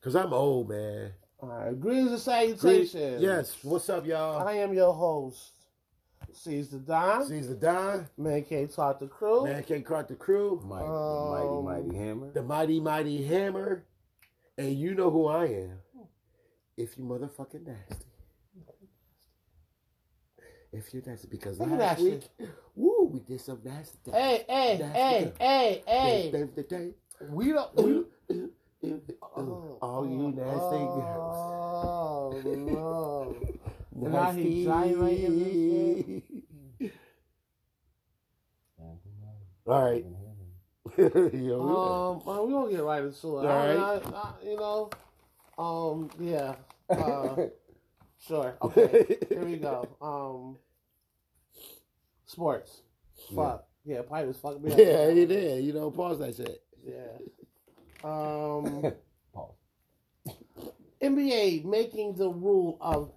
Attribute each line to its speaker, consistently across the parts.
Speaker 1: Cause I'm old, man.
Speaker 2: All right, greetings
Speaker 1: Great-
Speaker 2: and salutations.
Speaker 1: Yes. What's up, y'all?
Speaker 2: I am your host, Caesar Don,
Speaker 1: Caesar Don,
Speaker 2: Man K Talk the Crew.
Speaker 1: Man Can't Crack the Crew,
Speaker 3: Mighty,
Speaker 2: Um,
Speaker 3: mighty, mighty hammer.
Speaker 1: the Mighty Mighty Hammer, and you know who I am. If you motherfucking nasty. If you're nasty, because
Speaker 2: Look
Speaker 1: last
Speaker 2: at that
Speaker 1: week, woo, we did some nasty. things.
Speaker 2: Hey, hey,
Speaker 1: Nasty
Speaker 2: hey,
Speaker 1: girl.
Speaker 2: hey, hey.
Speaker 1: Dun, dun, dun,
Speaker 2: We oh, don't.
Speaker 1: dun. Ooh, ooh, ooh,
Speaker 2: Uh,
Speaker 1: ooh. All you nasty girls.
Speaker 2: Oh, no. And now
Speaker 1: Nasty.
Speaker 2: he gyrating
Speaker 1: All right. Yo, we- Oh,
Speaker 2: Um, well, we gonna get right into it. I, I, I, you know, um, yeah, uh, sure. Okay, here we go. Um, sports. Fuck yeah, probably was fucking me. up.
Speaker 1: yeah, it is. You know, pause that shit.
Speaker 2: Yeah. Um,
Speaker 3: Pause.
Speaker 2: NBA making the rule of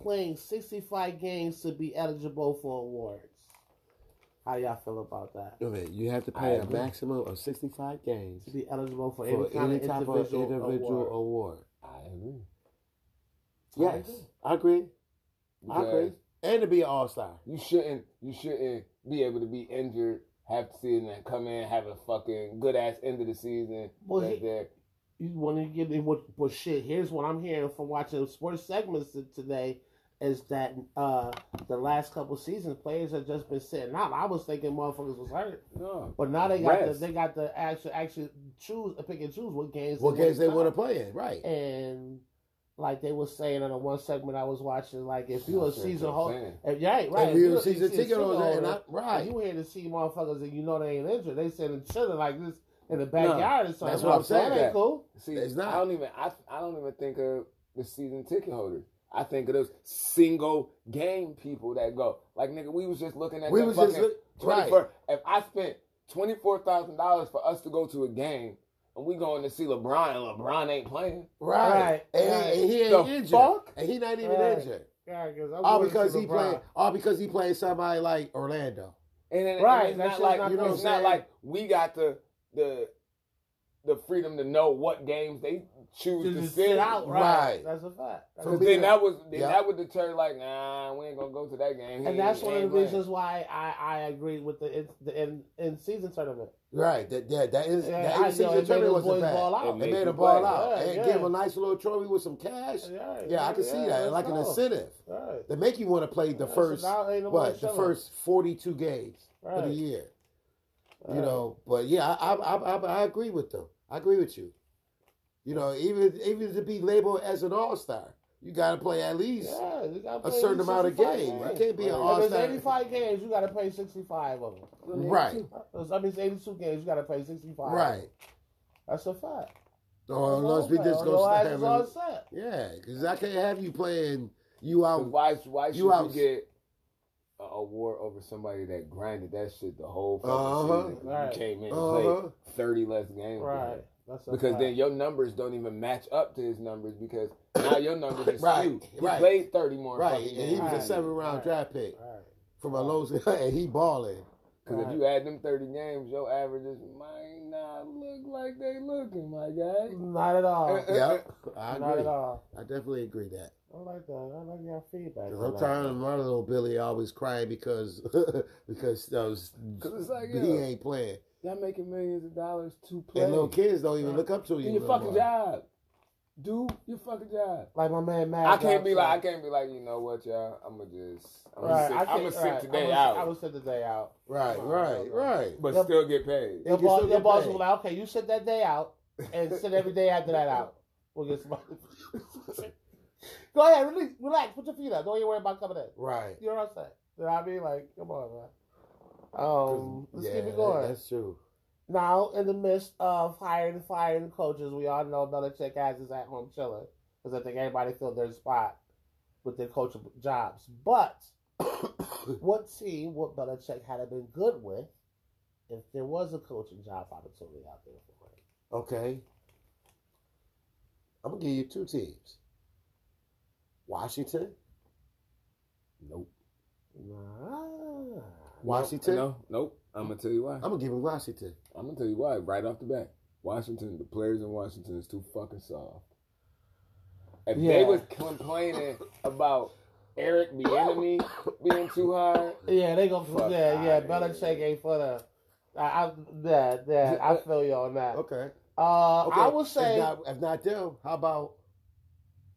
Speaker 2: playing 65 games to be eligible for awards. How y'all feel about that?
Speaker 1: Okay, you have to
Speaker 3: I
Speaker 1: play a
Speaker 3: agree.
Speaker 1: maximum of 65 games
Speaker 2: To be eligible for,
Speaker 1: for
Speaker 2: any kind
Speaker 1: any
Speaker 2: of
Speaker 1: type
Speaker 2: individual,
Speaker 1: of individual award.
Speaker 2: award.
Speaker 3: I agree.
Speaker 1: Yes, I agree. I agree.
Speaker 3: Because
Speaker 1: And to be an all star.
Speaker 3: you shouldn't, you shouldn't be able to be injured, have the season, and come in have a fucking good ass end of the season.
Speaker 2: Well,
Speaker 3: right
Speaker 2: he-
Speaker 3: there.
Speaker 2: you want to get in what but shit here's what i'm hearing from watching sports segments t- today is that uh the last couple seasons players have just been sitting out i was thinking motherfuckers was hurt
Speaker 3: No.
Speaker 2: but now they got
Speaker 3: Rest.
Speaker 2: the, they got the actual actually choose pick and choose what games
Speaker 1: What games they want to
Speaker 2: play
Speaker 1: play in, right?
Speaker 2: and like they were saying in the one segment i was watching like if you a
Speaker 3: That's what I'm
Speaker 2: season holder
Speaker 3: saying.
Speaker 2: if you ain't right
Speaker 1: Right.
Speaker 2: if
Speaker 1: And you
Speaker 2: a
Speaker 1: season ticket holder, and I,
Speaker 2: and
Speaker 1: right.
Speaker 2: you here to see motherfuckers and you know they ain't injured they sitting chilling like this in the backyard or something
Speaker 1: that's what I'm
Speaker 2: So that
Speaker 1: saying.
Speaker 2: ain't cool
Speaker 3: See,
Speaker 1: It's not.
Speaker 3: I don't even. I, I don't even think of the season ticket holders. I think of those single game people that go. Like nigga, we was just looking at
Speaker 1: We
Speaker 3: that
Speaker 1: was
Speaker 3: fucking
Speaker 1: just look, right.
Speaker 3: 24 If I spent twenty four thousand dollars for us to go to a game and we going to see LeBron and LeBron ain't playing,
Speaker 1: Right.
Speaker 2: Right,
Speaker 1: And,
Speaker 2: right.
Speaker 1: He, and he ain't
Speaker 3: The
Speaker 1: injured.
Speaker 3: fuck?
Speaker 1: And he not even
Speaker 2: Right.
Speaker 1: injured.
Speaker 2: Yeah, because I'm
Speaker 1: All
Speaker 2: going
Speaker 1: Oh, because
Speaker 2: to
Speaker 1: he
Speaker 2: LeBron.
Speaker 1: played all because he played somebody like Orlando.
Speaker 3: and, then
Speaker 2: Right,
Speaker 3: it's
Speaker 2: that shit's
Speaker 3: not like
Speaker 2: not
Speaker 3: you know,
Speaker 1: cool.
Speaker 3: it's not
Speaker 1: Saying-
Speaker 3: like we got the the the freedom to know what games they choose
Speaker 2: Just
Speaker 3: to
Speaker 2: to
Speaker 3: sit,
Speaker 2: sit out, right?
Speaker 1: Right.
Speaker 2: That's a fact. That's
Speaker 1: From
Speaker 2: a
Speaker 3: Cause
Speaker 1: being-
Speaker 3: then that was then
Speaker 1: Yeah.
Speaker 3: that would deter like nah we ain't gonna go to that game He
Speaker 2: fact. and that's
Speaker 3: ain't-
Speaker 2: one
Speaker 3: he
Speaker 2: of the
Speaker 3: ain't playing.
Speaker 2: reasons why I, I agree with the in, the in, in season tournament.
Speaker 1: Right. That yeah, that is
Speaker 2: Yeah,
Speaker 1: that
Speaker 2: I
Speaker 1: is
Speaker 2: know, it made
Speaker 1: tournament wasn't
Speaker 2: those boys
Speaker 1: bad.
Speaker 2: ball out.
Speaker 1: It made
Speaker 3: you
Speaker 1: him ball
Speaker 3: play.
Speaker 1: out
Speaker 2: Yeah,
Speaker 1: and
Speaker 2: yeah.
Speaker 1: give him a nice little trophy with some cash. Yeah, I can see that. Like an incentive.
Speaker 2: Right.
Speaker 1: They make you want to play the
Speaker 2: Yeah, so
Speaker 1: first
Speaker 2: now ain't nobody
Speaker 1: what the
Speaker 2: chilling.
Speaker 1: first forty two games of
Speaker 2: Right.
Speaker 1: the year. You
Speaker 2: Right.
Speaker 1: know, but yeah, I, I I I I agree with them. I agree with you. You know, even even to be labeled as an all star, you got to play at least.
Speaker 2: Yeah, you gotta play
Speaker 1: certain amount of
Speaker 2: 65
Speaker 1: games. You
Speaker 2: games.
Speaker 1: can't be an
Speaker 2: If
Speaker 1: all-star.
Speaker 2: there's 85 games, you gotta play 65 of them.
Speaker 1: Right,
Speaker 2: Those- I mean, it's 82 games, you gotta play 65.
Speaker 1: right.
Speaker 2: That's a fact.
Speaker 1: Or
Speaker 2: That's all
Speaker 1: unless we
Speaker 2: fact.
Speaker 1: just go
Speaker 2: Otherwise, it's
Speaker 1: having-
Speaker 2: all set.
Speaker 1: yeah, because I can't have you playing you
Speaker 3: So
Speaker 1: out.
Speaker 3: why why should
Speaker 1: you
Speaker 3: you,
Speaker 1: out-
Speaker 3: get an award over somebody that grinded that shit the whole fucking
Speaker 1: Uh-huh.
Speaker 3: season?
Speaker 2: Right.
Speaker 3: You came in and
Speaker 1: Uh-huh.
Speaker 3: played thirty less games,
Speaker 2: Right. That's a
Speaker 3: Because
Speaker 2: fact.
Speaker 3: then your numbers don't even match up to his numbers because now your numbers are
Speaker 1: Right,
Speaker 3: skewed. He
Speaker 1: right.
Speaker 3: played thirty more
Speaker 1: Right,
Speaker 3: fucking
Speaker 1: and he was
Speaker 3: games.
Speaker 1: a seven round
Speaker 2: Right.
Speaker 1: draft pick
Speaker 2: All right.
Speaker 1: from a low, and he balling.
Speaker 3: Because
Speaker 2: Right.
Speaker 3: if you add them thirty games, your averages might not look like they looking, my guy.
Speaker 2: Not at all.
Speaker 3: Uh, uh,
Speaker 1: Yep, I
Speaker 2: Not
Speaker 1: agree.
Speaker 2: at all.
Speaker 1: I definitely agree that.
Speaker 2: I like that. I like your feedback.
Speaker 1: Cause
Speaker 2: on
Speaker 1: I'm
Speaker 2: that.
Speaker 1: tired of my little Billy always crying because because those
Speaker 3: 'Cause it's like,
Speaker 1: he
Speaker 3: yo.
Speaker 1: ain't playing,
Speaker 3: Y'all making millions of dollars to play.
Speaker 1: and little kids don't even look up to you.
Speaker 3: Do your
Speaker 1: no
Speaker 3: fucking
Speaker 1: more.
Speaker 3: job. Do your fucking job.
Speaker 2: Like my man Matt.
Speaker 3: I can't
Speaker 2: Johnson.
Speaker 3: be like I can't be like you know what y'all. I'm gonna just I'm gonna
Speaker 2: Right,
Speaker 3: sit,
Speaker 2: I
Speaker 3: I'm gonna
Speaker 2: can't-
Speaker 3: sit
Speaker 2: right,
Speaker 3: today
Speaker 2: I'ma-
Speaker 3: out,
Speaker 2: I will sit the day out.
Speaker 1: Right, right, right.
Speaker 3: but
Speaker 2: Yep.
Speaker 3: still get paid.
Speaker 1: Yep.
Speaker 2: Your
Speaker 1: You can
Speaker 2: boss,
Speaker 1: still
Speaker 2: your
Speaker 1: get
Speaker 2: boss
Speaker 1: paid.
Speaker 2: will be like, okay, you sit that day out, and sit every day after that out. We'll get some. Go ahead, release, relax, put your feet up. Don't even worry about coming in.
Speaker 1: Right.
Speaker 2: You know what I'm saying? You know what I mean? Like, come on, man. Um, let's
Speaker 1: Yeah,
Speaker 2: keep it
Speaker 1: that-
Speaker 2: going.
Speaker 1: That's true.
Speaker 2: Now, in the midst of hiring and firing coaches, we all know Belichick has is at home chilling because I think everybody filled their spot with their coach jobs. But what team would Belichick had been good with if there was a coaching job opportunity out there for him?
Speaker 1: Okay. I'm gonna give you two teams. Washington.
Speaker 3: Nope.
Speaker 2: Nah.
Speaker 1: Washington?
Speaker 3: No, nope. I'm gonna tell you why.
Speaker 1: I'm gonna give him Washington.
Speaker 3: I'm gonna tell you why right off the bat. Washington, the players in Washington is too fucking soft. If
Speaker 2: Yeah.
Speaker 3: they was complaining about Eric the enemy being too high,
Speaker 2: Yeah, they go.
Speaker 3: Fuck
Speaker 2: yeah, yeah.
Speaker 3: outta
Speaker 2: Belichick
Speaker 3: here.
Speaker 2: ain't for the. I, I, yeah, yeah. I feel you on that.
Speaker 1: Okay.
Speaker 2: Uh,
Speaker 1: okay.
Speaker 2: I will
Speaker 1: if
Speaker 2: say.
Speaker 1: not, if not them, how about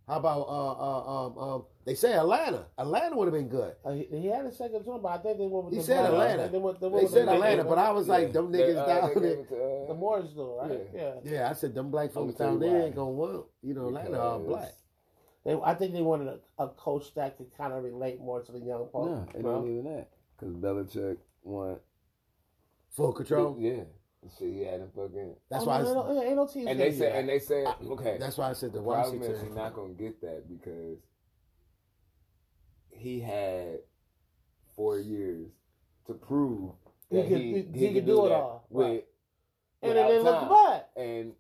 Speaker 1: how about uh, uh um um they say Atlanta. Atlanta would have been good.
Speaker 2: Uh, he, he had a second joint, but I think they went with
Speaker 1: He
Speaker 2: the
Speaker 1: said
Speaker 2: Browns.
Speaker 1: Atlanta.
Speaker 2: They, went, they, went
Speaker 1: They
Speaker 2: with
Speaker 1: said
Speaker 2: the-
Speaker 1: Atlanta, but I was like, them
Speaker 3: they,
Speaker 1: niggas
Speaker 3: uh,
Speaker 1: down
Speaker 3: they
Speaker 1: there.
Speaker 3: gave it to, uh,
Speaker 2: the Moors do, right? Yeah.
Speaker 1: Yeah, I said them black
Speaker 3: I'ma
Speaker 1: folks
Speaker 3: tell
Speaker 1: down
Speaker 3: you
Speaker 1: there
Speaker 3: why.
Speaker 1: ain't gonna want you know Atlanta all
Speaker 3: Because-
Speaker 1: black.
Speaker 2: They, I think they wanted a, a coach that could kind of relate more to the young
Speaker 3: No,
Speaker 2: folks.
Speaker 3: it
Speaker 2: bro.
Speaker 3: ain't even that. Cause Belichick won.
Speaker 1: Full control.
Speaker 3: Yeah, The shit he had him fucking.
Speaker 1: That's
Speaker 2: Oh,
Speaker 1: why. I,
Speaker 2: no,
Speaker 1: s-
Speaker 2: no, ain't no teams
Speaker 3: And they
Speaker 2: gonna do
Speaker 3: said,
Speaker 2: that.
Speaker 3: and they said, okay.
Speaker 1: that's why I said the
Speaker 3: The problem is
Speaker 1: Washington.
Speaker 3: he's not gonna get that because he had four years to prove
Speaker 2: He
Speaker 3: that
Speaker 2: could-
Speaker 3: he,
Speaker 2: he-
Speaker 3: he
Speaker 2: he
Speaker 3: could
Speaker 2: could do it
Speaker 3: that
Speaker 2: all.
Speaker 3: with
Speaker 2: Right. and it
Speaker 3: without
Speaker 2: didn't look
Speaker 3: time.
Speaker 2: bad.
Speaker 3: and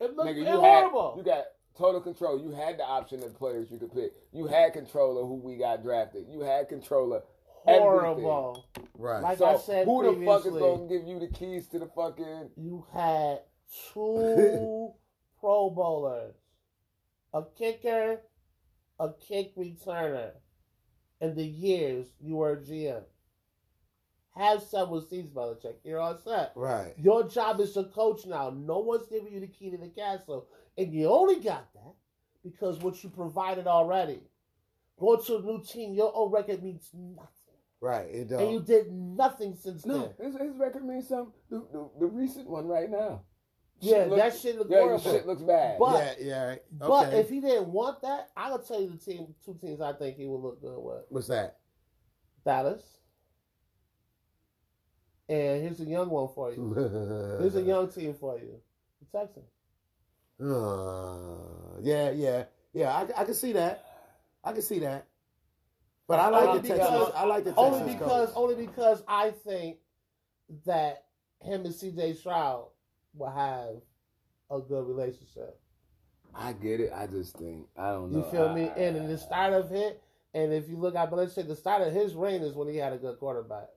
Speaker 2: It looked
Speaker 3: nigga,
Speaker 2: it
Speaker 3: you
Speaker 2: horrible.
Speaker 3: had you got total control. You had the option of players you could pick. You had control of who we got drafted. You had control of
Speaker 2: horrible.
Speaker 1: Right.
Speaker 2: Like
Speaker 3: so
Speaker 2: I said
Speaker 3: who the fuck is
Speaker 2: previously,
Speaker 3: gonna give you the keys to the fucking
Speaker 2: you had two Pro Bowlers, a kicker, a kick returner, in the years you were a GM. Have some with Steve Belichick. You're all set.
Speaker 1: right.
Speaker 2: Your job is to coach now. No one's giving you the key to the castle. And you only got that because what you provided already. Going to a new team, your old record means nothing.
Speaker 1: Right. It
Speaker 2: And you
Speaker 1: don't.
Speaker 2: did nothing since
Speaker 3: No,
Speaker 2: then.
Speaker 3: his, his record means something. The, the, the recent one right now.
Speaker 2: Yeah,
Speaker 3: Shit look-
Speaker 2: that shit looked
Speaker 3: yeah, your
Speaker 2: horrible.
Speaker 3: shit looks bad.
Speaker 2: But-
Speaker 1: yeah. Yeah. Okay.
Speaker 2: But if he didn't want that, I would tell you the team, two teams I think he would look good with
Speaker 1: what's that?
Speaker 2: Dallas. And here's a young one for you. Here's
Speaker 1: There's
Speaker 2: a young team for you. The Texans.
Speaker 1: Uh, yeah, yeah, yeah. I, I can see that. I can see that. But I like
Speaker 2: Only
Speaker 1: the Texas.
Speaker 2: because-
Speaker 1: I like the Texas.
Speaker 2: only because only because I think that him and CJ Stroud will have a good relationship.
Speaker 3: I get it. I just think I don't know.
Speaker 2: You feel
Speaker 3: I-
Speaker 2: me?
Speaker 3: Oh, I-
Speaker 2: And in the start of it, and if you look at Belichick, the start of his reign is when he had a good quarterback.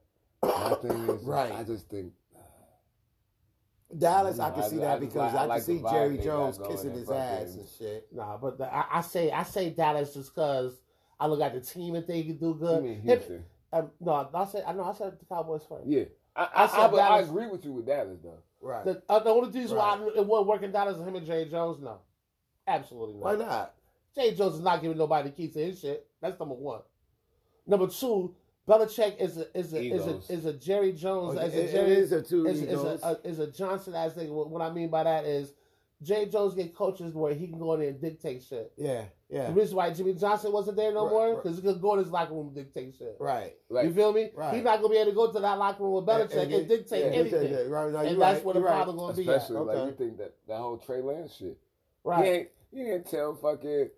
Speaker 3: My thing is,
Speaker 1: Right.
Speaker 3: I just think
Speaker 1: Dallas, I can
Speaker 3: I-
Speaker 1: see
Speaker 3: I
Speaker 1: that
Speaker 3: just
Speaker 1: because
Speaker 3: like-
Speaker 1: I,
Speaker 3: I
Speaker 1: can
Speaker 3: like the
Speaker 1: see
Speaker 3: vibe
Speaker 1: Jerry
Speaker 3: they got
Speaker 1: Jones
Speaker 3: going
Speaker 1: kissing
Speaker 3: and
Speaker 1: his ass
Speaker 3: fucking-
Speaker 1: and shit.
Speaker 2: Nah, but the, I, I say I say Dallas just because I look at the team and think he do
Speaker 3: you
Speaker 2: good.
Speaker 3: mean
Speaker 2: Him-
Speaker 3: Houston.
Speaker 2: um, no, I said I know I said the Cowboys first.
Speaker 3: Yeah, I
Speaker 2: I
Speaker 3: I,
Speaker 2: said
Speaker 3: I, but I
Speaker 2: Dallas-
Speaker 3: agree with you with Dallas though.
Speaker 1: Right?
Speaker 2: The, uh, the only reason why I- it wasn't working Dallas is him and Jerry Jones. No, absolutely not.
Speaker 1: Why not?
Speaker 2: Jay Jones is not giving nobody the key to his shit. That's number one. Number two, Belichick is a is a is
Speaker 3: Egos.
Speaker 2: a, is a Jerry Jones
Speaker 1: Okay,
Speaker 2: as
Speaker 1: Oh, it-
Speaker 2: a
Speaker 1: it
Speaker 2: Jerry
Speaker 1: is
Speaker 2: is,
Speaker 1: a two
Speaker 2: is,
Speaker 1: egos.
Speaker 2: a, uh, is a Johnson as nigga. What what I mean by that is Jay Jones get coaches where he can go in there and dictate shit.
Speaker 1: yeah, yeah.
Speaker 2: The reason why Jimmy Johnson wasn't there no
Speaker 1: Right,
Speaker 2: more
Speaker 1: right.
Speaker 2: because he could go in his locker room and dictate shit.
Speaker 1: Right.
Speaker 2: you
Speaker 3: Like
Speaker 2: feel me?
Speaker 1: right.
Speaker 2: He's not gonna be able to go to that locker room with Belichick and,
Speaker 1: it-
Speaker 2: dictate
Speaker 1: yeah,
Speaker 2: anything.
Speaker 1: yeah, Right, no,
Speaker 2: And
Speaker 1: you're
Speaker 2: that's
Speaker 1: right,
Speaker 2: where the
Speaker 1: you're right.
Speaker 2: problem gonna be. At.
Speaker 3: especially
Speaker 1: okay.
Speaker 3: like you think that that whole Trey Lance shit.
Speaker 2: Right.
Speaker 3: He ain't you didn't tell fucking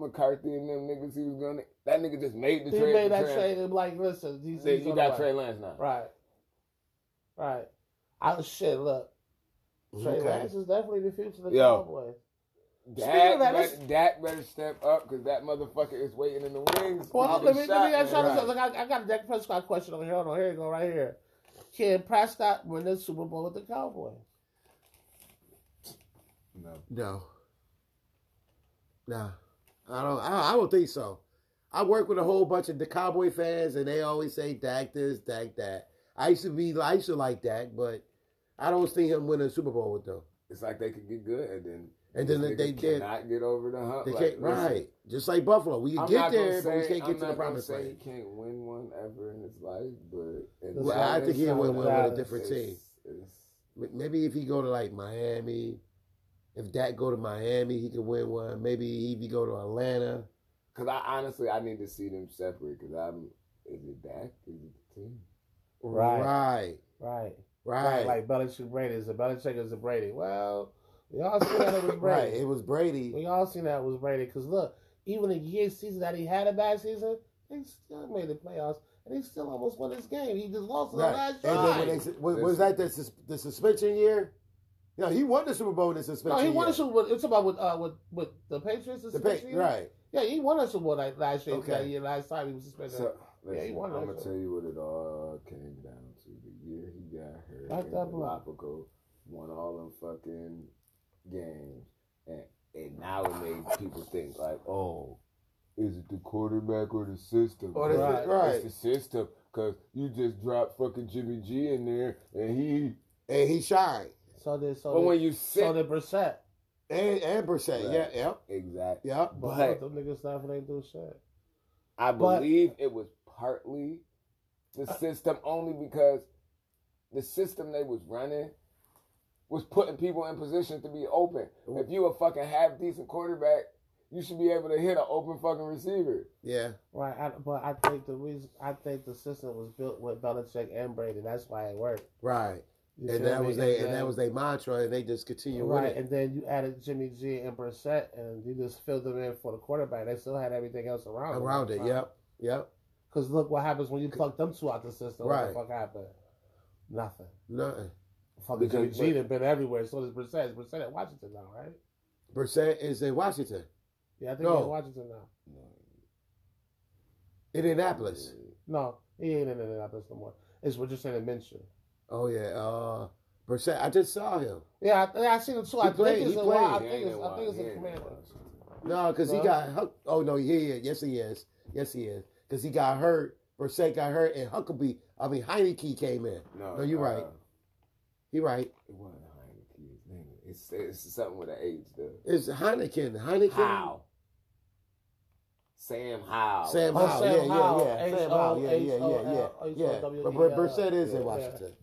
Speaker 3: McCarthy and them niggas he was gonna. That nigga just made the
Speaker 2: he
Speaker 3: trade.
Speaker 2: made
Speaker 3: the
Speaker 2: that trade and like, listen, he's,
Speaker 3: Then
Speaker 2: he's
Speaker 3: you
Speaker 2: on
Speaker 3: got
Speaker 2: the way.
Speaker 3: Trey Lance now.
Speaker 2: Right. Right. I shit, look. Trey
Speaker 1: Okay.
Speaker 2: Lance is definitely the future of the
Speaker 3: Yo.
Speaker 2: Cowboys. Speaking
Speaker 3: Dak,
Speaker 2: of that,
Speaker 3: better,
Speaker 2: let's-
Speaker 3: Dak better step up because that motherfucker is waiting in the wings. to
Speaker 2: Well,
Speaker 3: get
Speaker 2: let me,
Speaker 3: shot,
Speaker 2: let me ask y'all
Speaker 3: man.
Speaker 2: this. Look, I, I got a Dak Prescott question over here. Hold on, here you go, right here. Can Prescott win the Super Bowl with the Cowboys?
Speaker 3: No.
Speaker 1: No. Nah. I don't I, I don't think so. I work with a whole bunch of the cowboy fans and they always say Dak this, Dak that. I used to be I used to like Dak, but I don't see him winning a Super Bowl with them.
Speaker 3: It's like they could get good and then
Speaker 1: And then
Speaker 3: these
Speaker 1: they
Speaker 3: niggas
Speaker 1: did.
Speaker 3: cannot get over the hump.
Speaker 1: They
Speaker 3: Like,
Speaker 1: can't
Speaker 3: listen,
Speaker 1: right. Just like Buffalo. We can
Speaker 3: I'm
Speaker 1: get
Speaker 3: not gonna
Speaker 1: there, but we
Speaker 3: say-
Speaker 1: can't
Speaker 3: I'm
Speaker 1: get to
Speaker 3: not
Speaker 1: the
Speaker 3: gonna
Speaker 1: promised
Speaker 3: say
Speaker 1: land.
Speaker 3: He can't win one ever in his life, but in
Speaker 2: Well, I think he'll win one with a
Speaker 3: Dallas,
Speaker 1: different
Speaker 3: it's- it's-
Speaker 1: M- Maybe if he go to like Miami, if Dak go to Miami, he could win one. Maybe if he go to Atlanta.
Speaker 3: Cause I honestly I need to see them separate. Cause I'm is it Dak? Is it the team?
Speaker 1: Right.
Speaker 2: Right.
Speaker 1: Right.
Speaker 2: Like Belichick Brady is a Belichick is a Brady. Well, we all seen that it was
Speaker 1: Right.
Speaker 2: Brady.
Speaker 1: It was Brady.
Speaker 2: We all seen that it was Brady. Because look, even a year season that he had a bad season, they still made the playoffs. And they still almost won this game. He just lost in the
Speaker 1: Right.
Speaker 2: last
Speaker 1: And
Speaker 2: drive.
Speaker 1: then when they, su- was, was that the, sus- the suspension year? No, he won the Super Bowl in the suspension.
Speaker 2: No, he won
Speaker 1: year.
Speaker 2: a Super Bowl. It's about with uh with with the Patriots.
Speaker 1: The
Speaker 2: suspension
Speaker 1: pay,
Speaker 2: year?
Speaker 1: right.
Speaker 2: Yeah, he won a Super Bowl like last year.
Speaker 1: Okay.
Speaker 2: That year, last time he was suspended.
Speaker 3: So
Speaker 2: Yeah, he
Speaker 3: listen,
Speaker 2: won that
Speaker 3: I'm gonna
Speaker 2: shit.
Speaker 3: tell you what it all came down to. The year he got hurt
Speaker 2: Back
Speaker 3: in
Speaker 2: that block.
Speaker 3: Galapagos, won all them fucking games, and it now it made people think like, oh, is it the quarterback or the system?
Speaker 1: Or the-
Speaker 2: Right.
Speaker 1: right.
Speaker 3: It's the system because you just dropped fucking Jimmy G in there and he.
Speaker 1: and he shined.
Speaker 2: So did so
Speaker 3: But when
Speaker 2: did,
Speaker 3: you
Speaker 2: so
Speaker 3: sit,
Speaker 2: did Brissett.
Speaker 1: And and Brissett,
Speaker 3: Right.
Speaker 1: yeah, yep,
Speaker 3: exactly.
Speaker 1: yep.
Speaker 2: But,
Speaker 3: But
Speaker 2: them niggas not they do shit.
Speaker 3: I
Speaker 2: But- Uh,
Speaker 3: believe it was partly the system only because the system they was running was putting people in position to be open. If you a fucking half decent quarterback, you should be able to hit an open fucking receiver.
Speaker 1: Yeah,
Speaker 2: Right, I, but I think the reason I think the system was built with Belichick and Brady. That's why it worked.
Speaker 1: right.
Speaker 2: You
Speaker 1: and
Speaker 2: feel
Speaker 1: that
Speaker 2: me?
Speaker 1: was they and
Speaker 2: then-
Speaker 1: that was their mantra, and they just continue
Speaker 2: right.
Speaker 1: with it.
Speaker 2: And then you added Jimmy G and Brissett, and you just filled them in for the quarterback. They still had everything else around them.
Speaker 1: Around it, yep, yep.
Speaker 2: Because look what happens when you pluck them two out the system.
Speaker 1: Right.
Speaker 2: What the fuck happened? Nothing.
Speaker 1: Nothing.
Speaker 2: Fucking Jimmy
Speaker 3: Because-
Speaker 2: G done been everywhere. So does Brissett. Brissett at Washington now, right?
Speaker 1: Brissett is in Washington,
Speaker 2: Yeah, I think
Speaker 1: No.
Speaker 2: he's in Washington now.
Speaker 1: Indianapolis.
Speaker 2: No, he ain't in Indianapolis no more. It's what you're saying in Minshew.
Speaker 1: Oh yeah, uh, Brissett. I just saw him.
Speaker 2: Yeah, I, I seen him too.
Speaker 1: He
Speaker 2: I
Speaker 1: played-
Speaker 2: think it's
Speaker 1: he
Speaker 2: a
Speaker 1: played.
Speaker 2: I
Speaker 3: He
Speaker 2: think
Speaker 3: ain't
Speaker 2: it's,
Speaker 3: in
Speaker 2: I think it's
Speaker 3: Wa- he
Speaker 2: a
Speaker 3: ain't in
Speaker 2: commander.
Speaker 3: Washington.
Speaker 1: No, because he
Speaker 2: No?
Speaker 1: got. huck- Oh no, yeah, yeah, yes he is, yes he is, because he got hurt. Brissett got hurt, and Huckabee. I mean Heineke came in.
Speaker 3: No, uh,
Speaker 1: No, you right. He right.
Speaker 3: It wasn't Heineke. His name. It's it's something with an H though.
Speaker 1: It's Heineken. Heineken.
Speaker 3: How? Sam Howe.
Speaker 1: Sam
Speaker 2: Oh,
Speaker 1: Howe.
Speaker 2: Sam
Speaker 1: yeah,
Speaker 2: Howell.
Speaker 1: yeah, yeah.
Speaker 2: H
Speaker 1: Sam
Speaker 2: O
Speaker 1: Howe. Yeah, yeah,
Speaker 2: H O
Speaker 1: yeah,
Speaker 2: L H O
Speaker 1: yeah.
Speaker 2: W
Speaker 1: Yeah.
Speaker 2: E
Speaker 1: But Br-
Speaker 2: L.
Speaker 1: Brissett is in
Speaker 2: Yeah.
Speaker 1: Washington.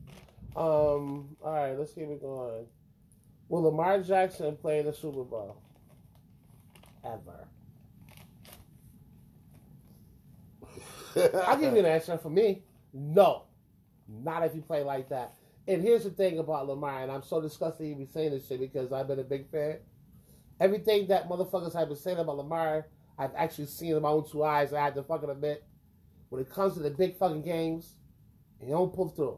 Speaker 2: Um. All right, let's keep it going. Will Lamar Jackson play in the Super Bowl? Ever? I'll give you an answer for me. No, not if you play like that. And here's the thing about Lamar, and I'm so disgusted he be saying this shit because I've been a big fan. Everything that motherfuckers have been saying about Lamar, I've actually seen in my own two eyes. I had to fucking admit, when it comes to the big fucking games, he don't pull through.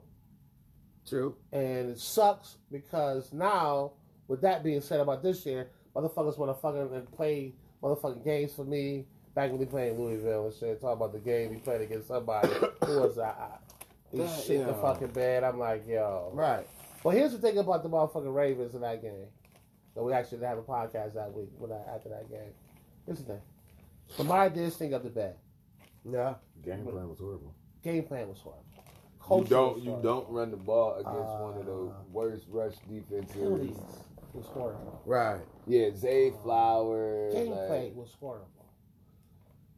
Speaker 1: True.
Speaker 2: And it sucks because now, with that being said about this year, motherfuckers want to fucking and play motherfucking games for me. Back when we played Louisville and shit, talking about the game he played against somebody. Who was that? He
Speaker 3: That-
Speaker 2: shit the
Speaker 3: yeah.
Speaker 2: fucking bed. I'm like, yo.
Speaker 1: Right.
Speaker 2: Well, here's the thing about the motherfucking Ravens in that game. So we actually have a podcast that week when I, after that game. Here's the thing. Lamar did stink up the bed.
Speaker 1: Yeah.
Speaker 3: Game plan was horrible.
Speaker 2: Game plan was horrible.
Speaker 3: You
Speaker 2: Coaching
Speaker 3: don't
Speaker 2: was
Speaker 3: you
Speaker 2: horrible.
Speaker 3: don't run the ball against
Speaker 2: Uh,
Speaker 3: one of the worst rush defenses.
Speaker 2: Penalties was horrible.
Speaker 1: Right.
Speaker 3: Yeah, Zay Flowers.
Speaker 2: Um, gameplay
Speaker 3: like,
Speaker 2: was horrible.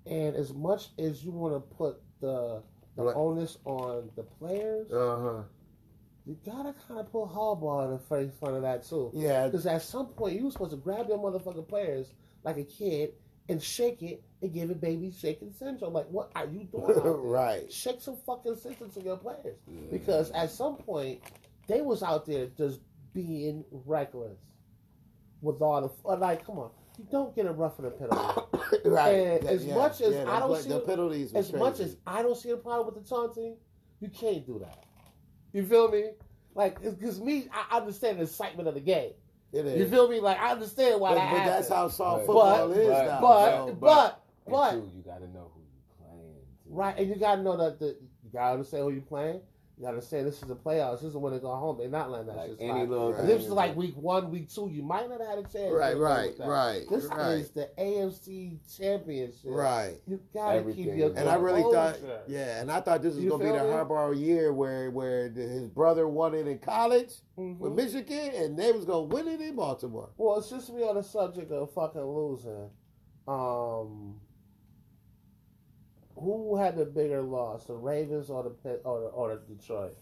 Speaker 2: And as much as you want to put the the
Speaker 1: Right.
Speaker 2: onus on the players,
Speaker 1: Uh huh.
Speaker 2: you gotta kind of pull hardball in the face front of that too.
Speaker 1: Yeah.
Speaker 2: Because at some point you were supposed to grab your motherfucking players like a kid and shake it and give it baby shaking syndrome. Like, what are you doing? out there?
Speaker 1: right.
Speaker 2: Shake some fucking systems to your players
Speaker 3: yeah.
Speaker 2: because at some point they was out there just being reckless with all the uh, like. Come on, you don't get a rough in the penalty.
Speaker 1: right.
Speaker 2: And as much as
Speaker 1: the
Speaker 2: I don't
Speaker 1: pla-
Speaker 2: see
Speaker 1: the
Speaker 2: what-
Speaker 1: penalties, was
Speaker 2: as much
Speaker 1: crazy.
Speaker 2: as I don't see a problem with the taunting, you can't do that. You feel me? Like, because me, I understand the excitement of the game.
Speaker 1: it is.
Speaker 2: You feel me? Like, I understand why
Speaker 1: but,
Speaker 2: that
Speaker 1: but that's
Speaker 2: happened.
Speaker 1: how soft
Speaker 3: But-
Speaker 1: football is
Speaker 3: but-
Speaker 1: now.
Speaker 2: but,
Speaker 1: so-
Speaker 2: but, but,
Speaker 3: And two, you gotta know who you playing. too.
Speaker 2: right, and you gotta know that the, you gotta understand who you playing. You gotta understand this is the playoffs. This is when they go home. They're not letting that
Speaker 3: Like
Speaker 2: shit
Speaker 3: any
Speaker 2: slide.
Speaker 3: little
Speaker 1: Right.
Speaker 2: This is
Speaker 3: thing,
Speaker 2: like week one, week two. You might not have had a chance.
Speaker 1: right,
Speaker 2: to play
Speaker 1: right,
Speaker 2: with that.
Speaker 1: right,
Speaker 2: This
Speaker 1: right,
Speaker 2: is the AFC Championship.
Speaker 1: right. Oh,
Speaker 2: You gotta keep
Speaker 3: Everything.
Speaker 2: your
Speaker 1: And I really thought,
Speaker 2: composure.
Speaker 1: yeah, and I thought this was
Speaker 2: You
Speaker 1: gonna be the
Speaker 2: feel me?
Speaker 1: Harbaugh year where where the, his brother won it in college
Speaker 2: Mhm.
Speaker 1: with Michigan, and they was gonna win it in Baltimore.
Speaker 2: Well, since we on the subject of fucking losing, um, who had the bigger loss, the Ravens or the Pe- or the, or the Detroit?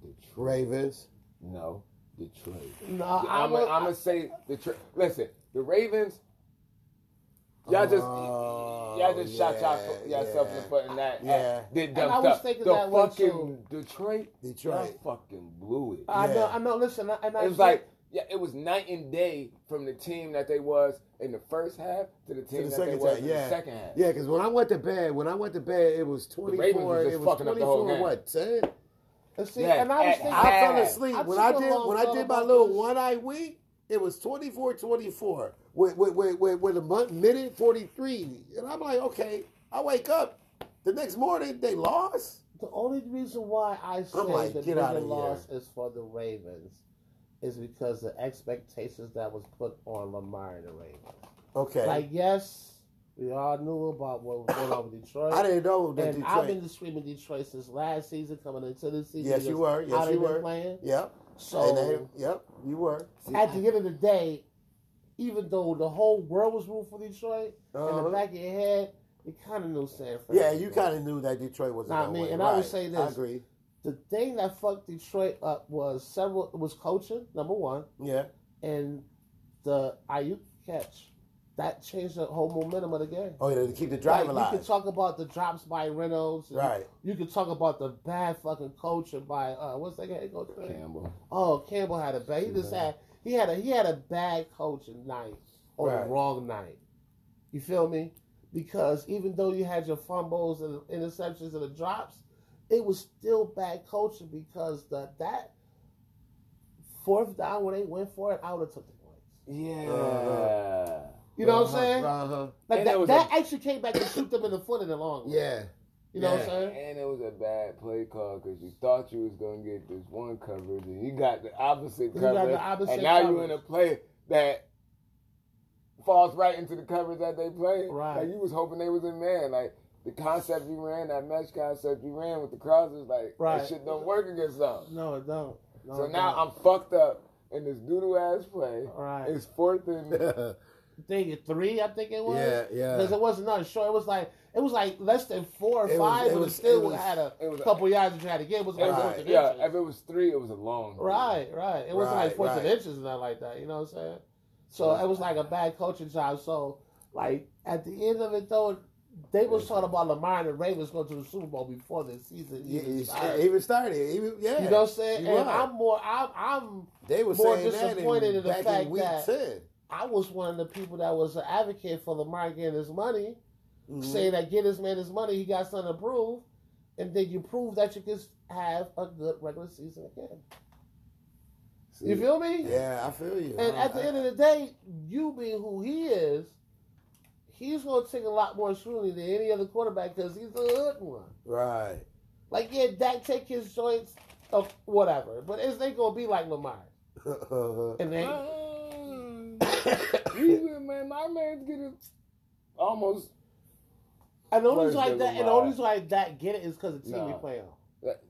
Speaker 3: Detroit.
Speaker 1: Ravens,
Speaker 3: No, Detroit.
Speaker 2: No, Uh, I
Speaker 3: I'm
Speaker 2: would.
Speaker 3: gonna say Detroit. Listen, the Ravens. Y'all just
Speaker 1: Oh,
Speaker 3: y'all just shot y'all,
Speaker 1: yeah,
Speaker 3: yourself in the
Speaker 1: yeah.
Speaker 3: foot in that.
Speaker 1: Yeah.
Speaker 3: did
Speaker 2: And I was thinking
Speaker 3: the
Speaker 2: that one,
Speaker 3: fucking
Speaker 2: too. Uh,
Speaker 3: Detroit.
Speaker 1: Detroit.
Speaker 3: Y'all fucking blew it.
Speaker 2: I know.
Speaker 1: yeah.
Speaker 2: I know. Listen, I- and I
Speaker 3: it was
Speaker 2: get-
Speaker 3: like yeah, it was night and day from the team that they was in the first half to the team
Speaker 1: the
Speaker 3: that they
Speaker 1: second
Speaker 3: was
Speaker 1: half,
Speaker 3: in
Speaker 1: yeah.
Speaker 3: the second half.
Speaker 1: Yeah, because when I went to bed, when I went to bed, it was twenty
Speaker 3: Ravens was
Speaker 1: four.
Speaker 3: just
Speaker 1: It was
Speaker 3: fucking up
Speaker 1: twenty
Speaker 3: the whole
Speaker 1: four.
Speaker 3: game.
Speaker 1: What ten?
Speaker 2: and see,
Speaker 3: yeah,
Speaker 2: and I was
Speaker 3: at
Speaker 2: thinking,
Speaker 3: half.
Speaker 1: I fell
Speaker 3: Yeah.
Speaker 1: asleep
Speaker 2: I
Speaker 1: when
Speaker 2: took
Speaker 1: I
Speaker 2: a
Speaker 1: did
Speaker 2: long
Speaker 1: when I
Speaker 2: thought
Speaker 1: did my
Speaker 2: about
Speaker 1: little
Speaker 2: this.
Speaker 1: one eye week. It was 24 24 with with with, with, with a month, minute 43, and I'm like, okay. I wake up the next morning. They lost.
Speaker 2: The only reason why I say
Speaker 1: like,
Speaker 2: the
Speaker 1: get
Speaker 2: bigger
Speaker 1: outta here.
Speaker 2: loss is for the Ravens is because the expectations that was put on Lamar and the Ravens.
Speaker 1: Okay.
Speaker 2: Like, yes, we all knew about what was going on with Detroit.
Speaker 1: I didn't know that
Speaker 2: and I've
Speaker 1: Detroit.
Speaker 2: been screaming Detroit since last season, coming into this season.
Speaker 1: Yes, you
Speaker 2: because
Speaker 1: were.
Speaker 2: how
Speaker 1: Yes,
Speaker 2: they
Speaker 1: you
Speaker 2: been
Speaker 1: were.
Speaker 2: playing.
Speaker 1: Yep.
Speaker 2: So
Speaker 1: And they- yep, you were.
Speaker 2: at the end of the day, even though the whole world was rooting for Detroit, in
Speaker 1: Uh-huh.
Speaker 2: the back of your head, you kind of knew San Francisco.
Speaker 1: Yeah, you kind of knew that Detroit was.
Speaker 2: Nah,
Speaker 1: going
Speaker 2: man,
Speaker 1: win.
Speaker 2: and I would
Speaker 1: Right.
Speaker 2: say
Speaker 1: I
Speaker 2: this.
Speaker 1: agree.
Speaker 2: The thing that fucked Detroit up was several. It was coaching number one,
Speaker 1: Yeah.
Speaker 2: and the IU catch that changed the whole momentum of the game.
Speaker 1: Oh yeah, to keep the driver
Speaker 2: Like,
Speaker 1: alive.
Speaker 2: you could talk about the drops by Reynolds. and
Speaker 1: right.
Speaker 2: You could talk about the bad fucking coaching by uh, what's that guy coach? name?
Speaker 3: Campbell.
Speaker 2: Oh, Campbell had a bad. He just
Speaker 1: Yeah.
Speaker 2: had he had a he had a bad coaching night on
Speaker 1: Right.
Speaker 2: the wrong night. You feel me? Because even though you had your fumbles and interceptions and the drops, it was still bad coaching because the that fourth down when they went for it, I would have took the points.
Speaker 3: Yeah.
Speaker 1: Uh-huh.
Speaker 2: You know what I'm saying?
Speaker 1: Uh huh.
Speaker 2: Like
Speaker 3: And it
Speaker 2: that,
Speaker 3: was
Speaker 2: that actually came back to shoot them in the foot in the long run.
Speaker 1: Yeah.
Speaker 2: You know what
Speaker 1: yeah.
Speaker 2: I'm saying?
Speaker 3: And it was a bad play call because you thought you was gonna get this one coverage and you got the opposite
Speaker 2: You got
Speaker 3: coverage,
Speaker 2: the opposite
Speaker 3: and now you
Speaker 2: coverage.
Speaker 3: in a play that falls right into the coverage that they played.
Speaker 2: Right.
Speaker 3: Like you was hoping they was in man. Like the concept you ran, that mesh concept you ran with the crossers, like
Speaker 2: Right.
Speaker 3: that shit don't work against them.
Speaker 2: No, it don't. No,
Speaker 3: so
Speaker 2: it
Speaker 3: now
Speaker 2: don't.
Speaker 3: I'm fucked up in this doodle ass play.
Speaker 2: Right.
Speaker 3: It's fourth and
Speaker 2: thing at three, I think it was.
Speaker 1: yeah. Yeah.
Speaker 2: Because it wasn't nothing short. It was like it was like less than four or
Speaker 1: It was-
Speaker 2: five,
Speaker 1: it
Speaker 2: but it
Speaker 1: was-
Speaker 2: still
Speaker 1: it was-
Speaker 2: had a
Speaker 3: it was a-
Speaker 2: couple yards that you had to get. It was like
Speaker 1: Right.
Speaker 2: fourth and
Speaker 3: yeah.
Speaker 2: inches.
Speaker 3: If it was three, it was a long. three.
Speaker 2: right, right. It was
Speaker 1: Right,
Speaker 2: like fourth and
Speaker 1: right.
Speaker 2: inches and nothing like that. You know what I'm saying? So it was like a bad coaching job. So like at the end of it though, they was talking about Lamar and the Ravens going to the Super Bowl before the season.
Speaker 1: Yeah,
Speaker 2: even
Speaker 1: it
Speaker 2: started.
Speaker 1: even started. Even yeah.
Speaker 2: You know what I'm saying?
Speaker 1: You
Speaker 2: and
Speaker 1: are.
Speaker 2: I'm more. I'm. I'm
Speaker 1: they were
Speaker 2: more
Speaker 1: saying that
Speaker 2: disappointed in the
Speaker 1: back
Speaker 2: fact
Speaker 1: in week
Speaker 2: that-
Speaker 1: 10
Speaker 2: I was one of the people that was an advocate for Lamar getting his money.
Speaker 1: Mhm.
Speaker 3: Mm-hmm.
Speaker 2: saying that get this man his money, he got something to prove, and then you prove that you can have a good regular season again. You
Speaker 3: See,
Speaker 2: feel me?
Speaker 1: Yeah, I feel you.
Speaker 2: And at the end of the day, you being who he is, he's going to take a lot more scrutiny than any other quarterback because he's a hood one.
Speaker 1: right.
Speaker 2: Like, yeah, Dak take his joints of whatever, but it's ain't going to be like Lamar. And they,
Speaker 3: Even Uh, man, my man's getting almost
Speaker 2: and the only reason
Speaker 3: Where's
Speaker 2: why
Speaker 3: the
Speaker 2: that, and the
Speaker 3: Lamar?
Speaker 2: only reason why Dak get it is because the team we
Speaker 3: No.
Speaker 2: play on.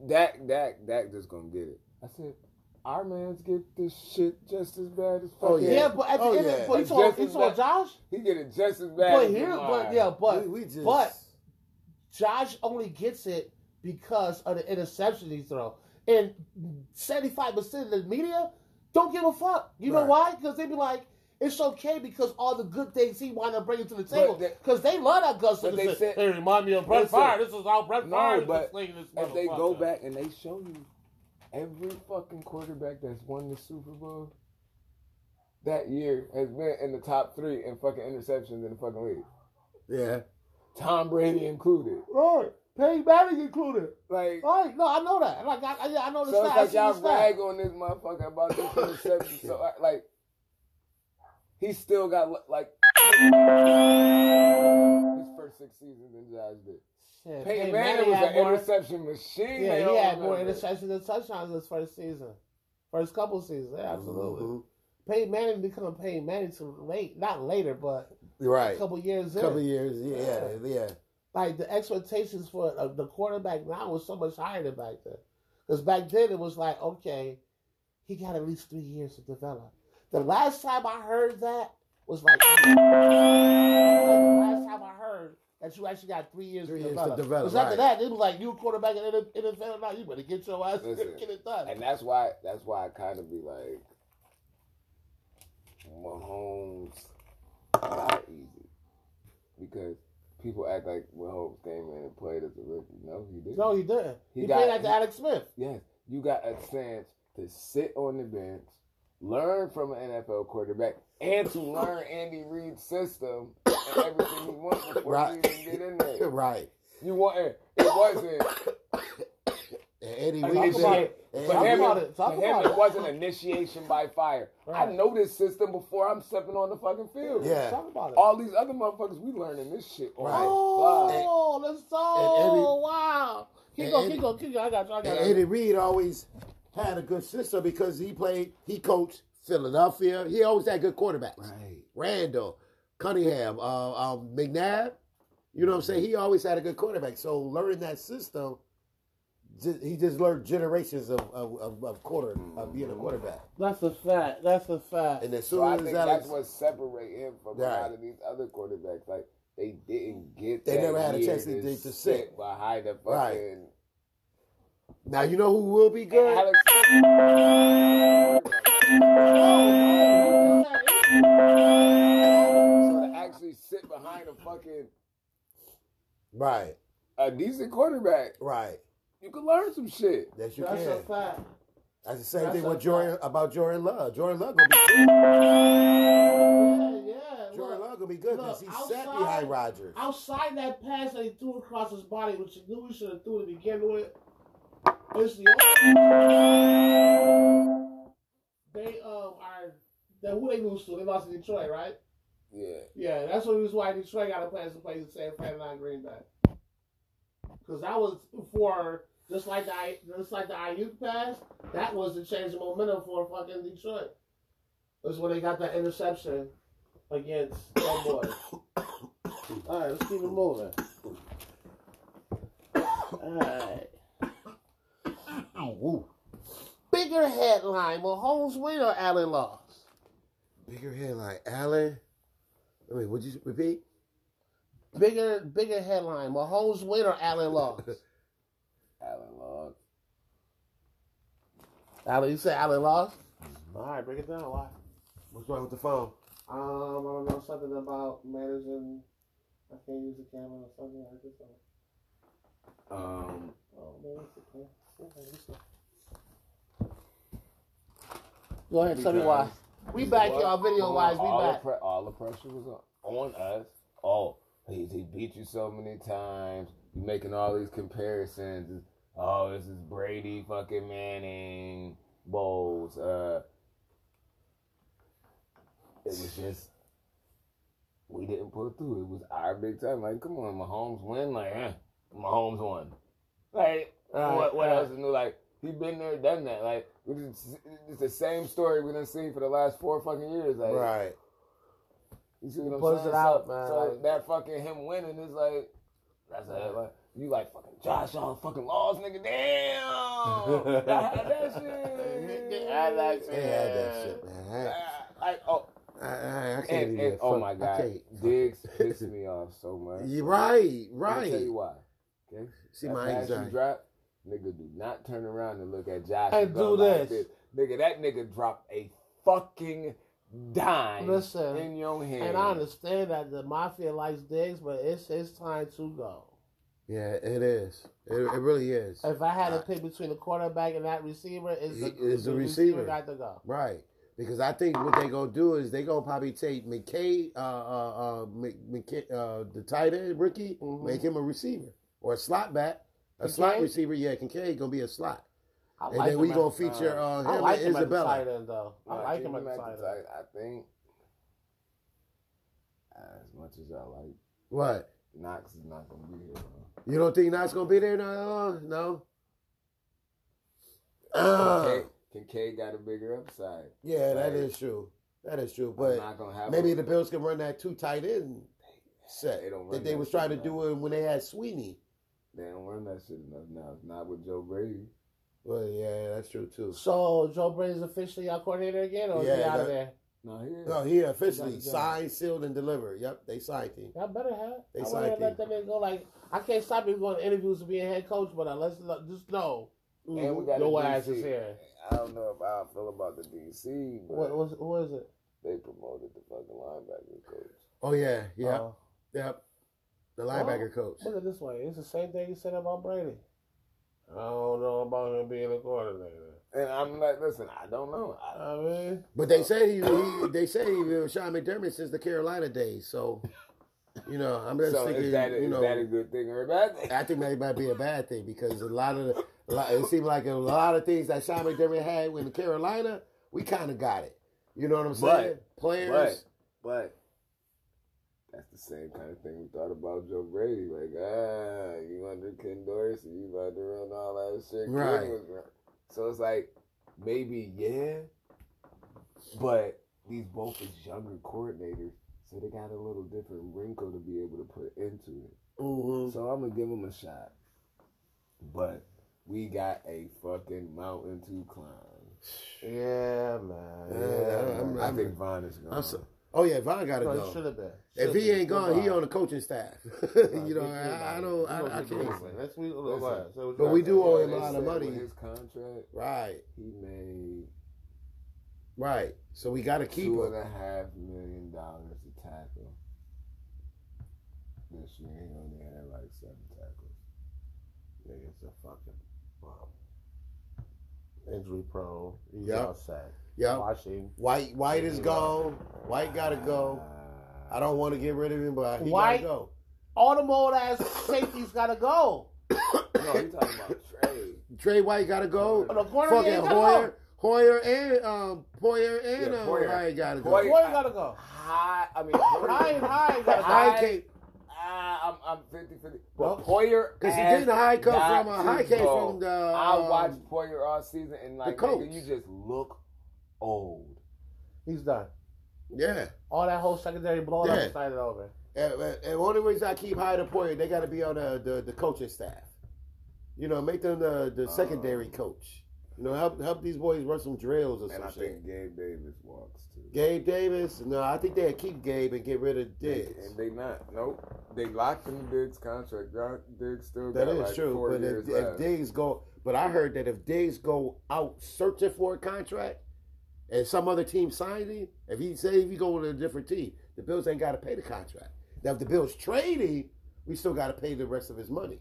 Speaker 3: Dak Dak Dak just gonna get it. I said, our man's get this shit just as bad as fucking.
Speaker 1: Oh,
Speaker 2: Yeah,
Speaker 1: yeah.
Speaker 2: but at the
Speaker 1: Oh,
Speaker 2: end,
Speaker 1: yeah.
Speaker 2: of but you
Speaker 3: It's
Speaker 2: saw,
Speaker 3: just
Speaker 2: you
Speaker 3: as
Speaker 2: saw
Speaker 3: bad.
Speaker 2: Josh.
Speaker 3: he get it just as bad.
Speaker 2: But
Speaker 3: as
Speaker 2: here,
Speaker 3: Lamar.
Speaker 2: but yeah, but
Speaker 1: we, we just
Speaker 2: but- Josh only gets it because of the interception he throw. And 75% of the media don't give a fuck. You know
Speaker 1: Right.
Speaker 2: why? Because they be like, it's okay because all the good things he wound up bringing to the table.
Speaker 3: they-
Speaker 2: Because they love that Gus.
Speaker 3: but they
Speaker 2: They,
Speaker 3: said-
Speaker 2: they remind me of Brett
Speaker 3: Listen.
Speaker 2: Favre. This is how Brett
Speaker 3: No,
Speaker 2: Favre
Speaker 3: but
Speaker 2: was playing this
Speaker 3: if they go
Speaker 2: motherfucker.
Speaker 3: back and they show you every fucking quarterback that's won the Super Bowl that year has been in the top three in fucking interceptions in the fucking league.
Speaker 1: yeah.
Speaker 3: Tom Brady included.
Speaker 2: Right. Peyton Manning included.
Speaker 3: Like
Speaker 2: Right. No, I know that. Like, I, I, I know the
Speaker 3: So
Speaker 2: stat.
Speaker 3: it's
Speaker 2: I
Speaker 3: like
Speaker 2: see
Speaker 3: y'all
Speaker 2: the stat.
Speaker 3: rag on this motherfucker about this interception. so I- like, he still got li- like his first six seasons in Josh did.
Speaker 2: Shit,
Speaker 3: Peyton Manning was
Speaker 2: had
Speaker 3: an
Speaker 2: more-
Speaker 3: interception machine.
Speaker 2: Yeah,
Speaker 3: they
Speaker 2: he
Speaker 3: don't
Speaker 2: had more
Speaker 3: remember.
Speaker 2: interceptions than touchdowns this first season. First couple seasons, yeah, absolutely.
Speaker 1: Mhm.
Speaker 2: Peyton Manning becoming Peyton Manning too late, not later, but a
Speaker 1: Right.
Speaker 2: couple years in.
Speaker 1: Couple years. Yeah. Yeah.
Speaker 2: Like the expectations for uh, the quarterback now was so much higher than back then, because back then it was like, okay, he got at least three years to develop. The last time I heard that was like, like, the last time I heard that you actually got three years,
Speaker 1: Three
Speaker 2: to,
Speaker 1: years to
Speaker 2: develop.
Speaker 1: develop,
Speaker 2: Because after
Speaker 1: right.
Speaker 2: that, it was like you a quarterback in the NFL now, you better get your ass and
Speaker 3: Listen,
Speaker 2: get it done.
Speaker 3: And that's why that's why I kind of be like Mahomes not easy because people act like Mahomes came in and played as a rookie. No, he didn't.
Speaker 2: No, he didn't.
Speaker 3: He
Speaker 2: He,
Speaker 3: got-
Speaker 2: played like
Speaker 3: he-
Speaker 2: the Alex Smith.
Speaker 3: Yes, you got a chance to sit on the bench, learn from an NFL quarterback, and to learn Andy Reid's system and everything he wants before
Speaker 1: Right.
Speaker 3: you even get in there.
Speaker 1: Right.
Speaker 3: You want it? It wasn't.
Speaker 1: And Eddie
Speaker 2: Talk
Speaker 1: Reed.
Speaker 2: about
Speaker 1: did-
Speaker 2: it.
Speaker 1: and
Speaker 3: For
Speaker 2: Talk
Speaker 1: Eddie
Speaker 3: him,
Speaker 2: about it. Talk
Speaker 3: for him,
Speaker 2: about
Speaker 3: it
Speaker 2: it.
Speaker 3: wasn't initiation by fire. I
Speaker 2: Right.
Speaker 3: know this system before I'm stepping on the fucking field.
Speaker 1: Yeah.
Speaker 2: Talk about it.
Speaker 3: All these other motherfuckers, we learning this shit. on the
Speaker 1: Right.
Speaker 3: fly.
Speaker 2: Oh, that's so
Speaker 1: and Eddie-
Speaker 2: wow. Keep
Speaker 1: and
Speaker 2: going,
Speaker 1: Eddie-
Speaker 2: keep going, keep going. I got you. I got
Speaker 1: And
Speaker 2: you.
Speaker 1: Eddie Reed always had a good system because he played, he coached Philadelphia. He always had good quarterbacks.
Speaker 3: Right.
Speaker 1: Randall, Cunningham, uh, um, McNabb. You know what I'm saying? He always had a good quarterback. So learning that system, ju- he just learned generations of of, of, of quarter of being a quarterback.
Speaker 2: That's a fact. That's a fact.
Speaker 1: And as soon
Speaker 3: So I
Speaker 1: as
Speaker 3: think
Speaker 1: Alex,
Speaker 3: that's what separate him from a lot
Speaker 1: Right.
Speaker 3: of these other quarterbacks. Like they didn't get.
Speaker 1: They
Speaker 3: that
Speaker 1: never had a
Speaker 3: year
Speaker 1: chance to-
Speaker 3: to
Speaker 1: to
Speaker 3: sit
Speaker 1: sit.
Speaker 3: behind the fucking.
Speaker 1: Right. now you know who will be good.
Speaker 3: Alex. So to actually sit behind a fucking
Speaker 1: Right,
Speaker 3: a decent quarterback,
Speaker 1: right.
Speaker 3: you can learn some shit.
Speaker 1: Yes, you
Speaker 2: That's a
Speaker 1: can.
Speaker 2: fact.
Speaker 1: That's the same
Speaker 2: that's
Speaker 1: thing
Speaker 2: a
Speaker 1: with Jordan about Jordan Love. Jordan Love gonna be good.
Speaker 2: Yeah, yeah.
Speaker 1: Jordan
Speaker 2: Look,
Speaker 1: Love gonna be good because he
Speaker 2: look,
Speaker 1: sat
Speaker 2: outside-
Speaker 1: behind Rodgers.
Speaker 2: outside that pass that he threw across his body, which he knew he should have threw to begin with, it's the only they um are the who they lose to. They lost to Detroit, right?
Speaker 3: Yeah.
Speaker 2: Yeah, that's the reason why Detroit got a plan to play the same Fran on Green Bay. Because that was for just like the I- just like the IU pass, that was the change of momentum for fucking Detroit. That's when they got that interception against Cowboys. All right, let's keep it moving. Alright.
Speaker 1: Woo.
Speaker 2: Bigger headline: Mahomes win or Allen lost?
Speaker 1: Bigger headline, Allen. Wait, would you repeat?
Speaker 2: Bigger, bigger headline: Mahomes win or Allen lost?
Speaker 3: Alan Log.
Speaker 2: Allen, you say Allen lost? All right, break it down. Why?
Speaker 1: What's wrong with the phone?
Speaker 2: Um, I don't know something about managing. I can't use the camera or something like this.
Speaker 3: Um,
Speaker 2: Oh man, it's okay. Okay, it's okay. Go ahead, tell me why. We back,
Speaker 3: what?
Speaker 2: y'all. Video wise, we
Speaker 3: all
Speaker 2: back.
Speaker 3: The pre- all the pressure was on on us. Oh, he, he beat you so many times. You making all these comparisons. Oh, this is Brady fucking Manning Bowles. Uh, it was just we didn't pull through. It was our big time. Like, come on, Mahomes win. Like, eh, Mahomes won. Like,
Speaker 2: All
Speaker 3: what,
Speaker 2: right,
Speaker 3: what
Speaker 2: all
Speaker 3: else is new? Like he been there, done that. Like we just- it's the same story we've been seeing for the last four fucking years. Like
Speaker 1: Right.
Speaker 3: you see what I'm
Speaker 2: Puts
Speaker 3: saying?
Speaker 2: it out,
Speaker 3: so,
Speaker 2: man,
Speaker 3: so
Speaker 2: like-
Speaker 3: that fucking him winning is like that's a headline. You like fucking Josh Allen fucking lost, nigga. Damn, I had that shit.
Speaker 2: They had that shit.
Speaker 1: They had that shit, man. I-
Speaker 3: Ah, Like oh,
Speaker 1: I, I, I can't
Speaker 3: and,
Speaker 1: even.
Speaker 3: and, oh
Speaker 1: fuck-
Speaker 3: my
Speaker 1: I
Speaker 3: god,
Speaker 1: can't.
Speaker 3: Diggs pissed me off so much.
Speaker 1: You right,
Speaker 3: Let me
Speaker 1: right.
Speaker 3: tell you why. Okay.
Speaker 1: See
Speaker 3: That
Speaker 1: my
Speaker 3: pass you
Speaker 1: anxiety.
Speaker 3: Drop, nigga, do not turn around and look at Josh
Speaker 2: And
Speaker 3: and go
Speaker 2: do
Speaker 3: like
Speaker 2: this.
Speaker 3: Nigga, that nigga dropped a fucking dime
Speaker 2: Listen,
Speaker 3: in your hand.
Speaker 2: And I understand that the mafia likes digs, but it's his time to go.
Speaker 1: Yeah, it is. It, it really is.
Speaker 2: If I had to pick between the quarterback and that receiver, it's the,
Speaker 1: It's the receiver.
Speaker 2: got to go.
Speaker 1: Right. Because I think what they gonna do is they gonna probably take McKay, uh, uh, uh, Mc- McKay, uh the tight end rookie,
Speaker 2: Mhm.
Speaker 1: make him a receiver or a slot back, a
Speaker 2: Kincaid?
Speaker 1: slot receiver. Yeah, Kincaid gonna be a slot,
Speaker 2: I
Speaker 1: and then
Speaker 2: him
Speaker 1: we
Speaker 2: at-
Speaker 1: gonna feature uh, him
Speaker 2: I like
Speaker 1: and
Speaker 2: him at the
Speaker 1: Isabella.
Speaker 2: tight end though. I
Speaker 3: Nah,
Speaker 2: like
Speaker 3: keep
Speaker 2: him at the tight end.
Speaker 3: tight- I think as much as I like
Speaker 1: What?
Speaker 3: Knox is not gonna be here. man.
Speaker 1: You don't think Knox gonna be there? No, no. Uh,
Speaker 3: Kincaid- Kincaid got a bigger upside.
Speaker 1: yeah, that
Speaker 3: Right.
Speaker 1: is true. That is true.
Speaker 3: I'm
Speaker 1: But
Speaker 3: not gonna have
Speaker 1: Maybe
Speaker 3: a-
Speaker 1: the Bills can run that two tight end set
Speaker 3: They don't run
Speaker 1: that they
Speaker 3: that
Speaker 1: was trying to
Speaker 3: shit now.
Speaker 1: do it when they had Sweeney.
Speaker 3: they don't run that shit enough now. It's not with Joe Brady.
Speaker 1: Well, yeah, that's true too.
Speaker 2: So Joe Brady's officially y'all coordinator again, or is he
Speaker 1: Yeah,
Speaker 2: out of
Speaker 1: that-
Speaker 2: there?
Speaker 3: No, he is.
Speaker 1: No, he officially
Speaker 2: That's good.
Speaker 1: signed, sealed, and delivered. Yep, they signed him.
Speaker 2: Y'all better have.
Speaker 1: They
Speaker 2: I
Speaker 1: signed
Speaker 2: wouldn't let that man go. Like I can't stop you going to interviews to be a head coach, but unless just know
Speaker 3: And we got a
Speaker 2: your ass
Speaker 3: DC.
Speaker 2: is here.
Speaker 3: I don't know if I feel about the DC, but
Speaker 2: What was who is it?
Speaker 3: they promoted the fucking linebacker coach.
Speaker 1: Oh yeah, yep,
Speaker 2: Uh,
Speaker 1: yep. The linebacker coach.
Speaker 2: look at this way. It's the same thing you said about Brady. I don't know about him being a coordinator.
Speaker 3: And I'm like, listen, I don't know. I,
Speaker 2: I mean,
Speaker 1: But they said he, he they said he was Sean McDermott since the Carolina days. So, you know, I'm just
Speaker 3: so
Speaker 1: thinking,
Speaker 3: is that, a,
Speaker 1: you
Speaker 3: is
Speaker 1: know,
Speaker 3: that a good thing or a bad thing?
Speaker 1: I think that might be a bad thing because a lot of the, a lot, it seemed like a lot of things that Sean McDermott had in Carolina, we kind of got it. You know what I'm
Speaker 3: But-
Speaker 1: saying? Players,
Speaker 3: But that's the same kind of thing we thought about Joe Brady. Like, ah, you under Ken Dorsey, you about to run all that shit. Ken
Speaker 1: Right.
Speaker 3: was run- So it's like maybe yeah, but these both is younger coordinators, so they got a little different wrinkle to be able to put into it.
Speaker 1: Mm-hmm.
Speaker 3: So I'm gonna give them a shot. But we got a fucking mountain to climb.
Speaker 2: Yeah, man.
Speaker 1: Yeah, I'm-
Speaker 3: man, I
Speaker 1: I'm-
Speaker 3: think Vaughn is gonna.
Speaker 1: I'm so, oh yeah, Von got to
Speaker 2: No, he should
Speaker 1: go.
Speaker 2: have been.
Speaker 1: If
Speaker 2: Should've
Speaker 1: he
Speaker 2: been.
Speaker 1: ain't gone, he
Speaker 2: Goodbye.
Speaker 1: on the coaching staff. you know,
Speaker 2: Goodbye.
Speaker 1: I, I don't,
Speaker 2: He
Speaker 1: I, I
Speaker 2: gonna take
Speaker 1: can't.
Speaker 2: it away. Let's we-
Speaker 3: Listen,
Speaker 2: alright, so what
Speaker 1: but
Speaker 2: you
Speaker 1: we
Speaker 2: got?
Speaker 1: do owe him
Speaker 3: They
Speaker 1: a lot
Speaker 3: said
Speaker 1: of money.
Speaker 3: with His contract,
Speaker 1: Right,
Speaker 3: he made
Speaker 1: right. So we got to keep
Speaker 3: two and
Speaker 1: him.
Speaker 3: a half million dollars to tackle. This year he only had like seven tackles.
Speaker 2: Nigga's a fucking bum. Injury prone. He's
Speaker 1: Yep.
Speaker 2: outside.
Speaker 1: Yep.
Speaker 2: Washing.
Speaker 1: White, White is
Speaker 2: Yeah.
Speaker 1: gone. White got to go.
Speaker 3: Ah.
Speaker 1: I don't want to get rid of him, but he got
Speaker 2: White-
Speaker 1: to go.
Speaker 2: All the old ass safety's gotta go.
Speaker 3: No, you talking about trade?
Speaker 1: Trey White got to go.
Speaker 2: The corner
Speaker 1: Fucking
Speaker 2: gotta
Speaker 1: Hoyer, Hoyer and um, Hoyer and
Speaker 3: Yeah,
Speaker 1: um,
Speaker 3: Hoyer.
Speaker 1: White got to go.
Speaker 2: go.
Speaker 3: Hoyer-
Speaker 2: Corner gotta go.
Speaker 3: High, I mean,
Speaker 2: High, high gotta go.
Speaker 1: High came
Speaker 3: Ah, I'm, I'm 50 50.
Speaker 2: Well,
Speaker 3: But Poyer.
Speaker 1: because he
Speaker 3: asked
Speaker 1: didn't high come
Speaker 3: not
Speaker 1: from a high
Speaker 3: to
Speaker 1: came
Speaker 3: go.
Speaker 1: from the.
Speaker 3: I
Speaker 1: um,
Speaker 3: watched Poyer all season and, like,
Speaker 1: coach.
Speaker 3: nigga, you just look old.
Speaker 2: He's done.
Speaker 1: Yeah.
Speaker 2: All that whole secondary blowing
Speaker 1: Yeah.
Speaker 2: up started over.
Speaker 1: And, and and one of the reasons I keep hiring Poyer, they got to be on the, the the coaching staff. You know, make them the, the secondary
Speaker 3: Um,
Speaker 1: coach. You know, help help these boys run some drills or
Speaker 3: And I
Speaker 1: some shit.
Speaker 3: think Gabe Davis walks too.
Speaker 1: Gabe Davis, no, I think they'll keep Gabe and get rid of Diggs.
Speaker 3: And they not. Nope. They locked in Diggs' contract. Doc- Diggs still
Speaker 1: That
Speaker 3: got
Speaker 1: is
Speaker 3: like
Speaker 1: true,
Speaker 3: four
Speaker 1: but
Speaker 3: years
Speaker 1: if, if
Speaker 3: left.
Speaker 1: Diggs go, but I heard that if Diggs go out searching for a contract, and some other team signs him, if he say if he go to a different team, the Bills ain't got to pay the contract. Now if the Bills trade him, we still got to pay the rest of his money.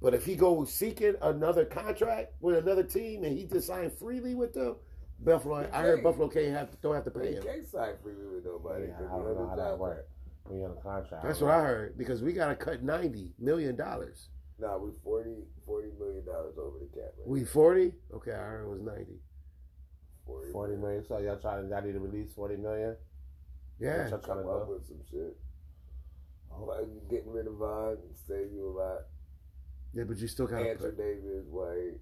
Speaker 1: But if he goes seeking another contract with another team and he just signed freely with them, Buffalo, I heard
Speaker 3: Hey.
Speaker 1: Buffalo can't have don't have to
Speaker 3: But
Speaker 1: pay
Speaker 3: he
Speaker 1: him.
Speaker 3: can't sign freely with nobody.
Speaker 2: Yeah, I
Speaker 3: 'cause the
Speaker 2: don't know
Speaker 3: other
Speaker 2: how that
Speaker 3: job-
Speaker 2: works. When you're on a contract.
Speaker 1: That's what I heard because we got to cut ninety million dollars.
Speaker 3: Nah, we 40, 40 million dollars over the cap. Right?
Speaker 1: We forty? Okay, I heard it was ninety.
Speaker 2: Forty million. So y'all trying to y'all need to release forty million?
Speaker 1: Yeah.
Speaker 2: Y'all trying to
Speaker 3: Come up
Speaker 2: go.
Speaker 3: with some shit. Like getting rid of Vaughn, save you a lot.
Speaker 1: Yeah, but you still gotta
Speaker 3: Andrew
Speaker 1: put.
Speaker 3: Davis, like,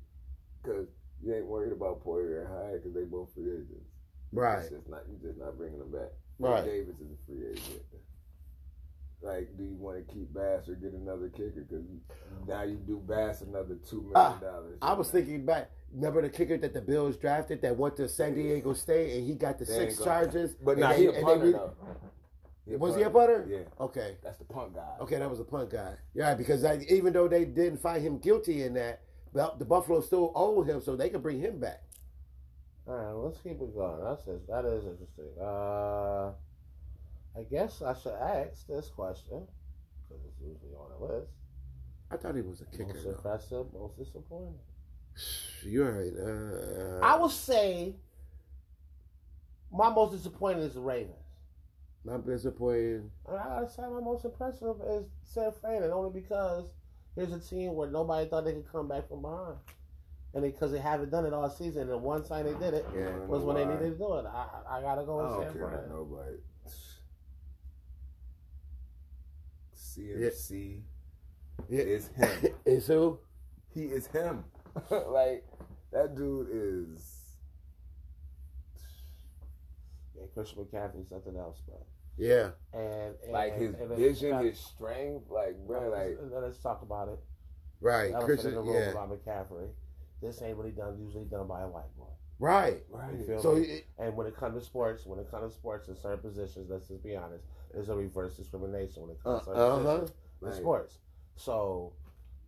Speaker 3: because you ain't worried about Poyer and Hyde because they both free agents.
Speaker 1: Right,
Speaker 3: It's just not you just not bringing them back.
Speaker 1: right.
Speaker 3: Davis is a free agent. Like, do you want to keep Bass or get another kicker? Because now you do Bass another two
Speaker 1: Ah,
Speaker 3: million dollars.
Speaker 1: I was thinking back. Remember the kicker that the Bills drafted that went to San Diego State and he got the
Speaker 3: They
Speaker 1: six
Speaker 3: ain't gonna-
Speaker 1: charges.
Speaker 3: but
Speaker 1: and
Speaker 3: now
Speaker 1: they-
Speaker 3: he a
Speaker 1: and they
Speaker 3: punter
Speaker 1: re-
Speaker 3: though.
Speaker 1: Was he a punter?
Speaker 3: Yeah,
Speaker 1: Okay,
Speaker 3: that's the punt guy.
Speaker 1: okay, that was a punt guy. Yeah, because I, even though they didn't find him guilty in that, but the Buffalo still own him, so they could bring him back.
Speaker 2: All right, well, let's keep it going. That's just, that is interesting. Uh, I guess I should ask this question because it's usually on the list.
Speaker 1: I thought he was a kicker.
Speaker 2: Most
Speaker 1: though.
Speaker 2: impressive, most disappointing.
Speaker 1: You heard? Uh,
Speaker 2: I would say my most disappointing is the Ravens.
Speaker 1: not disappointed.
Speaker 2: And I gotta say, my most impressive is San Fran, and only because here's a team where nobody thought they could come back from behind, and because they haven't done it all season. And the one time they did it
Speaker 3: I don't
Speaker 1: Yeah.
Speaker 3: know
Speaker 2: was when they
Speaker 3: why.
Speaker 2: needed to do it. I, I I gotta go
Speaker 3: I
Speaker 2: with
Speaker 3: don't
Speaker 2: San
Speaker 3: care
Speaker 2: Fran.
Speaker 3: about nobody. CMC
Speaker 1: Yeah.
Speaker 3: is him.
Speaker 1: Is who?
Speaker 3: he is him. like that dude is.
Speaker 2: Yeah, Christian McCaffrey's nothing else, but
Speaker 1: Yeah.
Speaker 2: and, and
Speaker 3: Like his
Speaker 2: and let's-
Speaker 3: vision,
Speaker 2: let's-
Speaker 3: his strength, like bro, like
Speaker 2: let's, let's talk about it.
Speaker 1: Right.
Speaker 2: Elephant in the
Speaker 1: Christian.
Speaker 2: room
Speaker 1: Yeah.
Speaker 2: about McCaffrey. This ain't really done usually done by a white boy.
Speaker 1: Right.
Speaker 2: You feel
Speaker 1: So
Speaker 2: me?
Speaker 1: it-
Speaker 2: and when it comes to sports, when it comes to sports in certain positions, let's just be honest, there's a reverse discrimination when it
Speaker 1: uh
Speaker 2: comes to certain
Speaker 1: huh.
Speaker 2: positions in
Speaker 3: Right.
Speaker 2: sports. So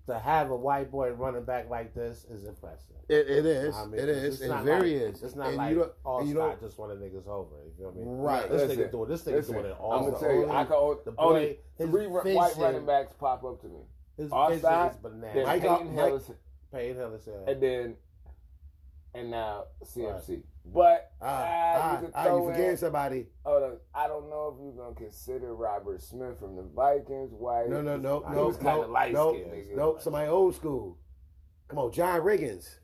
Speaker 2: to have a white boy running back like this is impressive.
Speaker 1: It, it is.
Speaker 2: I mean,
Speaker 1: it is.
Speaker 2: it's
Speaker 1: It
Speaker 2: not
Speaker 1: very
Speaker 2: like-
Speaker 1: is.
Speaker 2: It's not
Speaker 1: and
Speaker 2: like
Speaker 1: you don't,
Speaker 2: all
Speaker 1: and you
Speaker 2: star
Speaker 1: don't,
Speaker 2: just running niggas over. You feel me?
Speaker 1: right.
Speaker 2: This
Speaker 3: Listen,
Speaker 2: nigga doing this nigga
Speaker 3: listen,
Speaker 2: doing it
Speaker 3: I'm
Speaker 2: all.
Speaker 3: gonna tell you, I can only,
Speaker 2: the
Speaker 3: only
Speaker 2: boy, his
Speaker 3: three ru- white
Speaker 2: vision-
Speaker 3: running backs pop up to me.
Speaker 2: His
Speaker 3: Offside,
Speaker 2: vision is
Speaker 3: Then
Speaker 1: I
Speaker 2: bananas.
Speaker 1: got-
Speaker 3: Peyton
Speaker 1: like-
Speaker 3: Hillis,
Speaker 2: Payne Hill is saying,
Speaker 3: and then and now CMC. But
Speaker 1: Ah,
Speaker 3: ah, you
Speaker 1: ah,
Speaker 3: could
Speaker 1: ah,
Speaker 3: throw
Speaker 1: you
Speaker 3: in-
Speaker 1: forgetting somebody.
Speaker 3: Hold on. Oh, I don't know if you're gonna consider Robert Smith from the Vikings. White.
Speaker 1: No, no, no,
Speaker 3: He
Speaker 1: no,
Speaker 3: was kinda
Speaker 1: no,
Speaker 3: light
Speaker 1: no,
Speaker 3: skinned, nigga.
Speaker 1: Nope, somebody old school. Come on, John Riggins,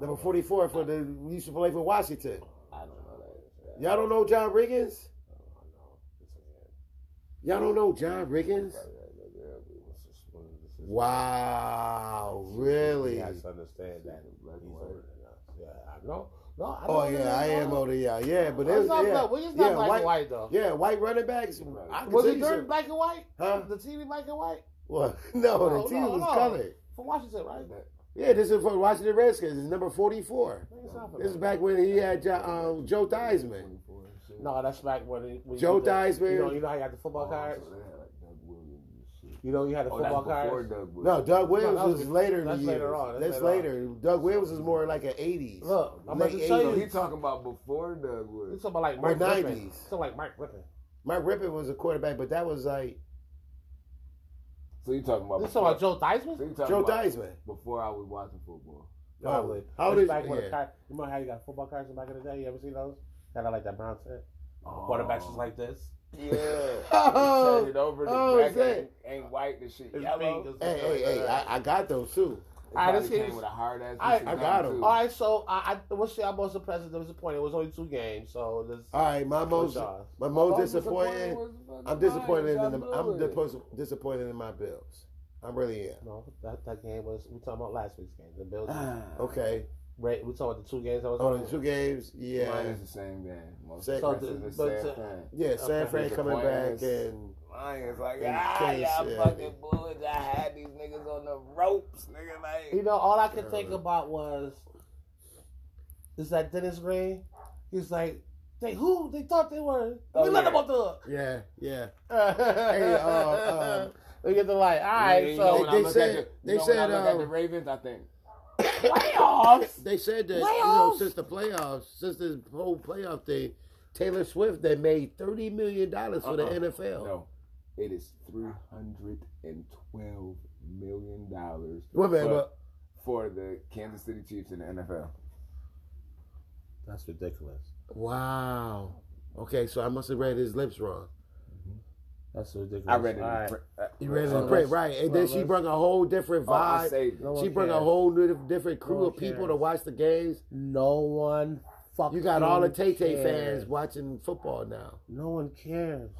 Speaker 1: number forty-four for the he used to play for Washington.
Speaker 3: I don't know that.
Speaker 1: Y'all don't know John Riggins?
Speaker 2: I don't know. Oh, This is-
Speaker 1: Y'all don't know John Riggins?
Speaker 2: this is- this is-
Speaker 1: Wow, really?
Speaker 2: He has to understand that he's older than us. I know. No, I
Speaker 1: Oh
Speaker 2: don't really
Speaker 1: yeah, I am
Speaker 2: know.
Speaker 1: older. Yeah, yeah, but
Speaker 2: Well,
Speaker 1: there's
Speaker 2: it's not,
Speaker 1: yeah,
Speaker 2: black- well, it's not
Speaker 1: yeah,
Speaker 2: black
Speaker 1: white-
Speaker 2: and white though.
Speaker 1: yeah, white running backs. I can
Speaker 2: Was
Speaker 1: tell
Speaker 2: it
Speaker 1: you
Speaker 2: during
Speaker 1: some-
Speaker 2: black and white?
Speaker 1: Huh?
Speaker 2: The TV black and white
Speaker 1: Well, no,
Speaker 2: No,
Speaker 1: the team
Speaker 2: no,
Speaker 1: was
Speaker 2: no.
Speaker 1: colored.
Speaker 2: from Washington, right?
Speaker 1: Yeah, this is for Washington Redskins. It's number forty-four.
Speaker 2: I think it's not from
Speaker 1: This is
Speaker 2: that.
Speaker 1: back when he had jo- um, Joe Theismann.
Speaker 2: No, that's back when, he- when
Speaker 1: Joe Oh,
Speaker 2: you, did the-
Speaker 1: Theismann.
Speaker 2: You know, you know how you had the
Speaker 3: Oh,
Speaker 2: football cards. You know you had the football cards.
Speaker 1: No, Doug Williams
Speaker 2: that was-
Speaker 1: was later. in the
Speaker 2: that's later
Speaker 1: years.
Speaker 2: on, that's
Speaker 1: That's
Speaker 2: later
Speaker 1: later. Doug Williams is more like an eighties.
Speaker 2: Look, I'm
Speaker 1: Late
Speaker 2: about to show you.
Speaker 3: So he
Speaker 2: He's
Speaker 3: talking about before Doug Williams.
Speaker 2: talking about like Mike
Speaker 1: Or
Speaker 2: Rippin.
Speaker 1: 90s.
Speaker 2: He's talking like Mike Rippin.
Speaker 1: Mike Rippon was a quarterback, but that was like
Speaker 3: So you talking about
Speaker 2: This talking about Joe Theismann?
Speaker 3: So you talking
Speaker 1: Joe
Speaker 3: about
Speaker 1: Theismann.
Speaker 3: before I was watching football.
Speaker 2: Probably.
Speaker 1: How
Speaker 2: That's
Speaker 1: did
Speaker 2: back when the
Speaker 1: yeah.
Speaker 2: car, you remember how you got football cards back in the day? You ever see those? Kind of like that brown set. Quarterbacks was like this.
Speaker 3: yeah.
Speaker 1: Oh,
Speaker 3: Turn it over. The
Speaker 1: oh,
Speaker 3: back
Speaker 1: is that-
Speaker 3: ain't, ain't white. The shit
Speaker 2: It's
Speaker 3: yellow.
Speaker 2: pink, it's-
Speaker 1: Hey, hey, hey! I, I got those too.
Speaker 2: I
Speaker 3: I
Speaker 2: just
Speaker 3: just came
Speaker 2: hear-
Speaker 3: with a hard ass.
Speaker 2: I-
Speaker 1: Ah, I got
Speaker 2: All right, so I, I what's your most impressive disappointment? It was only two games, so this.
Speaker 1: All right, my most,
Speaker 2: y'all?
Speaker 1: my
Speaker 3: Oh,
Speaker 1: most disappointed. I'm disappointed in the. I'm depos- disappointed in my Bills. I really am.
Speaker 2: No, that, that game was we talking about last week's game. The Bills.
Speaker 3: okay.
Speaker 1: Okay.
Speaker 2: Ra- we talking about the two games that was
Speaker 1: Oh,
Speaker 2: on.
Speaker 1: the two games.
Speaker 3: Mine
Speaker 1: Yeah.
Speaker 3: is the same game. Most
Speaker 1: Same-
Speaker 3: impressive
Speaker 2: So
Speaker 3: is
Speaker 2: the-
Speaker 3: San
Speaker 2: but, uh,
Speaker 3: Fran.
Speaker 1: Yeah. San
Speaker 2: Okay.
Speaker 1: Fran coming back
Speaker 3: Disappointments.
Speaker 1: and
Speaker 3: Lions like
Speaker 1: In
Speaker 3: ah
Speaker 1: case,
Speaker 3: y'all
Speaker 1: yeah.
Speaker 3: fucking boys. I had these niggas on the ropes, nigga. Like
Speaker 2: You know, all I could think about was is that Dennis Green. He's like, they who they thought they were.
Speaker 3: Oh,
Speaker 2: we let
Speaker 3: yeah.
Speaker 2: them off the hook.
Speaker 1: yeah, yeah.
Speaker 2: hey,
Speaker 1: uh, um,
Speaker 2: we get the light. All right,
Speaker 3: You know
Speaker 2: so
Speaker 3: when I
Speaker 1: They- they
Speaker 3: look at
Speaker 1: said-
Speaker 3: the- you
Speaker 1: they
Speaker 3: know when I
Speaker 1: said,
Speaker 3: look at
Speaker 1: um,
Speaker 3: the Ravens. I think
Speaker 2: playoffs.
Speaker 1: They said that you know
Speaker 2: Playoffs?
Speaker 1: since the playoffs, since this whole playoff thing, Taylor Swift they made thirty million dollars for
Speaker 3: Uh-uh.
Speaker 1: the NFL.
Speaker 3: no, it is three hundred and twelve million dollars
Speaker 1: Wait a minute,
Speaker 3: But-
Speaker 1: but
Speaker 3: for the Kansas City Chiefs in the NFL.
Speaker 2: That's ridiculous.
Speaker 1: Wow. Okay, so I must have read his lips wrong.
Speaker 2: That's ridiculous.
Speaker 3: I read it. in
Speaker 2: All right.
Speaker 3: print. Uh,
Speaker 1: You read his
Speaker 3: uh,
Speaker 1: lips
Speaker 2: print.
Speaker 1: right? And
Speaker 2: well,
Speaker 1: then she
Speaker 2: let's-
Speaker 1: brought a whole different
Speaker 3: oh, I
Speaker 1: vibe.
Speaker 3: saved it.
Speaker 2: No
Speaker 1: she
Speaker 2: one
Speaker 1: brought a
Speaker 2: cares.
Speaker 1: whole new, different crew
Speaker 2: one
Speaker 1: of people to
Speaker 2: cares.
Speaker 1: watch the games.
Speaker 2: No one fucking.
Speaker 1: You got all the Tay Tay
Speaker 2: cares.
Speaker 1: fans watching football now.
Speaker 2: No one cares.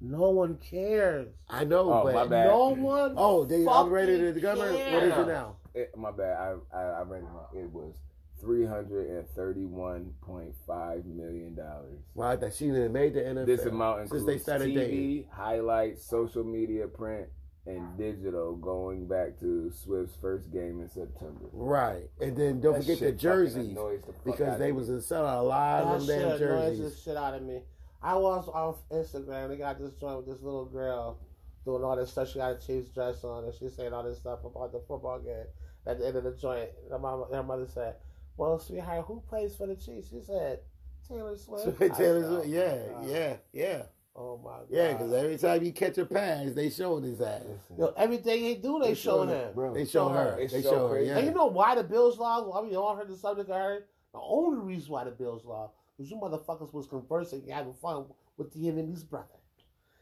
Speaker 2: No one cares.
Speaker 1: I know,
Speaker 3: Oh,
Speaker 1: but
Speaker 3: my bad.
Speaker 2: No one.
Speaker 1: oh, they
Speaker 2: fucking
Speaker 1: upgraded the government. What is
Speaker 2: cares.
Speaker 1: it now?
Speaker 3: It, my bad. I I, I read it wrong. It was three hundred and thirty-one point five million dollars.
Speaker 1: Wow, that she done made the NFL.
Speaker 3: This amount
Speaker 1: since
Speaker 3: includes
Speaker 1: they started
Speaker 3: TV,
Speaker 1: dating.
Speaker 3: highlights, social media, print, and digital, going back to Swift's first game in September.
Speaker 1: Right, and then don't
Speaker 3: That
Speaker 1: forget the
Speaker 3: shit fucking
Speaker 1: jerseys
Speaker 3: annoys the fuck
Speaker 1: because
Speaker 3: outta
Speaker 1: they
Speaker 3: me.
Speaker 1: was a selling a lot
Speaker 2: That
Speaker 1: of them damn
Speaker 2: shit annoys the
Speaker 1: jerseys.
Speaker 2: shit out of me. I was off Instagram. They got this joint with this little girl doing all this stuff. She got a Chiefs dress on, and she's saying all this stuff about the football game. At the end of the joint, her, mama, her mother said, "Well, sweetheart, who plays for the Chiefs?" She said, "Taylor Swift." I
Speaker 1: Taylor
Speaker 2: said,
Speaker 1: Swift, yeah,
Speaker 2: "Oh my God."
Speaker 1: yeah, yeah,
Speaker 2: Oh my god.
Speaker 1: yeah. Because every time you catch a pass, they showing his ass.
Speaker 2: Yo, everything he do, they, showing him.
Speaker 3: Bro.
Speaker 1: They show her.
Speaker 3: It's
Speaker 1: They
Speaker 3: so
Speaker 1: show her.
Speaker 3: crazy.
Speaker 2: And you
Speaker 1: Yeah.
Speaker 2: know why the Bills lost? Well, I mean, you all heard the subject I heard. The only reason why the Bills lost was you motherfuckers was conversing, and having fun with the enemy's brother.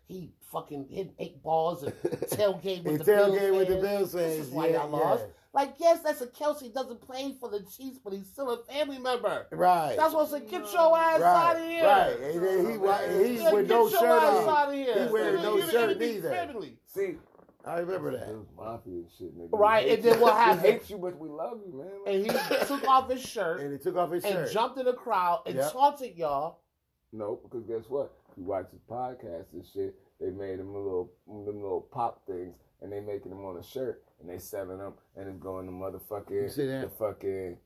Speaker 2: He fucking hit eight balls and tailgate
Speaker 1: He
Speaker 2: with the
Speaker 1: tailgate
Speaker 2: Bills
Speaker 1: with the
Speaker 2: fans.
Speaker 1: Bills
Speaker 2: This
Speaker 1: fans.
Speaker 2: is why
Speaker 1: Yeah,
Speaker 2: y'all lost.
Speaker 1: yeah.
Speaker 2: Like, yes, that's a Kelsey doesn't play for the Chiefs, but he's still a family member.
Speaker 1: Right.
Speaker 2: That's what I said. Get your ass out of
Speaker 1: Right,
Speaker 2: here.
Speaker 1: right. And then he, wa- he's
Speaker 2: Yeah,
Speaker 1: with
Speaker 2: get
Speaker 1: no
Speaker 2: your
Speaker 1: shirt
Speaker 2: ass
Speaker 1: on.
Speaker 2: out of here.
Speaker 1: He wearing
Speaker 2: You're
Speaker 1: no
Speaker 2: the
Speaker 1: shirt
Speaker 2: enemy's
Speaker 1: neither.
Speaker 2: family.
Speaker 3: See,
Speaker 1: I remember that.
Speaker 3: Those mafia shit, nigga.
Speaker 2: Right,
Speaker 3: We
Speaker 2: and
Speaker 3: hate
Speaker 2: then what
Speaker 3: you.
Speaker 2: happened?
Speaker 3: We hate you, but we love you, man. Like,
Speaker 2: And he took off his shirt.
Speaker 1: And he took off his
Speaker 2: and
Speaker 1: shirt.
Speaker 2: jumped in the crowd and
Speaker 1: Yep.
Speaker 2: taunted y'all.
Speaker 3: no, because guess what? You watch his podcast and shit. They made them little, them little pop things, and they making them on a shirt, and they selling them, and it's going to
Speaker 1: You
Speaker 3: motherfucking
Speaker 1: see that?
Speaker 3: the fucking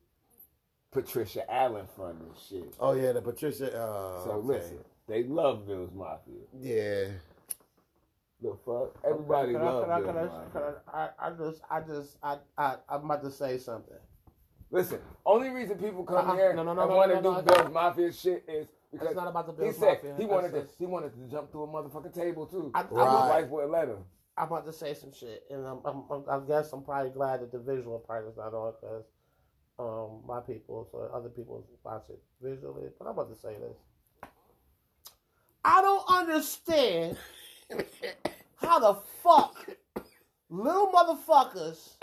Speaker 3: Patricia Allen fund and shit.
Speaker 1: Oh yeah, the Patricia. Uh,
Speaker 2: Oh,
Speaker 3: so
Speaker 1: okay.
Speaker 3: listen, they love Bills Mafia.
Speaker 1: Yeah.
Speaker 3: The fuck, everybody
Speaker 2: Can I-
Speaker 3: loves
Speaker 2: can I-
Speaker 3: Bills
Speaker 2: can I-
Speaker 3: Mafia.
Speaker 2: can I, I, I just, I just, I, I, I'm about to say something.
Speaker 3: Listen, only reason people come
Speaker 2: Uh-uh.
Speaker 3: here
Speaker 2: No, no, no,
Speaker 3: and
Speaker 2: no,
Speaker 3: want
Speaker 2: no,
Speaker 3: to
Speaker 2: no,
Speaker 3: do
Speaker 2: no.
Speaker 3: Bills Mafia shit is because
Speaker 2: It's not about the
Speaker 3: he
Speaker 2: Bills
Speaker 3: said
Speaker 2: Mafia.
Speaker 3: he wanted to
Speaker 2: That's just-
Speaker 3: he wanted to jump through a motherfucking table too.
Speaker 2: I- I
Speaker 3: His
Speaker 1: was-
Speaker 3: wife wouldn't let him.
Speaker 2: I'm about to say some shit, and I'm, I'm, I'm, I guess I'm probably glad that the visual part is not on because um, my people, so other people watch it visually. But I'm about to say this. I don't understand how the fuck little motherfuckers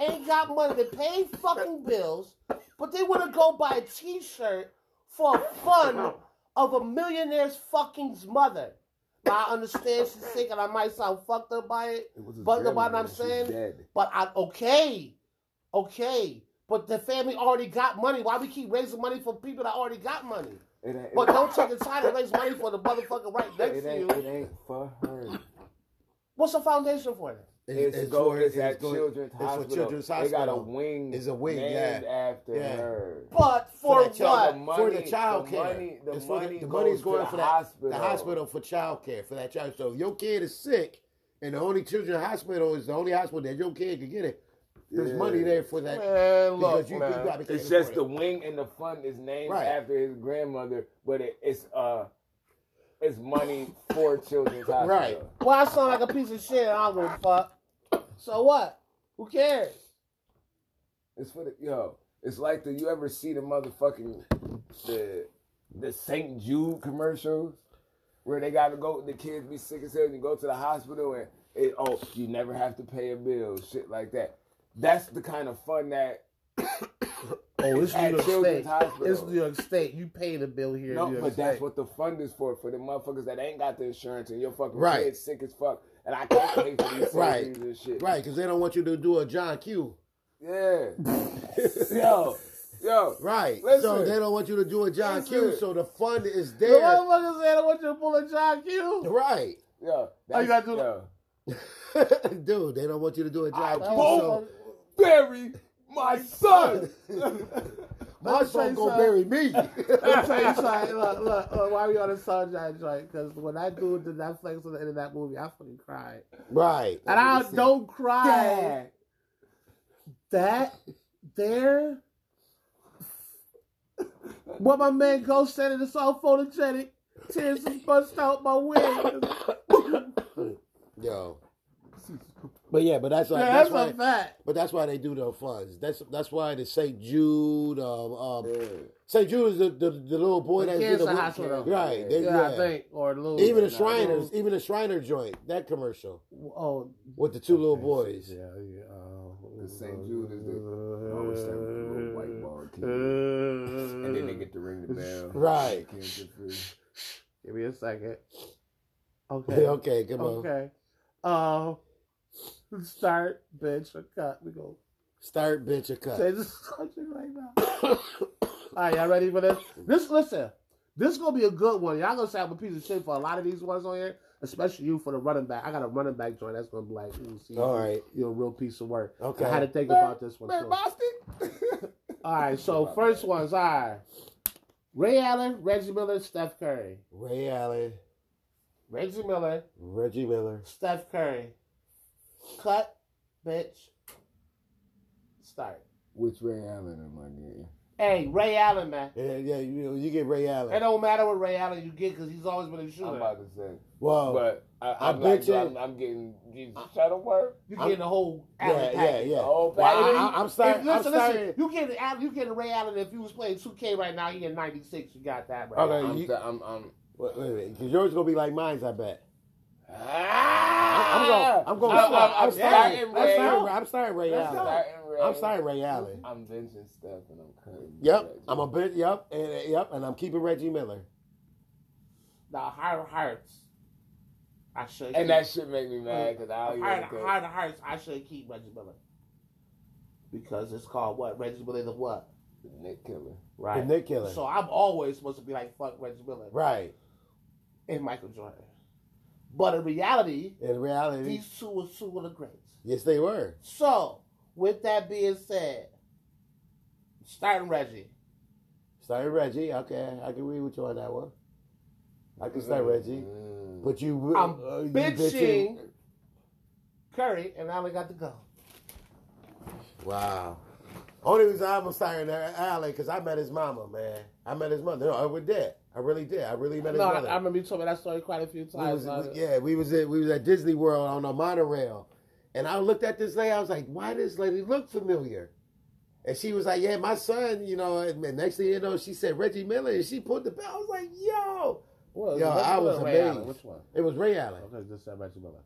Speaker 2: ain't got money to pay fucking bills, but they want to go buy a T-shirt for fun of a millionaire's fucking mother. Now, I understand she's sick, and I might sound fucked up by it,
Speaker 3: It was
Speaker 2: But the one I'm saying- but I okay, okay. But the family already got money. Why we keep raising money for people that already got money?
Speaker 3: It ain't,
Speaker 2: But don't take the time to raise money for the motherfucker right next
Speaker 3: it
Speaker 2: to
Speaker 3: ain't,
Speaker 2: you.
Speaker 3: it ain't for her.
Speaker 2: What's the foundation for that?
Speaker 3: It's, go, it's, at Children's
Speaker 1: it's for
Speaker 3: Hospital.
Speaker 1: Children's
Speaker 3: They got a
Speaker 1: Hospital.
Speaker 3: wing.
Speaker 1: It's a wing,
Speaker 3: named
Speaker 1: yeah.
Speaker 3: after
Speaker 1: Yeah.
Speaker 3: her.
Speaker 2: But for
Speaker 1: that
Speaker 2: what?
Speaker 1: child-
Speaker 3: the
Speaker 1: for the child
Speaker 3: the
Speaker 1: care.
Speaker 3: money, the
Speaker 1: It's for
Speaker 3: money
Speaker 1: the
Speaker 3: goes
Speaker 1: money's going
Speaker 3: to
Speaker 1: for
Speaker 3: the
Speaker 1: that
Speaker 3: hospital.
Speaker 1: the hospital for child care for that child. So if your kid is sick, and the only children's hospital is the only hospital that your kid can get it. There's
Speaker 3: Yeah.
Speaker 1: money there for that.
Speaker 2: Man, look,
Speaker 1: because you, you
Speaker 2: man.
Speaker 1: probably can't
Speaker 3: It's just
Speaker 1: afford
Speaker 3: the
Speaker 1: it.
Speaker 3: wing and the fund is named
Speaker 1: Right.
Speaker 3: after his grandmother, but it, it's uh, it's money for Children's Hospital.
Speaker 1: Right.
Speaker 2: Well, I sound like a piece of shit. I don't give a fuck. So what? Who cares?
Speaker 3: It's for the yo. It's like the you ever see the motherfucking the the St. Jude commercials where they gotta go the kids be sick as hell and you go to the hospital and it oh you never have to pay a bill shit like that. That's the kind of fun that
Speaker 2: Oh, it's
Speaker 3: At Children's Hospital.
Speaker 2: It's New York State. You pay the bill here.
Speaker 3: no,
Speaker 2: in New York
Speaker 3: but that's
Speaker 2: State.
Speaker 3: what the fund is for for the motherfuckers that ain't got the insurance and your fucking
Speaker 1: Right.
Speaker 3: kid's sick as fuck and I can't pay for these surgeries
Speaker 1: Right.
Speaker 3: and shit.
Speaker 1: right because they don't want you to do a John Q.
Speaker 3: Yeah. yo, yo.
Speaker 1: Right. So
Speaker 3: Listen.
Speaker 1: they don't want you to do a John Q.
Speaker 3: Listen.
Speaker 1: So the fund is
Speaker 2: The
Speaker 1: there.
Speaker 2: motherfucker said I want you to pull a John Q.
Speaker 1: Right.
Speaker 3: Yo.
Speaker 2: Oh, you gotta do the-
Speaker 3: yo.
Speaker 1: Dude, they don't want you to do a
Speaker 3: I
Speaker 1: John Q.
Speaker 3: won't.
Speaker 1: So
Speaker 3: bury my son.
Speaker 1: my
Speaker 2: me tell
Speaker 1: son
Speaker 2: you
Speaker 1: gonna bury me.
Speaker 2: Let me tell you something. Look, look, look, why we on a Soulja joint? Because when that dude did Netflix on the end of that movie, I fucking cried.
Speaker 1: right.
Speaker 2: And I don't cry.
Speaker 3: Dad.
Speaker 2: that there. What my man Ghost said in the song photogenic, tears just bust out my wig.
Speaker 1: Yo. But yeah, but that's why.
Speaker 2: Yeah,
Speaker 1: that's
Speaker 2: that's
Speaker 1: why.
Speaker 2: a fact.
Speaker 1: But that's why they do the funds. That's that's why the St. Jude. Um, um,
Speaker 3: Yeah.
Speaker 1: St. Jude is the, the, the little boy
Speaker 2: The
Speaker 1: that did
Speaker 2: kids
Speaker 1: the
Speaker 2: in
Speaker 1: wheel-
Speaker 2: hospital.
Speaker 1: Right.
Speaker 2: Yeah,
Speaker 1: They, yeah,
Speaker 2: I think or Lou.
Speaker 1: Even the
Speaker 2: Nah,
Speaker 1: Shriners, even the Shriner joint, that commercial
Speaker 2: Lou- Oh,
Speaker 1: with the two little boys.
Speaker 2: Yeah, yeah. Oh,
Speaker 3: The St. Jude is the- always that little white bald kid. And then they get to ring the bell.
Speaker 1: Right.
Speaker 3: Kids get free.
Speaker 2: Give me a second. Okay.
Speaker 1: okay, come on.
Speaker 2: Okay. Um. Start, bitch, or cut. We go.
Speaker 1: Start bitch a cut.
Speaker 2: Say this subject right now. All right, y'all ready for this? This listen, this gonna be a good one. Y'all gonna say I'm a piece of shit for a lot of these ones on here, especially you for the running back. I got a running back joint that's gonna be like, ooh, see,
Speaker 1: All right.
Speaker 2: you're a real piece of work.
Speaker 1: Okay.
Speaker 2: I had to think about this one.
Speaker 3: Man,
Speaker 2: Too.
Speaker 3: Boston.
Speaker 2: All right, so first ones are Ray Allen, Reggie Miller, Steph Curry.
Speaker 1: Ray Allen,
Speaker 2: Reggie Miller,
Speaker 1: Reggie Miller.
Speaker 2: Steph Curry. Cut, bitch. Start.
Speaker 3: Which Ray Allen am I getting?
Speaker 2: Hey, Ray Allen, man.
Speaker 1: Yeah, yeah, you, you get Ray
Speaker 2: It
Speaker 1: Allen.
Speaker 2: don't matter what Ray Allen you get because he's always been a shooter.
Speaker 3: I'm about to say,
Speaker 1: Well,
Speaker 3: but I,
Speaker 1: Oh. I
Speaker 3: I'm, like,
Speaker 1: bet you-
Speaker 3: I'm, I'm getting Jesus Shuttleworth.
Speaker 2: You
Speaker 1: I'm-
Speaker 2: getting the whole Allen
Speaker 1: yeah, yeah,
Speaker 2: package.
Speaker 1: yeah.
Speaker 3: Oh,
Speaker 1: Well,
Speaker 3: baby.
Speaker 1: I, I, I'm
Speaker 2: If,
Speaker 1: starting.
Speaker 2: listen,
Speaker 1: I'm
Speaker 2: listen,
Speaker 1: starting.
Speaker 2: you getting Allen, you getting Ray Allen. If you was playing 2K right now, you get 96. You got that right.
Speaker 1: Okay.
Speaker 3: I'm,
Speaker 1: you-
Speaker 3: th- I'm, I'm,
Speaker 1: Wait, wait, wait, because yours gonna be like mine's. I bet.
Speaker 3: Ah!
Speaker 1: I'm going.
Speaker 3: I'm, I'm,
Speaker 1: starting.
Speaker 3: I'm starting
Speaker 1: I'm
Speaker 3: Ray.
Speaker 1: starting. I'm starting Ray
Speaker 2: Let's
Speaker 1: Allen.
Speaker 3: starting Ray.
Speaker 1: I'm starting Ray Allen.
Speaker 3: I'm benching stuff and I'm cutting.
Speaker 1: Yep. I'm a bit. Yep. And uh, yep. And I'm keeping Reggie Miller.
Speaker 2: Now, higher hearts, I should. keep-
Speaker 3: And that shit make me mad because I don't
Speaker 2: higher,
Speaker 3: even think.
Speaker 2: higher hearts, I should keep Reggie Miller because it's called what? Reggie Miller the what?
Speaker 3: Nick Killer.
Speaker 1: The
Speaker 2: Right.
Speaker 1: Nick Killer.
Speaker 2: So I'm always supposed to be like fuck Reggie Miller
Speaker 1: Right.
Speaker 2: and Michael Jordan, but in reality,
Speaker 1: In reality,
Speaker 2: these two were two of the greats.
Speaker 1: yes, they were.
Speaker 2: So, with that being said, starting Reggie.
Speaker 1: Starting Reggie. Okay, I can read with you on that one. I can start Reggie.
Speaker 3: Mm.
Speaker 1: But you. would-
Speaker 2: Mm-hmm. I'm
Speaker 1: uh, you
Speaker 2: bitching Curry, and Allen got to go.
Speaker 1: Wow. Only reason I'm starting Allen because I met his mama, man. I met his mother. No, I was dead. I really did. I really met his
Speaker 2: No, I,
Speaker 1: mother.
Speaker 2: I remember you told me that story quite a few
Speaker 1: We
Speaker 2: times.
Speaker 1: was- we-
Speaker 2: uh,
Speaker 1: yeah, we was at we was at Disney World on a monorail, and I looked at this lady. I was like, "Why this lady look familiar?" And she was like, "Yeah, my son." You know, and and next thing you know, she said Reggie Miller, and she pulled the bell. I was like, "Yo,
Speaker 2: what was
Speaker 1: Yo,
Speaker 2: it? Reggie
Speaker 1: I
Speaker 2: Miller
Speaker 1: was
Speaker 2: or Ray Allen?
Speaker 1: amazed.
Speaker 2: Which one?
Speaker 1: it was Ray Allen."
Speaker 2: Okay, just said Reggie Miller.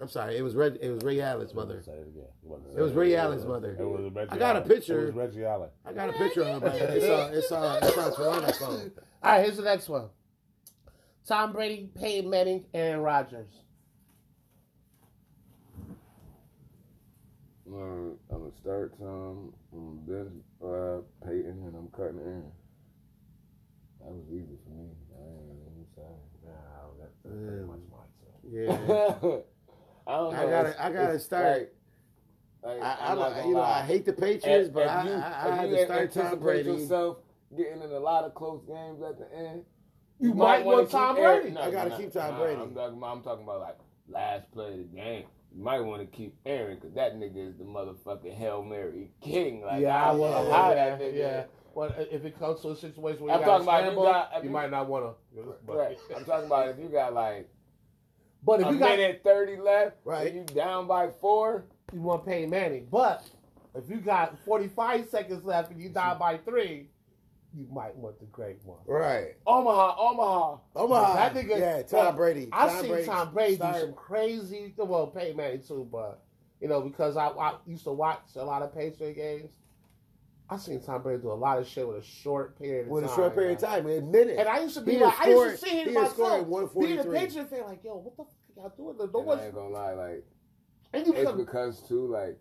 Speaker 1: I'm sorry, it was Reg, it was Ray Allen's mother.
Speaker 2: Say it again. You want to say
Speaker 1: It was Ray Allen's
Speaker 2: It
Speaker 1: mother.
Speaker 2: was Reggie
Speaker 1: I got a
Speaker 2: Allen.
Speaker 1: picture.
Speaker 2: It was Reggie Allen.
Speaker 1: I got a picture of her. but It's on it's on it's on Toronto's phone.
Speaker 2: All right, here's the next one. Tom Brady, Peyton Manning, Aaron Rodgers.
Speaker 3: I'm gonna start some. I'm Ben uh, Peyton, and I'm cutting in. That was easy for me. I ain't really I'm
Speaker 2: Nah, that's pretty much mine too.
Speaker 1: Yeah.
Speaker 3: sorry. I don't know.
Speaker 1: I
Speaker 3: it's-
Speaker 1: gotta, I gotta
Speaker 3: it's
Speaker 1: start.
Speaker 3: Like, like,
Speaker 1: I,
Speaker 3: I'm
Speaker 1: I'm
Speaker 3: not gonna
Speaker 1: you know,
Speaker 3: lie.
Speaker 1: I hate the Patriots, but I, I, I
Speaker 3: if
Speaker 1: had
Speaker 3: you
Speaker 1: to start Tom
Speaker 3: anticipate
Speaker 1: Brady.
Speaker 3: yourself getting in a lot of close games at the end.
Speaker 2: You might
Speaker 3: wanna
Speaker 2: want Tom
Speaker 3: Aaron-
Speaker 2: Brady.
Speaker 1: I gotta keep Tom Brady.
Speaker 3: I'm talking, about, I'm talking about like last play of the game. You might want to keep Aaron because that nigga is the motherfucking hail mary king. Like
Speaker 2: yeah, I
Speaker 3: don't
Speaker 2: want
Speaker 3: know
Speaker 2: to
Speaker 1: yeah,
Speaker 3: how that nigga.
Speaker 2: Yeah. Well, i- if it comes to a situation where you
Speaker 3: I'm
Speaker 2: gotta
Speaker 3: talking about you
Speaker 2: scramble,
Speaker 3: got- if
Speaker 2: you
Speaker 3: you-
Speaker 2: might not want to.
Speaker 3: Right. I'm talking about if you got like
Speaker 2: But if
Speaker 3: a
Speaker 2: you got
Speaker 3: minute thirty left,
Speaker 1: Right.
Speaker 3: and you down by four.
Speaker 2: you want Peyton Manning, but if you got 45 seconds left and you die by three, you might want the great one.
Speaker 1: Right.
Speaker 3: Omaha, Omaha.
Speaker 1: Omaha.
Speaker 2: That nigga-
Speaker 1: yeah,
Speaker 2: well,
Speaker 1: Tom Brady.
Speaker 2: I've
Speaker 1: Tom
Speaker 2: seen
Speaker 1: Brady.
Speaker 2: Tom Brady do
Speaker 1: start-
Speaker 2: some crazy. Well, Peyton Manning too, but you know because I, I used to watch a lot of Patriot games. I seen Tom Brady do a lot of shit with a short period of
Speaker 1: With
Speaker 2: time.
Speaker 1: a short period of
Speaker 2: man.
Speaker 1: time, in a minute.
Speaker 2: And I used to be
Speaker 1: He
Speaker 2: like,
Speaker 1: had
Speaker 2: I used to
Speaker 1: scored-
Speaker 2: see him
Speaker 1: he had scored
Speaker 2: myself
Speaker 1: at 143.
Speaker 2: being a Patriot fan, like, yo, what the fuck y'all doing? No
Speaker 3: And I
Speaker 2: one's
Speaker 3: ain't gonna lie, like
Speaker 2: and you
Speaker 3: It's
Speaker 2: come,
Speaker 3: because too, like,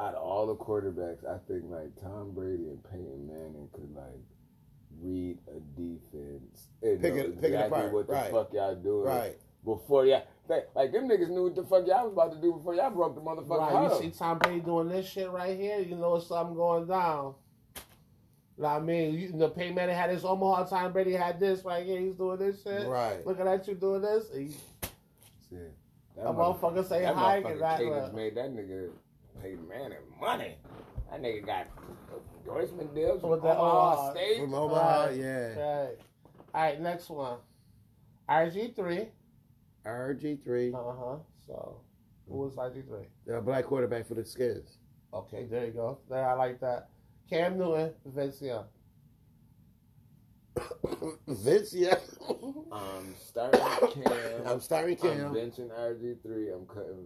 Speaker 3: out of all the quarterbacks, I think like Tom Brady and Peyton Manning could like read a defense and
Speaker 1: Pick
Speaker 3: know
Speaker 1: it-
Speaker 3: exactly
Speaker 1: pick it apart,
Speaker 3: what the
Speaker 1: right.
Speaker 3: fuck y'all doing
Speaker 1: right.
Speaker 3: before y'all. Like, like them niggas knew what the fuck y'all was about to do before y'all broke the motherfucking
Speaker 2: Right,
Speaker 3: huddle.
Speaker 2: you see Tom Brady doing this shit right here, you know something going down. You know what I mean, you, you know, Peyton Manning had his Omaha. Tom Brady had this right here. He's doing this shit.
Speaker 1: Right.
Speaker 2: Looking at you doing this. He,
Speaker 3: Shit.
Speaker 2: A motherfucker say
Speaker 3: that
Speaker 2: hi, get
Speaker 3: motherfucker
Speaker 2: right
Speaker 3: Cadence
Speaker 2: up.
Speaker 3: made that nigga Peyton Manning money. That nigga got endorsement deals
Speaker 2: With
Speaker 3: with
Speaker 2: that
Speaker 3: Omaha
Speaker 2: Omaha.
Speaker 3: State.
Speaker 1: From Omaha,
Speaker 2: Right.
Speaker 1: yeah.
Speaker 2: right. All right, next one. RG three.
Speaker 1: RG3,
Speaker 2: Uh huh. So who was RG three?
Speaker 1: the black quarterback for the Skins.
Speaker 2: Okay, there you go. There, I like that. Cam Newton, Vince Young.
Speaker 1: Vince, yeah.
Speaker 3: Um, starting Cam.
Speaker 1: I'm starting Cam.
Speaker 3: I'm
Speaker 1: I'm,
Speaker 3: benching RG3. I'm cutting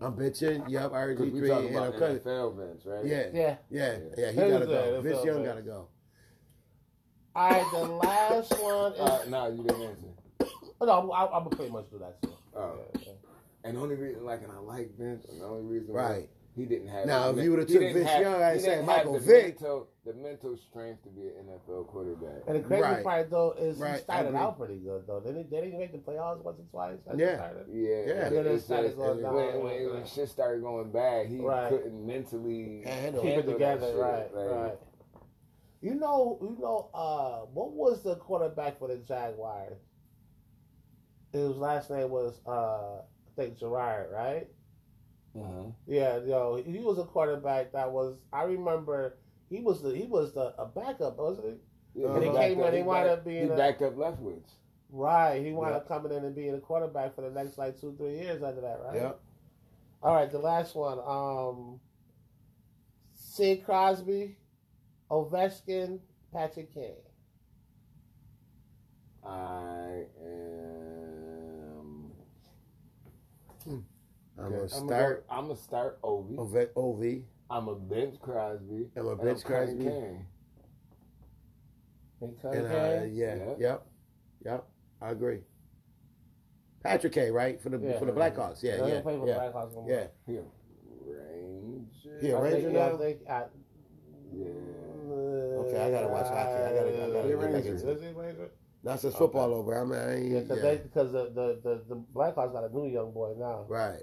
Speaker 3: Vince.
Speaker 1: bitching. Yep,
Speaker 3: Because we
Speaker 1: RG3.
Speaker 3: talking
Speaker 1: And
Speaker 3: about
Speaker 1: I'm cutting.
Speaker 3: NFL Vince, right?
Speaker 1: Yeah, yeah,
Speaker 2: Yeah.
Speaker 1: yeah, He
Speaker 2: That
Speaker 1: gotta
Speaker 2: is a-
Speaker 1: go.
Speaker 2: that's
Speaker 1: Vince
Speaker 2: all
Speaker 1: Young
Speaker 2: bad.
Speaker 1: gotta go.
Speaker 2: All right, the last one is.
Speaker 3: Uh, no, you didn't answer.
Speaker 2: oh, no, I, I'm gonna pretty much do that. Too.
Speaker 3: Oh.
Speaker 2: Yeah, yeah.
Speaker 3: And the only reason, like, and I like Vince, and the only reason
Speaker 1: Right.
Speaker 3: was he didn't have.
Speaker 1: Now,
Speaker 3: the
Speaker 1: if you would've
Speaker 3: he
Speaker 1: took
Speaker 3: didn't
Speaker 1: Vince Young, I'd
Speaker 3: he
Speaker 1: say
Speaker 3: didn't
Speaker 1: Michael
Speaker 3: have the
Speaker 1: Vick.
Speaker 3: Mental, the mental strength to be an NFL quarterback.
Speaker 2: And the crazy
Speaker 1: Right.
Speaker 2: part though is
Speaker 1: Right, I
Speaker 2: he started
Speaker 1: agree.
Speaker 2: out pretty good though. They didn't they didn't make the playoffs once or twice. as he
Speaker 1: Yeah.
Speaker 2: started.
Speaker 3: Yeah,
Speaker 1: Yeah.
Speaker 3: but
Speaker 2: Yeah, that's
Speaker 3: it's
Speaker 2: not
Speaker 3: just-
Speaker 2: as well
Speaker 3: when,
Speaker 2: done.
Speaker 3: when, when shit started going bad, he
Speaker 2: Right.
Speaker 3: couldn't mentally
Speaker 1: Handle it.
Speaker 2: Keep it
Speaker 3: handle that
Speaker 2: together,
Speaker 3: shit.
Speaker 2: right,
Speaker 3: Like,
Speaker 2: right. You know, you know, uh, what was the quarterback for the Jaguars? His last name was uh, I think Gerard, right?
Speaker 3: Uh-huh.
Speaker 2: Yeah, yo, he was a quarterback that was. I remember he was the he was the a backup, wasn't he?
Speaker 3: Yeah,
Speaker 1: And he
Speaker 3: backed
Speaker 2: came
Speaker 3: up-
Speaker 2: in, he wound
Speaker 3: backed-
Speaker 2: up being
Speaker 3: He
Speaker 2: a-
Speaker 3: backed up Leftwich.
Speaker 2: Right, he wound
Speaker 1: Yeah.
Speaker 2: up coming in and being a quarterback for the next like two three years after that, right?
Speaker 1: Yep.
Speaker 2: All right, the last one. Um, Sid Crosby, Ovechkin, Patrick Kane.
Speaker 3: I um, am.
Speaker 1: I'm gonna
Speaker 3: I'm
Speaker 1: start
Speaker 3: Gonna, I'm gonna start Ovi.
Speaker 1: Ove. Ovi.
Speaker 3: I'm a bench Crosby.
Speaker 1: I'm a
Speaker 3: and
Speaker 1: bench
Speaker 3: cutting
Speaker 1: Crosby.
Speaker 3: Kane.
Speaker 2: And
Speaker 1: And, uh,
Speaker 2: Cunningham.
Speaker 1: yeah,
Speaker 3: Yeah.
Speaker 1: yep, yep. I agree. Patrick K, right for the
Speaker 2: Yeah.
Speaker 1: for the Blackhawks. Yeah,
Speaker 2: They
Speaker 1: yeah,
Speaker 2: play for
Speaker 1: yeah,
Speaker 2: Blackhawks no more.
Speaker 1: yeah.
Speaker 3: He a Ranger.
Speaker 1: He a
Speaker 2: I
Speaker 1: Ranger
Speaker 2: think, yeah, I
Speaker 1: now?
Speaker 2: think, I,
Speaker 3: Yeah.
Speaker 1: I gotta watch hockey. I gotta- I gotta
Speaker 3: get back into
Speaker 2: Is he Ranger?
Speaker 1: Now since football over, I'm I ain't,
Speaker 2: Yeah, because
Speaker 1: yeah.
Speaker 2: the, the, the, the Blackhawks got a new young boy now.
Speaker 1: right.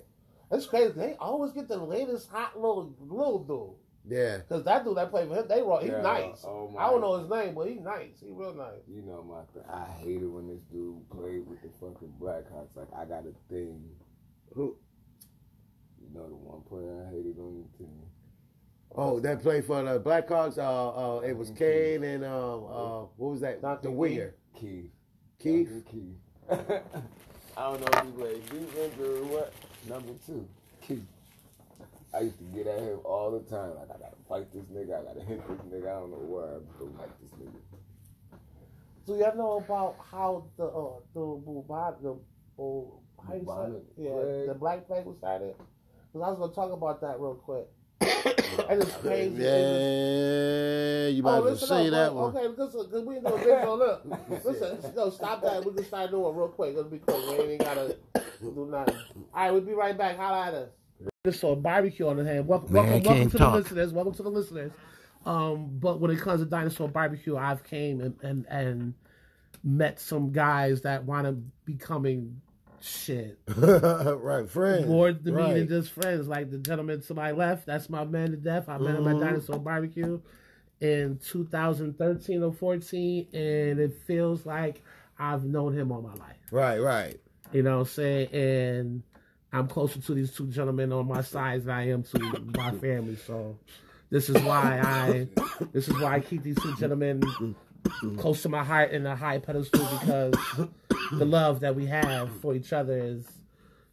Speaker 2: That's crazy. They always get the latest hot little little dude.
Speaker 1: Yeah,
Speaker 2: Because that dude that played for him, they raw. He's
Speaker 3: Yeah,
Speaker 2: nice.
Speaker 3: oh
Speaker 2: I don't
Speaker 3: my-
Speaker 2: know his name, but he's nice. He real nice.
Speaker 3: You know my thing. I hated when this dude played with the fucking Blackhawks. Like I got a thing.
Speaker 1: Who?
Speaker 3: You know the one player I hated on the team.
Speaker 1: Oh, that played for the Blackhawks. Uh, uh, it was
Speaker 2: Mm-hmm.
Speaker 3: Mhm.
Speaker 1: Kane and um, uh, what was that?
Speaker 2: Duncan
Speaker 1: the winger,
Speaker 3: Keith.
Speaker 1: Keith.
Speaker 3: Duncan Keith. I don't know if he played defense or what. Number two, Keith. I used to get at him all the time. Like I gotta fight this nigga. I gotta hit this nigga. I don't know why I don't like this nigga.
Speaker 2: So y'all know about how the uh, the Bubonic, the oh, how you say
Speaker 3: Bubonic
Speaker 2: it? yeah,
Speaker 3: plague.
Speaker 2: the Black Plague was started? Because I was gonna talk about that real quick. That is crazy. Oh,
Speaker 1: Yeah, you might as well
Speaker 2: up,
Speaker 1: say that
Speaker 2: bro.
Speaker 1: one.
Speaker 2: Okay, because because we know this so look. Listen, no, stop that. We can start doing it real quick. It'll be quick. We ain't gotta do nothing. All right, we'll be right back. Holla at us. Just saw a barbecue on the hand. Welcome,
Speaker 1: Man,
Speaker 2: welcome,
Speaker 1: I
Speaker 2: welcome
Speaker 1: can't
Speaker 2: to
Speaker 1: talk.
Speaker 2: the listeners. Welcome to the listeners. Um, but when it comes to dinosaur barbecue, I've came and and, and met some guys that want to becoming shit
Speaker 1: right, friends.
Speaker 2: more to me
Speaker 1: right.
Speaker 2: than just friends. Like the gentleman to my left, that's my man to death. I met him
Speaker 1: Mhm.
Speaker 2: at Dinosaur Barbecue in 2013 or 14, and it feels like I've known him all my life.
Speaker 1: right, right.
Speaker 2: You know what I'm saying? And I'm closer to these two gentlemen on my side than I am to my family. So this is why I this is why I keep these two gentlemen close to my heart and a high pedestal because the love that we have for each other is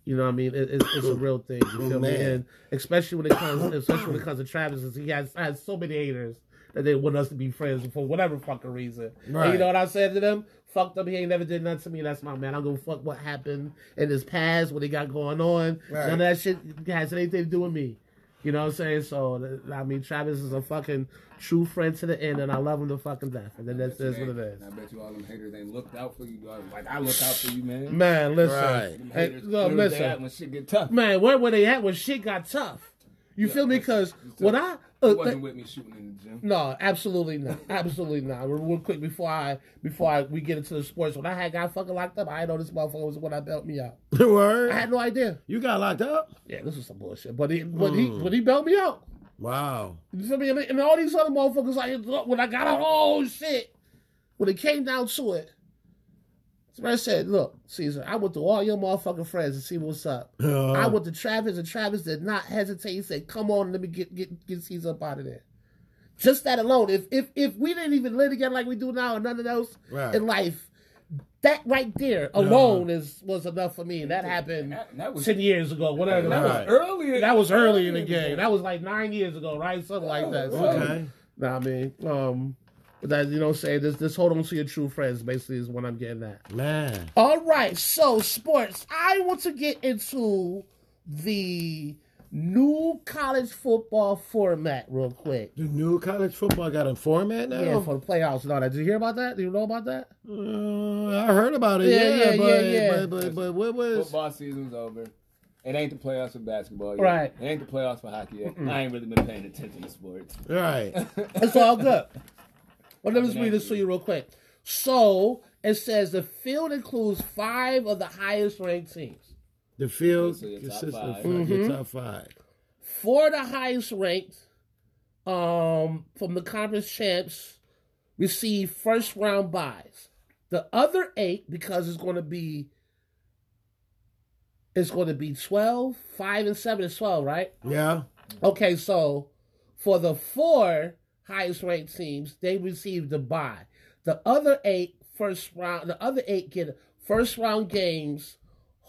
Speaker 2: you know what I mean it, it's, it's a real thing you feel me
Speaker 1: Man.
Speaker 2: and especially when it comes especially when it comes to Travis is he has has so many haters that they want us to be friends for whatever fucking reason And you
Speaker 1: Right.
Speaker 2: know what I said to them fuck them he ain't never did nothing to me that's my man I don't give a fuck what happened in his past what he got going on
Speaker 1: Right.
Speaker 2: none of that shit has anything to do with me you know what I'm saying? So, th- I mean, Travis is a fucking true friend to the end, and I love him to fucking death. And then that's, that's what it is.
Speaker 3: And I bet you all them haters ain't looked out for you, dog. Like I look out for you, man.
Speaker 2: Man, listen.
Speaker 1: Right.
Speaker 3: Them
Speaker 2: Hey,
Speaker 3: haters
Speaker 2: look,
Speaker 3: clear as day out
Speaker 2: listen.
Speaker 3: when shit get tough.
Speaker 2: Man, where were they at when shit got tough? You feel me? Because when I.
Speaker 3: You
Speaker 2: Uh,
Speaker 3: wasn't with me shooting in the gym.
Speaker 2: no, absolutely not. Absolutely not. Real, real quick before I before I, we get into the sports, when I had got fucking locked up, I didn't know this motherfucker was the one that belt me out. I
Speaker 1: Word.
Speaker 2: had no idea.
Speaker 1: You got locked up?
Speaker 2: Yeah, this was some bullshit. But he but he but he belt me out.
Speaker 1: Wow.
Speaker 2: You feel me? And, and all these other motherfuckers, like when I got out, oh shit. When it came down to it, this man said, "Look, Caesar, I went to all your motherfucking friends to see what's up.
Speaker 1: Uh,
Speaker 2: I went to Travis, and Travis did not hesitate. He said, "Come on, let me get get get Caesar up out of there." Just that alone. If if if we didn't even live together like we do now, and nothing else
Speaker 1: Right.
Speaker 2: in life, that right there alone is was enough for me. And that happened
Speaker 3: That, that was
Speaker 2: ten years ago, whatever.
Speaker 3: that
Speaker 2: That
Speaker 1: Right.
Speaker 2: was,
Speaker 3: was earlier.
Speaker 2: that was early in the game. That was like nine years ago, right? Something like that. So-
Speaker 1: okay.
Speaker 2: Nah, I mean, um, but that you know, what I'm saying this, this hold on to your true friends basically is what I'm getting at.
Speaker 1: Man.
Speaker 2: All right, so sports. I want to get into the new college football format real quick.
Speaker 1: The new college football got a format now?
Speaker 2: Yeah, for the playoffs and all that. Did you hear about that? Do you know about that?
Speaker 1: Uh, I heard about it.
Speaker 2: Yeah,
Speaker 1: Yeah,
Speaker 2: yeah,
Speaker 1: but,
Speaker 2: yeah, yeah.
Speaker 1: but but but what was?
Speaker 3: Football season's over. It ain't the playoffs for basketball yet.
Speaker 2: Right.
Speaker 3: It ain't the playoffs for hockey yet. I ain't really been paying attention to sports.
Speaker 1: Right.
Speaker 2: It's all good. Well, let me just read this to you real quick. So it says the field includes five of the highest ranked teams.
Speaker 1: The field
Speaker 3: So your top
Speaker 1: consists of
Speaker 3: five.
Speaker 2: Mm-hmm.
Speaker 1: your top five.
Speaker 2: four of the highest ranked um, from the conference champs receive first round buys. The other eight, because it's going to be it's going to be 12, 5, and 7 is 12, right?
Speaker 1: Yeah.
Speaker 2: Okay, so for the four highest ranked teams, they received a bye. The other eight first round, the other eight get first round games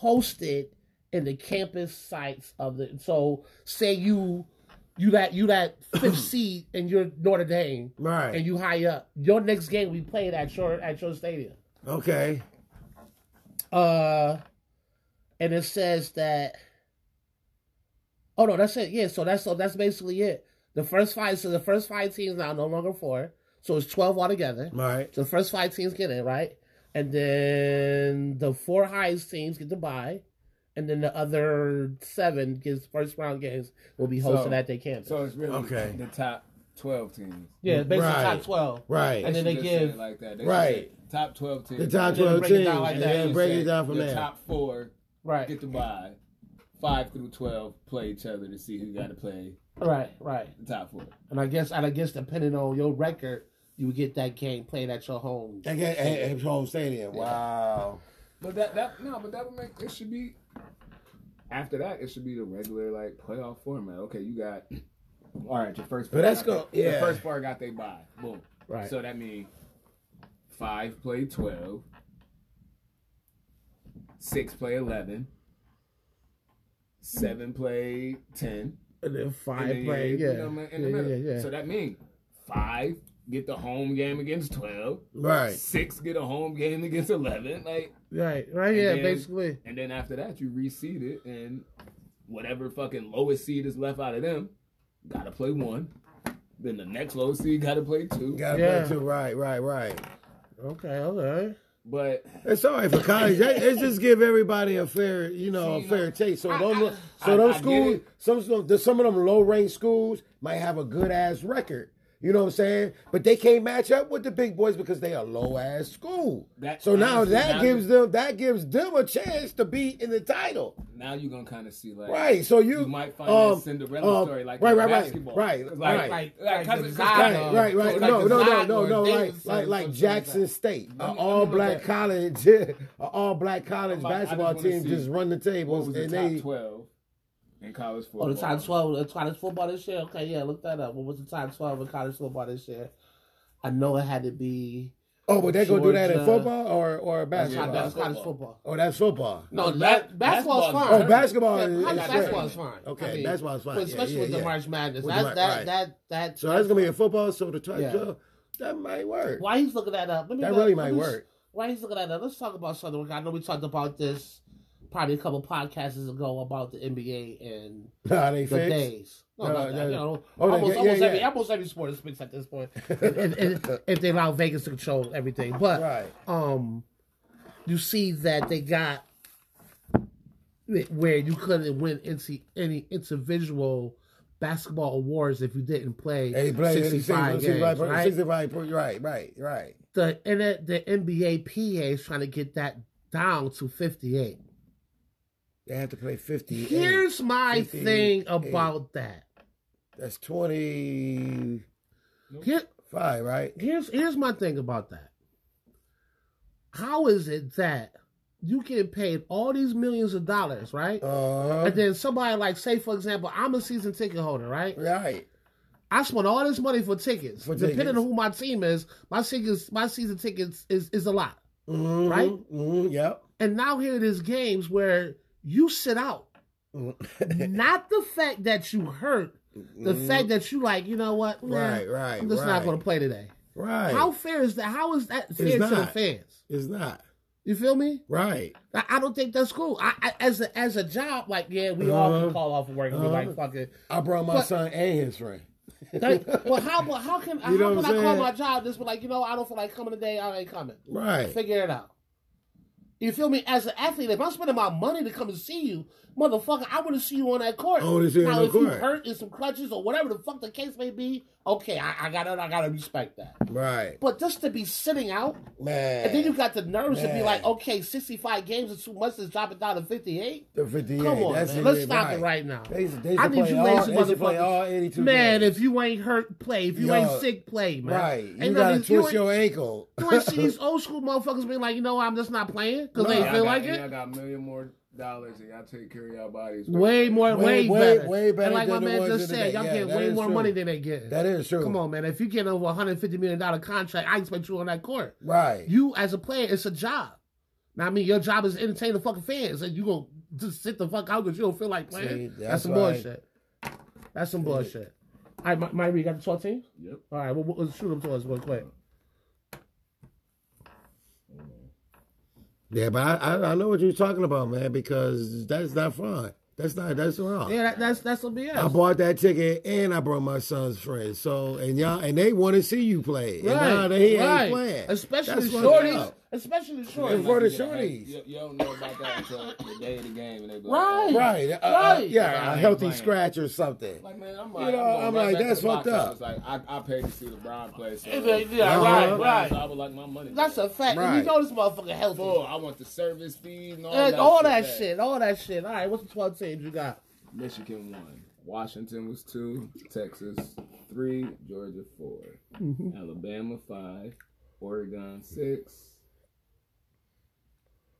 Speaker 2: hosted in the campus sites of the. So say you you that you that fifth seed and you're Notre Dame
Speaker 1: Right.
Speaker 2: and you high up. Your next game we played at your at your stadium.
Speaker 1: okay.
Speaker 2: Uh, and it says that. Oh no, that's it. Yeah, so that's so that's basically it. The first five, so the first five teams now no longer four, so it's twelve altogether.
Speaker 1: Right.
Speaker 2: So the first five teams get in, right? And then the four highest teams get to buy, and then the other seven gets first round games will be hosted
Speaker 3: So-
Speaker 2: at their campus.
Speaker 3: So it's really
Speaker 1: Okay.
Speaker 3: the top twelve teams.
Speaker 2: yeah, basically top
Speaker 1: Right.
Speaker 2: twelve.
Speaker 1: Right.
Speaker 2: And then
Speaker 3: should
Speaker 2: they
Speaker 3: just say
Speaker 2: give-
Speaker 3: it like that. They should
Speaker 1: Right.
Speaker 3: say Top twelve teams.
Speaker 1: The top
Speaker 2: Just
Speaker 1: twelve
Speaker 2: break it
Speaker 1: teams,
Speaker 2: down like
Speaker 1: and
Speaker 2: that.
Speaker 1: then
Speaker 3: You
Speaker 1: break
Speaker 3: say
Speaker 1: it down from
Speaker 3: your
Speaker 1: there.
Speaker 3: Top four
Speaker 2: Right,
Speaker 3: get to buy. Five through twelve play each other to see who got to play
Speaker 2: right, right.
Speaker 3: the top four.
Speaker 2: And I guess and I guess depending on your record, you get that game played at your home.
Speaker 1: At, at, at his home stadium. Wow.
Speaker 3: But that that no, but that would make it should be after that it should be the regular like playoff format. Okay, you got all right. Your first,
Speaker 1: But
Speaker 3: four
Speaker 1: that's
Speaker 3: got
Speaker 1: gonna-
Speaker 3: they-
Speaker 1: yeah.
Speaker 3: The first four got they bye. Boom.
Speaker 2: Right.
Speaker 3: So that means five play twelve, six play eleven, seven play ten.
Speaker 2: And then
Speaker 3: and
Speaker 2: five
Speaker 3: then you-
Speaker 2: play,
Speaker 3: you
Speaker 2: yeah.
Speaker 3: know what I mean, in
Speaker 2: yeah,
Speaker 3: the
Speaker 2: yeah,
Speaker 3: middle.
Speaker 2: yeah, yeah.
Speaker 3: So that means five get the home game against twelve,
Speaker 1: Right.
Speaker 3: six get a home game against eleven. Like
Speaker 2: right, right,
Speaker 3: And
Speaker 2: yeah,
Speaker 3: then-
Speaker 2: basically.
Speaker 3: and then after that, you reseed it, and whatever fucking lowest seed is left out of them, got to play one. Then the next low seed got to play two.
Speaker 1: Gotta
Speaker 2: Yeah.
Speaker 1: play too. Right, right, right.
Speaker 2: Okay, okay.
Speaker 3: But
Speaker 1: It's all right for college. That- it's just give everybody a fair, you know,
Speaker 3: See,
Speaker 1: a
Speaker 3: you
Speaker 1: fair
Speaker 3: know,
Speaker 1: chase. So
Speaker 3: I-
Speaker 1: those,
Speaker 3: I-
Speaker 1: so
Speaker 3: I-
Speaker 1: those
Speaker 3: I get
Speaker 1: schools,
Speaker 3: it.
Speaker 1: some some some of them low ranked schools might have a good ass record. You know what I'm saying? But they can't match up with the big boys because they are low ass school.
Speaker 3: That-
Speaker 1: so now
Speaker 3: honestly,
Speaker 1: that
Speaker 3: now
Speaker 1: gives them that gives them a chance to be in the title.
Speaker 3: now you're gonna kind of see like
Speaker 1: Right. So you,
Speaker 3: You might find
Speaker 1: um,
Speaker 3: that Cinderella
Speaker 1: um,
Speaker 3: story, like
Speaker 1: right,
Speaker 3: in
Speaker 1: right,
Speaker 3: basketball.
Speaker 1: right, right,
Speaker 3: like,
Speaker 1: right.
Speaker 3: like,
Speaker 2: Like-
Speaker 3: cause
Speaker 2: like
Speaker 3: it's-
Speaker 2: the
Speaker 3: cause-
Speaker 1: Right,
Speaker 2: Zion.
Speaker 1: right,
Speaker 3: cause
Speaker 1: right.
Speaker 3: like
Speaker 1: No,
Speaker 3: the
Speaker 1: no, no,
Speaker 3: Zion-
Speaker 1: no,
Speaker 2: or
Speaker 1: no. Like,
Speaker 2: Davidson
Speaker 1: like,
Speaker 2: or
Speaker 1: like
Speaker 2: something like
Speaker 1: Jackson
Speaker 2: that.
Speaker 1: State,
Speaker 3: me-
Speaker 1: an
Speaker 3: let me
Speaker 1: all
Speaker 3: look
Speaker 1: black
Speaker 3: at-
Speaker 1: college, an all black college
Speaker 3: I'm about- I just
Speaker 1: basketball
Speaker 3: wanna
Speaker 1: team
Speaker 3: see
Speaker 1: just run the
Speaker 3: What
Speaker 1: tables
Speaker 3: was
Speaker 1: and
Speaker 3: the top
Speaker 1: they.
Speaker 3: twelve in college football?
Speaker 2: Oh, the top twelve, the college football this year. Okay, yeah, look that up. What was the top twelve in college football this year? I know it had to be.
Speaker 1: Oh, but they gonna do that in
Speaker 2: Georgia.
Speaker 1: football or or
Speaker 2: That's,
Speaker 1: basketball?
Speaker 2: that's
Speaker 3: Basketball.
Speaker 2: college football.
Speaker 1: Oh, that's football.
Speaker 2: No,
Speaker 3: No,
Speaker 2: that,
Speaker 3: ba-
Speaker 2: basketball's
Speaker 3: basketball-
Speaker 2: fine.
Speaker 1: Oh, basketball
Speaker 2: Yeah,
Speaker 1: is,
Speaker 2: college
Speaker 1: is
Speaker 2: basketball
Speaker 1: great.
Speaker 2: is fine.
Speaker 1: Okay,
Speaker 2: I mean,
Speaker 1: basketball's fine.
Speaker 2: But
Speaker 1: Yeah,
Speaker 2: especially
Speaker 1: yeah,
Speaker 2: with
Speaker 1: yeah.
Speaker 2: the March Madness.
Speaker 1: With the
Speaker 2: That's,
Speaker 1: Mar-
Speaker 2: that,
Speaker 1: right.
Speaker 2: that, that,
Speaker 1: So that's gonna be in football. So the try,
Speaker 2: Yeah.
Speaker 1: so that might work.
Speaker 2: Why he's looking that up? Let me
Speaker 1: That
Speaker 2: go-
Speaker 1: really
Speaker 2: let
Speaker 1: might
Speaker 2: me-
Speaker 1: work.
Speaker 2: Why he's looking that up? Let's talk about something. I know we talked about this probably a couple podcasts ago about the NBA and
Speaker 1: Nah, they
Speaker 2: the
Speaker 1: fixed.
Speaker 2: days. No,
Speaker 1: No,
Speaker 2: not that.
Speaker 1: no.
Speaker 2: You know,
Speaker 1: Oh, they-
Speaker 2: almost,
Speaker 1: yeah,
Speaker 2: almost
Speaker 1: yeah,
Speaker 2: every
Speaker 1: yeah.
Speaker 2: almost every sport is fixed at this point. if, if, if they allow Vegas to control everything, but
Speaker 1: Right.
Speaker 2: um, you see that they got it where you couldn't win into any individual basketball awards if you didn't play,
Speaker 1: Hey, play 65,
Speaker 2: 65 games,
Speaker 1: 65,
Speaker 2: right?
Speaker 1: 65, right, right, right.
Speaker 2: The and the- the NBA PA is trying to get that down to fifty eight.
Speaker 1: They have to play 58.
Speaker 2: Here's my
Speaker 1: 58.
Speaker 2: thing about that.
Speaker 1: That's 25,
Speaker 2: Here,
Speaker 1: right?
Speaker 2: here's here's my thing about that. How is it that you get paid all these millions of dollars, right?
Speaker 1: Uh,
Speaker 2: And then somebody like, say for example, I'm a season ticket holder, right?
Speaker 1: right.
Speaker 2: I spent all this money for tickets.
Speaker 1: For
Speaker 2: Depending
Speaker 1: tickets.
Speaker 2: on who my team is, my tickets, my season tickets is is a lot.
Speaker 1: Mhm,
Speaker 2: Right?
Speaker 1: mhm, yep.
Speaker 2: And now here it is games where you sit out.
Speaker 1: Mm-hmm.
Speaker 2: Not the fact that you hurt, the fact that you like, you know what? Nah,
Speaker 1: Right, right,
Speaker 2: I'm just
Speaker 1: right.
Speaker 2: not going to play today.
Speaker 1: right.
Speaker 2: How fair is that? How is that fair to the
Speaker 1: not.
Speaker 2: fans?
Speaker 1: it's not.
Speaker 2: You feel me?
Speaker 1: Right.
Speaker 2: I, I don't think that's cool. I, I as a as a job, like yeah, we all
Speaker 1: Uh-huh.
Speaker 2: can call off of work and be
Speaker 1: Uh-huh.
Speaker 2: like, fuck it.
Speaker 1: I brought my
Speaker 2: But-
Speaker 1: son and his friend.
Speaker 2: That- well, how but how can how
Speaker 1: You know
Speaker 2: can
Speaker 1: what I'm
Speaker 2: I call
Speaker 1: saying?
Speaker 2: my job? Just be like, you know, I don't feel like coming today. I ain't coming.
Speaker 1: Right.
Speaker 2: Figure it out. You feel me? As an athlete, if I'm spending my money to come and see you, motherfucker, I want to see you on that court.
Speaker 1: I wanna see you
Speaker 2: now,
Speaker 1: on the
Speaker 2: if you
Speaker 1: court.
Speaker 2: hurt in some crutches or whatever the fuck the case may be, okay, I, I gotta I gotta respect that.
Speaker 1: Right.
Speaker 2: But just to be sitting out
Speaker 1: Man.
Speaker 2: And then you got the nerves to be
Speaker 1: Man.
Speaker 2: like, okay, 65 games is too much, let's drop it down to 58.
Speaker 1: the 58.
Speaker 2: Come on,
Speaker 1: That's
Speaker 2: man.
Speaker 1: it,
Speaker 2: Let's stop it right now.
Speaker 1: They, they
Speaker 2: I
Speaker 1: should
Speaker 2: need
Speaker 1: play
Speaker 2: you
Speaker 1: all-
Speaker 2: lazy
Speaker 1: they should play
Speaker 2: motherfuckers.
Speaker 1: all 82
Speaker 2: Man,
Speaker 1: games.
Speaker 2: if you ain't hurt, play. If you
Speaker 1: Yo,
Speaker 2: ain't sick, play, man.
Speaker 1: Right.
Speaker 2: Ain't
Speaker 1: You
Speaker 2: none
Speaker 1: got to
Speaker 2: of these- you
Speaker 1: twist
Speaker 2: ain't-
Speaker 1: your ankle.
Speaker 2: You ain't see these old school motherfuckers being like, you know, what, I'm just not playing because they
Speaker 1: No. Yeah,
Speaker 2: ain't
Speaker 3: Y'all
Speaker 2: feel
Speaker 3: got,
Speaker 2: like
Speaker 3: and
Speaker 2: it.
Speaker 3: Y'all got a million more dollars, and y'all take care of y'all bodies.
Speaker 2: Way more,
Speaker 1: Way-
Speaker 2: way,
Speaker 1: way-
Speaker 2: better.
Speaker 1: way better
Speaker 2: And like my
Speaker 1: than the
Speaker 2: man
Speaker 1: ones
Speaker 2: just
Speaker 1: in the
Speaker 2: said,
Speaker 1: day.
Speaker 2: y'all
Speaker 1: Yeah,
Speaker 2: getting
Speaker 1: that
Speaker 2: way
Speaker 1: is
Speaker 2: more
Speaker 1: true.
Speaker 2: money than they get.
Speaker 1: That is true.
Speaker 2: Come on, man. If you get over a $150 million contract, I expect you on that court.
Speaker 1: Right.
Speaker 2: You, as a player, it's a job. Now, I mean, your job is to entertain the fucking fans, and you gonna just sit the fuck out because you don't feel like playing.
Speaker 1: See,
Speaker 2: that's,
Speaker 1: that's
Speaker 2: some
Speaker 1: why-
Speaker 2: bullshit. That's some bullshit. All right, Mi- Mike, we got the 12
Speaker 3: Yep.
Speaker 2: All right, we'll, we'll shoot them to us real quick.
Speaker 1: Yeah, but I, I, I know what you're talking about, man, because that's not fun. That's not, that's wrong.
Speaker 2: Yeah, that, that's that's some
Speaker 1: I
Speaker 2: BS.
Speaker 1: bought that ticket and I brought my son's friends. So and y'all and they want to see you play. And now they ain't playing.
Speaker 2: Especially
Speaker 1: That's fucked
Speaker 2: shorties.
Speaker 1: up.
Speaker 2: Especially
Speaker 1: And
Speaker 2: shorties.
Speaker 1: for the
Speaker 3: You get a head-
Speaker 1: shorties.
Speaker 3: You, you don't know about that until the day of the game, and they be
Speaker 2: Right.
Speaker 3: like, oh.
Speaker 1: Right. Uh, uh,
Speaker 2: Right.
Speaker 1: yeah,
Speaker 3: Yeah,
Speaker 1: a
Speaker 3: I
Speaker 1: healthy
Speaker 3: ain't playing.
Speaker 1: scratch or something.
Speaker 3: Like man, I'm like,
Speaker 1: You know,
Speaker 3: I'm,
Speaker 1: I'm
Speaker 3: going
Speaker 1: like,
Speaker 3: right back to
Speaker 1: that's
Speaker 3: the
Speaker 1: fucked
Speaker 3: box
Speaker 1: up.
Speaker 3: office, Like I, I paid to see LeBron play. So
Speaker 2: Yeah,
Speaker 1: Uh-huh.
Speaker 2: right,
Speaker 3: I
Speaker 2: right.
Speaker 3: would like my money.
Speaker 2: That's a fact. And
Speaker 1: Right.
Speaker 2: you know this motherfucker healthy.
Speaker 3: Full. Oh, I want the service fees and all
Speaker 2: And
Speaker 3: that.
Speaker 2: all
Speaker 3: shit
Speaker 2: that
Speaker 3: back.
Speaker 2: shit, all that shit. All right, what's the 12 teams you got?
Speaker 3: Michigan one, Washington was two, Texas three, Georgia 4
Speaker 2: Mm-hmm.
Speaker 3: Alabama five, Oregon six.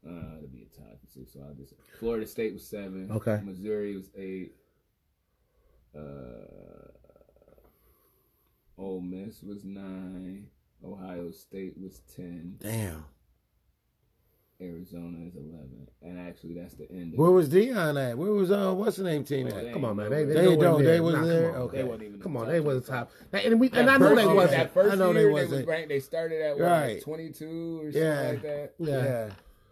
Speaker 3: Uh, it'll be a tie for six. So I'll just Florida State was seven.
Speaker 2: Okay.
Speaker 3: Missouri was eight. Uh, Ole Miss was nine. Ohio State was ten.
Speaker 1: Damn.
Speaker 3: Arizona is eleven. And actually, that's the end. Of
Speaker 1: Where was Dion at? Where was uh what's the name team
Speaker 3: Well,
Speaker 1: at?
Speaker 3: they
Speaker 2: Come on, man. They,
Speaker 3: ain't
Speaker 2: they,
Speaker 1: They
Speaker 2: wasn't
Speaker 1: don't.
Speaker 2: there.
Speaker 1: They was
Speaker 2: Nah, come
Speaker 1: there.
Speaker 2: on.
Speaker 1: Okay.
Speaker 3: They wasn't even. in
Speaker 2: Come
Speaker 3: the
Speaker 2: on,
Speaker 3: top
Speaker 2: they was
Speaker 3: 25.
Speaker 2: top. And, we, and I
Speaker 3: That
Speaker 2: know
Speaker 3: first
Speaker 2: they
Speaker 3: year-
Speaker 2: wasn't.
Speaker 3: That first
Speaker 1: I know they
Speaker 3: year, they
Speaker 1: wasn't.
Speaker 3: was ranked. They started at what,
Speaker 1: Right.
Speaker 3: like twenty two or
Speaker 1: Yeah.
Speaker 3: something like that.
Speaker 2: Yeah.
Speaker 1: Yeah.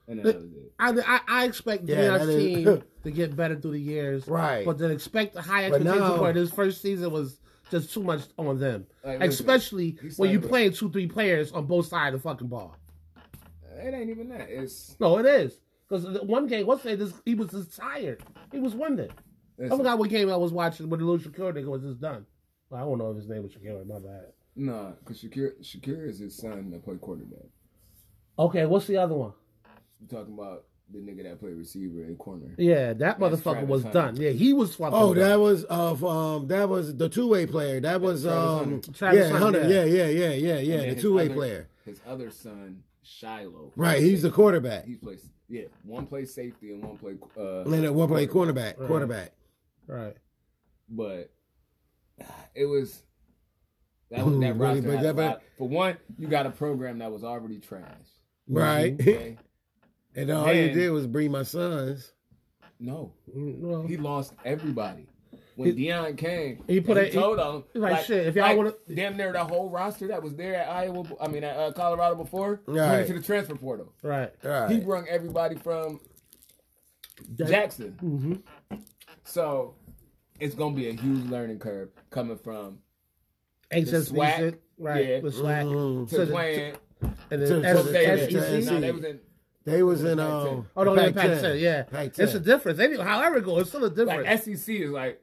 Speaker 3: And then that was it.
Speaker 2: I, I, I expect
Speaker 1: Yeah,
Speaker 2: yeah,
Speaker 1: that is-
Speaker 2: team to get better through the years.
Speaker 1: Right.
Speaker 2: But then expect the high
Speaker 1: But
Speaker 2: expectations
Speaker 1: now-
Speaker 2: for this first season was just too much on them.
Speaker 3: Like, listen,
Speaker 2: Especially
Speaker 3: he's
Speaker 2: when you
Speaker 3: like-
Speaker 2: playing two, three players on both sides of the fucking ball.
Speaker 3: It ain't even that. It's
Speaker 2: No, it is. Because one game, one day, this, he was just tired. He was winded. I
Speaker 1: Oh
Speaker 3: listen,
Speaker 2: forgot what game I was watching when the little Shakur nigga was just done. Well, I don't know if his name was Shakur. My bad.
Speaker 3: nah, because Shakir Shakir is his son that played quarterback.
Speaker 2: Okay, what's the other one?
Speaker 3: You talking about the nigga that played receiver and corner?
Speaker 2: Yeah, that
Speaker 3: That's
Speaker 2: motherfucker
Speaker 3: Travis
Speaker 2: was
Speaker 3: Hunter.
Speaker 2: done. Yeah, he was fucking.
Speaker 1: Oh,
Speaker 2: done.
Speaker 1: that was of um, that was the two way player. That was
Speaker 3: Travis
Speaker 1: um,
Speaker 3: Hunter.
Speaker 2: Travis
Speaker 1: yeah,
Speaker 2: Hunter,
Speaker 1: Hunter. Yeah, yeah, yeah, yeah, yeah.
Speaker 3: And
Speaker 1: The
Speaker 3: his
Speaker 1: two way
Speaker 3: other-
Speaker 1: player.
Speaker 3: His other son, Shiloh.
Speaker 1: Right, he's the quarterback.
Speaker 3: He plays yeah, one play safety and one play. Uh,
Speaker 1: Leonard, one play cornerback,
Speaker 2: Right.
Speaker 1: quarterback.
Speaker 2: right.
Speaker 3: but ah, it was that was
Speaker 1: Ooh,
Speaker 3: that
Speaker 1: really,
Speaker 3: roster
Speaker 1: but
Speaker 3: had a
Speaker 1: that- but-
Speaker 3: lot- For one, you got a program that was already trash.
Speaker 1: Right,
Speaker 3: Okay?
Speaker 1: and all you
Speaker 3: Then-
Speaker 1: did was bring my sons.
Speaker 3: no,
Speaker 2: Mm, Well,
Speaker 3: he lost everybody. When Dion came,
Speaker 2: He
Speaker 3: he
Speaker 2: put
Speaker 3: put
Speaker 2: a-
Speaker 3: he told him
Speaker 2: he's like, "Shit, if y'all would've-
Speaker 3: damn near the whole roster that was there at Iowa, I mean at uh, Colorado before
Speaker 1: Right.
Speaker 3: went to the transfer portal.
Speaker 2: right.
Speaker 1: Right.
Speaker 3: He brung everybody from Jackson.
Speaker 2: Mm-hmm.
Speaker 3: So it's gonna be a huge learning curve coming from
Speaker 2: HSBC,
Speaker 3: SWAC,
Speaker 2: shit, right?
Speaker 3: yeah. Mm-hmm.
Speaker 2: The SWAC,
Speaker 1: Mhm.
Speaker 3: to
Speaker 2: So the-
Speaker 3: playing
Speaker 2: and
Speaker 1: to- to
Speaker 2: then S- E
Speaker 1: the-
Speaker 3: they
Speaker 1: to
Speaker 3: was
Speaker 1: SEC.
Speaker 3: in-
Speaker 2: SEC.
Speaker 3: no, they was in
Speaker 1: They was in
Speaker 3: Pac-10.
Speaker 1: um.
Speaker 2: Oh no,
Speaker 1: the
Speaker 2: yeah, Pac-10. Yeah,
Speaker 1: Pac-10.
Speaker 2: it's a difference. They, however it goes, it's still a difference.
Speaker 3: like SEC is like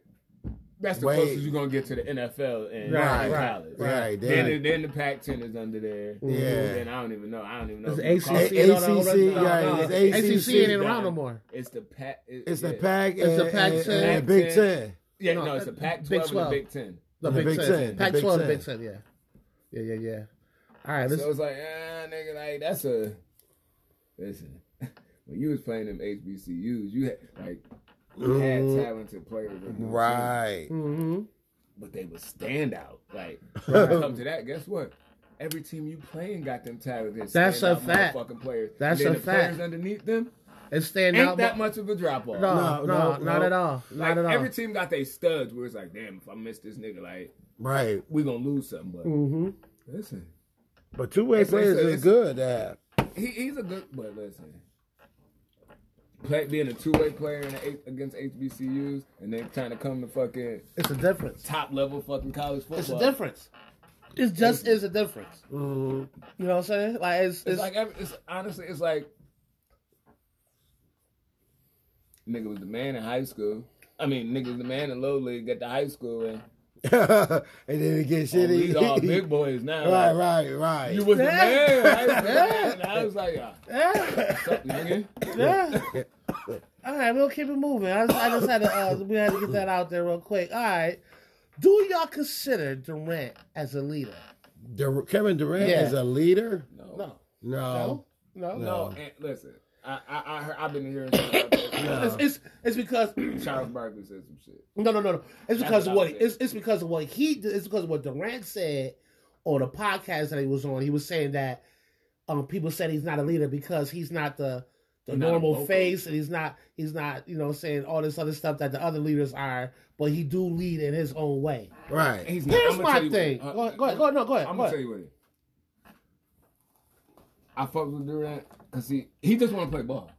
Speaker 3: that's the
Speaker 1: Wait.
Speaker 3: closest you're gonna get to the NFL and
Speaker 2: Right,
Speaker 3: and
Speaker 2: right,
Speaker 3: college.
Speaker 1: right,
Speaker 3: Then,
Speaker 1: right.
Speaker 3: then the Pac-10 is under there.
Speaker 1: Yeah.
Speaker 3: Then I don't even know. I E don't even know.
Speaker 2: It's
Speaker 3: who you call
Speaker 2: ACC,
Speaker 3: it.
Speaker 2: and all that- all that-
Speaker 1: ACC,
Speaker 2: no,
Speaker 1: yeah,
Speaker 2: no,
Speaker 1: it's
Speaker 2: ACC ain't
Speaker 1: ACC.
Speaker 2: around no more.
Speaker 3: It's the Pac. it-
Speaker 1: It's the
Speaker 3: yeah.
Speaker 1: Pac.
Speaker 2: It's the
Speaker 1: and- and-
Speaker 2: Pac-10.
Speaker 1: and Big Ten.
Speaker 3: Yeah,
Speaker 2: no,
Speaker 3: no, it's the
Speaker 2: uh,
Speaker 3: Pac-12
Speaker 2: Big
Speaker 3: and the
Speaker 2: 12.
Speaker 3: Big Ten.
Speaker 2: The,
Speaker 1: The
Speaker 2: Big,
Speaker 1: Big
Speaker 2: Ten,
Speaker 1: Ten, the
Speaker 2: Pac
Speaker 1: Big
Speaker 2: 12, the
Speaker 1: Ten.
Speaker 2: Big Ten. Yeah, yeah, yeah, yeah. All right, let's.
Speaker 3: So it's like, ah, nigga, like that's a. Listen, when you was playing them HBCUs, you had like you had
Speaker 1: Mhm.
Speaker 3: talented players, on your team,
Speaker 1: Right.
Speaker 2: hmm
Speaker 3: But they was standout. Like when it come to that, guess what? Every team you playing got them talented.
Speaker 2: That's a
Speaker 3: standout
Speaker 2: fact.
Speaker 3: motherfucking Players.
Speaker 2: That's
Speaker 3: and then
Speaker 2: a
Speaker 3: the
Speaker 2: fact.
Speaker 3: Players underneath them
Speaker 2: It's staying
Speaker 3: ain't
Speaker 2: out.
Speaker 3: that
Speaker 2: mo-
Speaker 3: much of a drop off.
Speaker 2: No,
Speaker 1: No,
Speaker 2: no,
Speaker 1: no,
Speaker 2: not
Speaker 1: no.
Speaker 2: at all. Not
Speaker 3: Like
Speaker 2: at all.
Speaker 3: every team got they studs where it's like, damn, if I miss this nigga, like
Speaker 1: Right.
Speaker 3: we gonna lose something. But
Speaker 2: mm-hmm.
Speaker 3: listen,
Speaker 1: But two way
Speaker 3: It's-
Speaker 1: players
Speaker 3: it's-
Speaker 1: is
Speaker 3: it's-
Speaker 1: good. Uh,
Speaker 3: He, he's a good, but listen, play, being a two way player in the, eight- against HBCUs and then trying to come to fucking
Speaker 2: It's a difference.
Speaker 3: top level fucking college football.
Speaker 2: It's a difference. It's just is a difference. You know what I'm saying? Like it's,
Speaker 3: It's, like every, it's honestly, it's like nigga was the man in high school. I mean, nigga was the man in low league at the high school, and
Speaker 1: and then it gets
Speaker 3: oh, these all
Speaker 1: shitty.
Speaker 3: big boys now.
Speaker 1: right,
Speaker 3: Like,
Speaker 1: right, right.
Speaker 3: You was the
Speaker 2: Yeah.
Speaker 3: man. I was, the man. And I was like, ah,
Speaker 2: yeah,
Speaker 3: nigga.
Speaker 2: yeah. All right, we'll keep it moving. I just, I just had to, uh, we had to get that out there real quick. All right, do y'all consider Durant as a leader?
Speaker 1: Dur- Kevin Durant
Speaker 2: Yeah.
Speaker 1: is a leader.
Speaker 3: No,
Speaker 2: No,
Speaker 1: No.
Speaker 2: no,
Speaker 3: No,
Speaker 1: No.
Speaker 3: and listen, I I, I heard, I've been hearing shit about
Speaker 2: It's,
Speaker 3: that.
Speaker 2: it's it's because
Speaker 3: Charles Barkley said some shit.
Speaker 2: No, no, no, no. It's because of
Speaker 3: what I
Speaker 2: what
Speaker 3: said.
Speaker 2: it's, it's because of what he did. It's because of what Durant said on a podcast that he was on. He was saying that um, people said he's not a leader because he's not the the
Speaker 3: He's not a
Speaker 2: normal
Speaker 3: vocal.
Speaker 2: face, and he's not he's not you know saying all this other stuff that the other leaders are. But he do lead in his own way.
Speaker 1: Right.
Speaker 3: He's
Speaker 2: Here's
Speaker 3: I'ma
Speaker 2: my
Speaker 3: tell you what-
Speaker 2: thing.
Speaker 3: uh,
Speaker 2: go, ahead, go ahead, go ahead, no, go ahead.
Speaker 3: I'm
Speaker 2: go
Speaker 3: gonna
Speaker 2: ahead.
Speaker 3: tell you what. it is. I fuck with Durant because he he just want to play ball,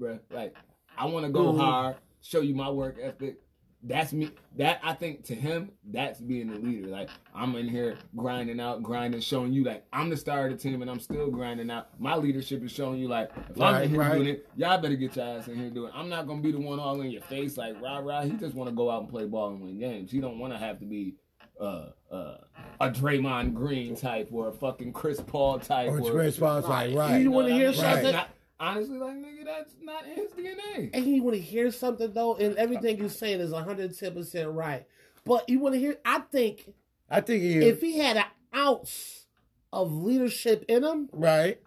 Speaker 3: bruh. Like I want to go
Speaker 2: Mm-hmm.
Speaker 1: Mhm.
Speaker 3: hard, show you my work ethic. That's me. That I think to him, that's being a leader. Like I'm in here grinding out, grinding, showing you like I'm the star of the team, and I'm still grinding out. My leadership is showing you like if I'm
Speaker 1: Right,
Speaker 3: in here
Speaker 1: right.
Speaker 3: doing it, y'all better get your ass in here doing. it. I'm not gonna be the one all in your face like rah rah. He just want to go out and play ball and win games. He don't want to have to be uh, uh, a Draymond Green type or a fucking Chris Paul type.
Speaker 1: Or Chris Paul's like, right.
Speaker 2: You wanna
Speaker 3: know what
Speaker 2: hear
Speaker 3: I mean?
Speaker 1: something?
Speaker 3: That's not- honestly, like, nigga, that's not in his DNA.
Speaker 2: and you want to hear something though, and everything you're saying is 110 percent right. But you want to hear? I think
Speaker 1: I think he
Speaker 2: if he had an ounce of leadership in him,
Speaker 1: right.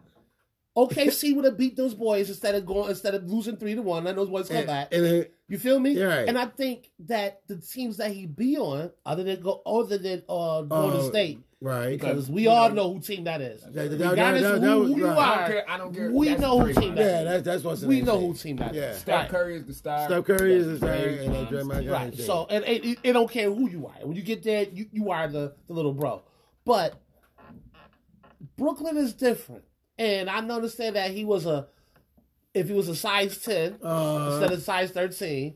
Speaker 2: OKC would have beat those boys instead of going instead of losing three to one. Let those boys come
Speaker 1: And,
Speaker 2: back.
Speaker 1: and it-
Speaker 2: You feel me?
Speaker 1: Yeah, right.
Speaker 2: And I think that the teams that he be on, other than go other than uh, Golden
Speaker 1: Uh,
Speaker 2: State,
Speaker 1: right.
Speaker 2: because we
Speaker 3: you
Speaker 2: all
Speaker 3: know-
Speaker 2: know who team that is.
Speaker 1: That- that-
Speaker 2: Regardless
Speaker 1: that-
Speaker 2: of
Speaker 1: that
Speaker 2: who,
Speaker 1: was-
Speaker 2: who you
Speaker 1: right.
Speaker 3: I
Speaker 2: are,
Speaker 3: don't care. I don't care.
Speaker 2: we
Speaker 3: That's
Speaker 2: know who
Speaker 3: Draymond.
Speaker 2: team that
Speaker 1: Yeah,
Speaker 2: is.
Speaker 1: that's that's what's
Speaker 2: we know who team that is.
Speaker 1: Yeah.
Speaker 3: Steph
Speaker 2: Right.
Speaker 3: Curry is the star.
Speaker 1: Steph Curry is
Speaker 3: That's
Speaker 1: the star,
Speaker 3: Draymond.
Speaker 1: and then Draymond Green.
Speaker 2: Right. So and it, it, it don't care who you are. When you get there, you, you are the, the little bro. But Brooklyn is different. And I noticed that he was a if he was a size 10 instead
Speaker 1: Uh,
Speaker 2: of size 13,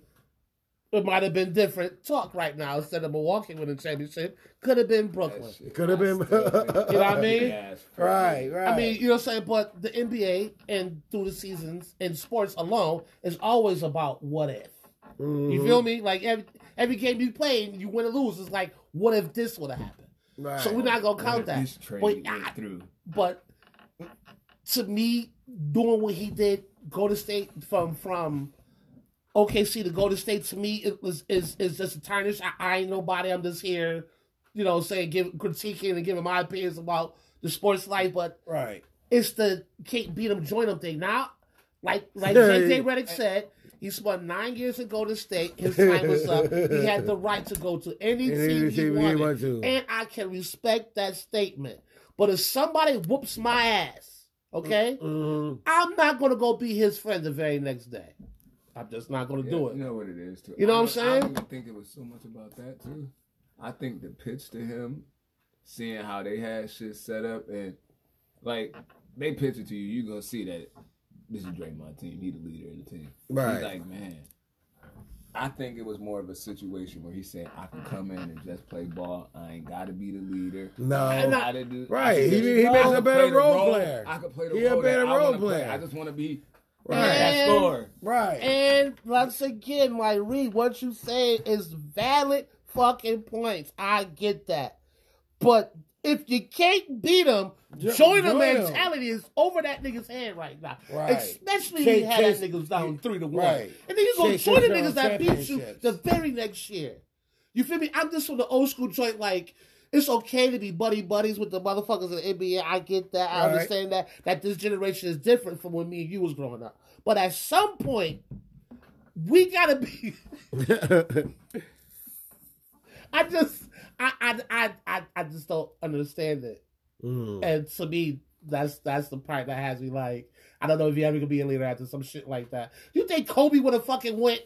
Speaker 2: it might have been different talk right now. Instead of Milwaukee winning championship, could have been Brooklyn.
Speaker 1: it could have been. you know
Speaker 2: You know what I mean?
Speaker 1: Right, right.
Speaker 2: I mean, you know what I'm saying? But the NBA and through the seasons and sports alone is always about what if. You
Speaker 1: Mm-hmm.
Speaker 2: feel me? Like every, every game you play, and you win or lose. It's like, what if this would have happened?
Speaker 1: Right.
Speaker 2: So we're not gonna count that.
Speaker 3: This trade
Speaker 2: Wait,
Speaker 3: went
Speaker 2: ah.
Speaker 3: through.
Speaker 2: But to me, doing what he did, go to state from from OKC to go to state to me it was is is just a tarnish. I, I ain't nobody. I'm just here, you know, saying give critiquing and giving my opinions about the sports life. But
Speaker 1: right.
Speaker 2: it's the can't beat 'em, join 'em thing. Now, like like
Speaker 1: Yeah,
Speaker 2: JJ
Speaker 1: yeah.
Speaker 2: Redick said, he spent nine years in Golden State. His time was up. He had the right to go to any
Speaker 1: Any
Speaker 2: team he
Speaker 1: team he
Speaker 2: wanted,
Speaker 1: went to.
Speaker 2: and I can respect that statement. But if somebody whoops my ass, okay,
Speaker 1: Mhm.
Speaker 2: I'm not gonna go be his friend the very next day. I'm just not gonna do it.
Speaker 3: You know what it is too.
Speaker 2: You know
Speaker 3: I
Speaker 2: what I'm
Speaker 3: don't- I
Speaker 2: saying?
Speaker 3: don't even think it was so much about that too. I think the pitch to him, seeing how they had shit set up and like they pitch it to you, you gonna see that this is Draymond team. He the leader of the team.
Speaker 1: Right.
Speaker 3: He's like, man. I think it was more of a situation where he said, "I can come in and just play ball. I ain't got to be the leader.
Speaker 1: No.
Speaker 3: I know
Speaker 2: And I-
Speaker 3: how to do." I
Speaker 1: Right.
Speaker 3: can
Speaker 1: He-
Speaker 3: just-
Speaker 1: he
Speaker 3: I
Speaker 1: makes
Speaker 3: can
Speaker 1: a better
Speaker 3: play the
Speaker 1: role player.
Speaker 3: I could play the
Speaker 1: He a
Speaker 3: role. that
Speaker 1: better
Speaker 3: I wanna
Speaker 1: role
Speaker 3: play.
Speaker 1: player.
Speaker 3: I just want to be
Speaker 1: Right.
Speaker 3: that scorer.
Speaker 1: Right.
Speaker 2: And once again, like Reed, what you say is valid fucking points. I get that. But if you can't beat them,
Speaker 1: Jo-
Speaker 2: join them
Speaker 1: join 'em.
Speaker 2: mentality is over that nigga's head right now.
Speaker 1: Right.
Speaker 2: Especially if
Speaker 1: Can't
Speaker 2: you had that
Speaker 1: chase-
Speaker 2: niggas down
Speaker 1: you-
Speaker 2: three to one.
Speaker 1: right.
Speaker 2: And then you gonna
Speaker 1: Can't
Speaker 2: join the
Speaker 1: chase down
Speaker 2: niggas that beat you
Speaker 1: championships.
Speaker 2: the very next year. You feel me? I'm just from the old school joint like it's okay to be buddy buddies with the motherfuckers in the NBA. I get that. I
Speaker 1: Right.
Speaker 2: understand that that this generation is different from when me and you was growing up. But at some point, we gotta be. I just, I, I, I, I, I just don't understand it.
Speaker 1: Mm.
Speaker 2: And to me, that's that's the part that has me like, I don't know if you ever gonna be a leader after some shit like that. You think Kobe would have fucking went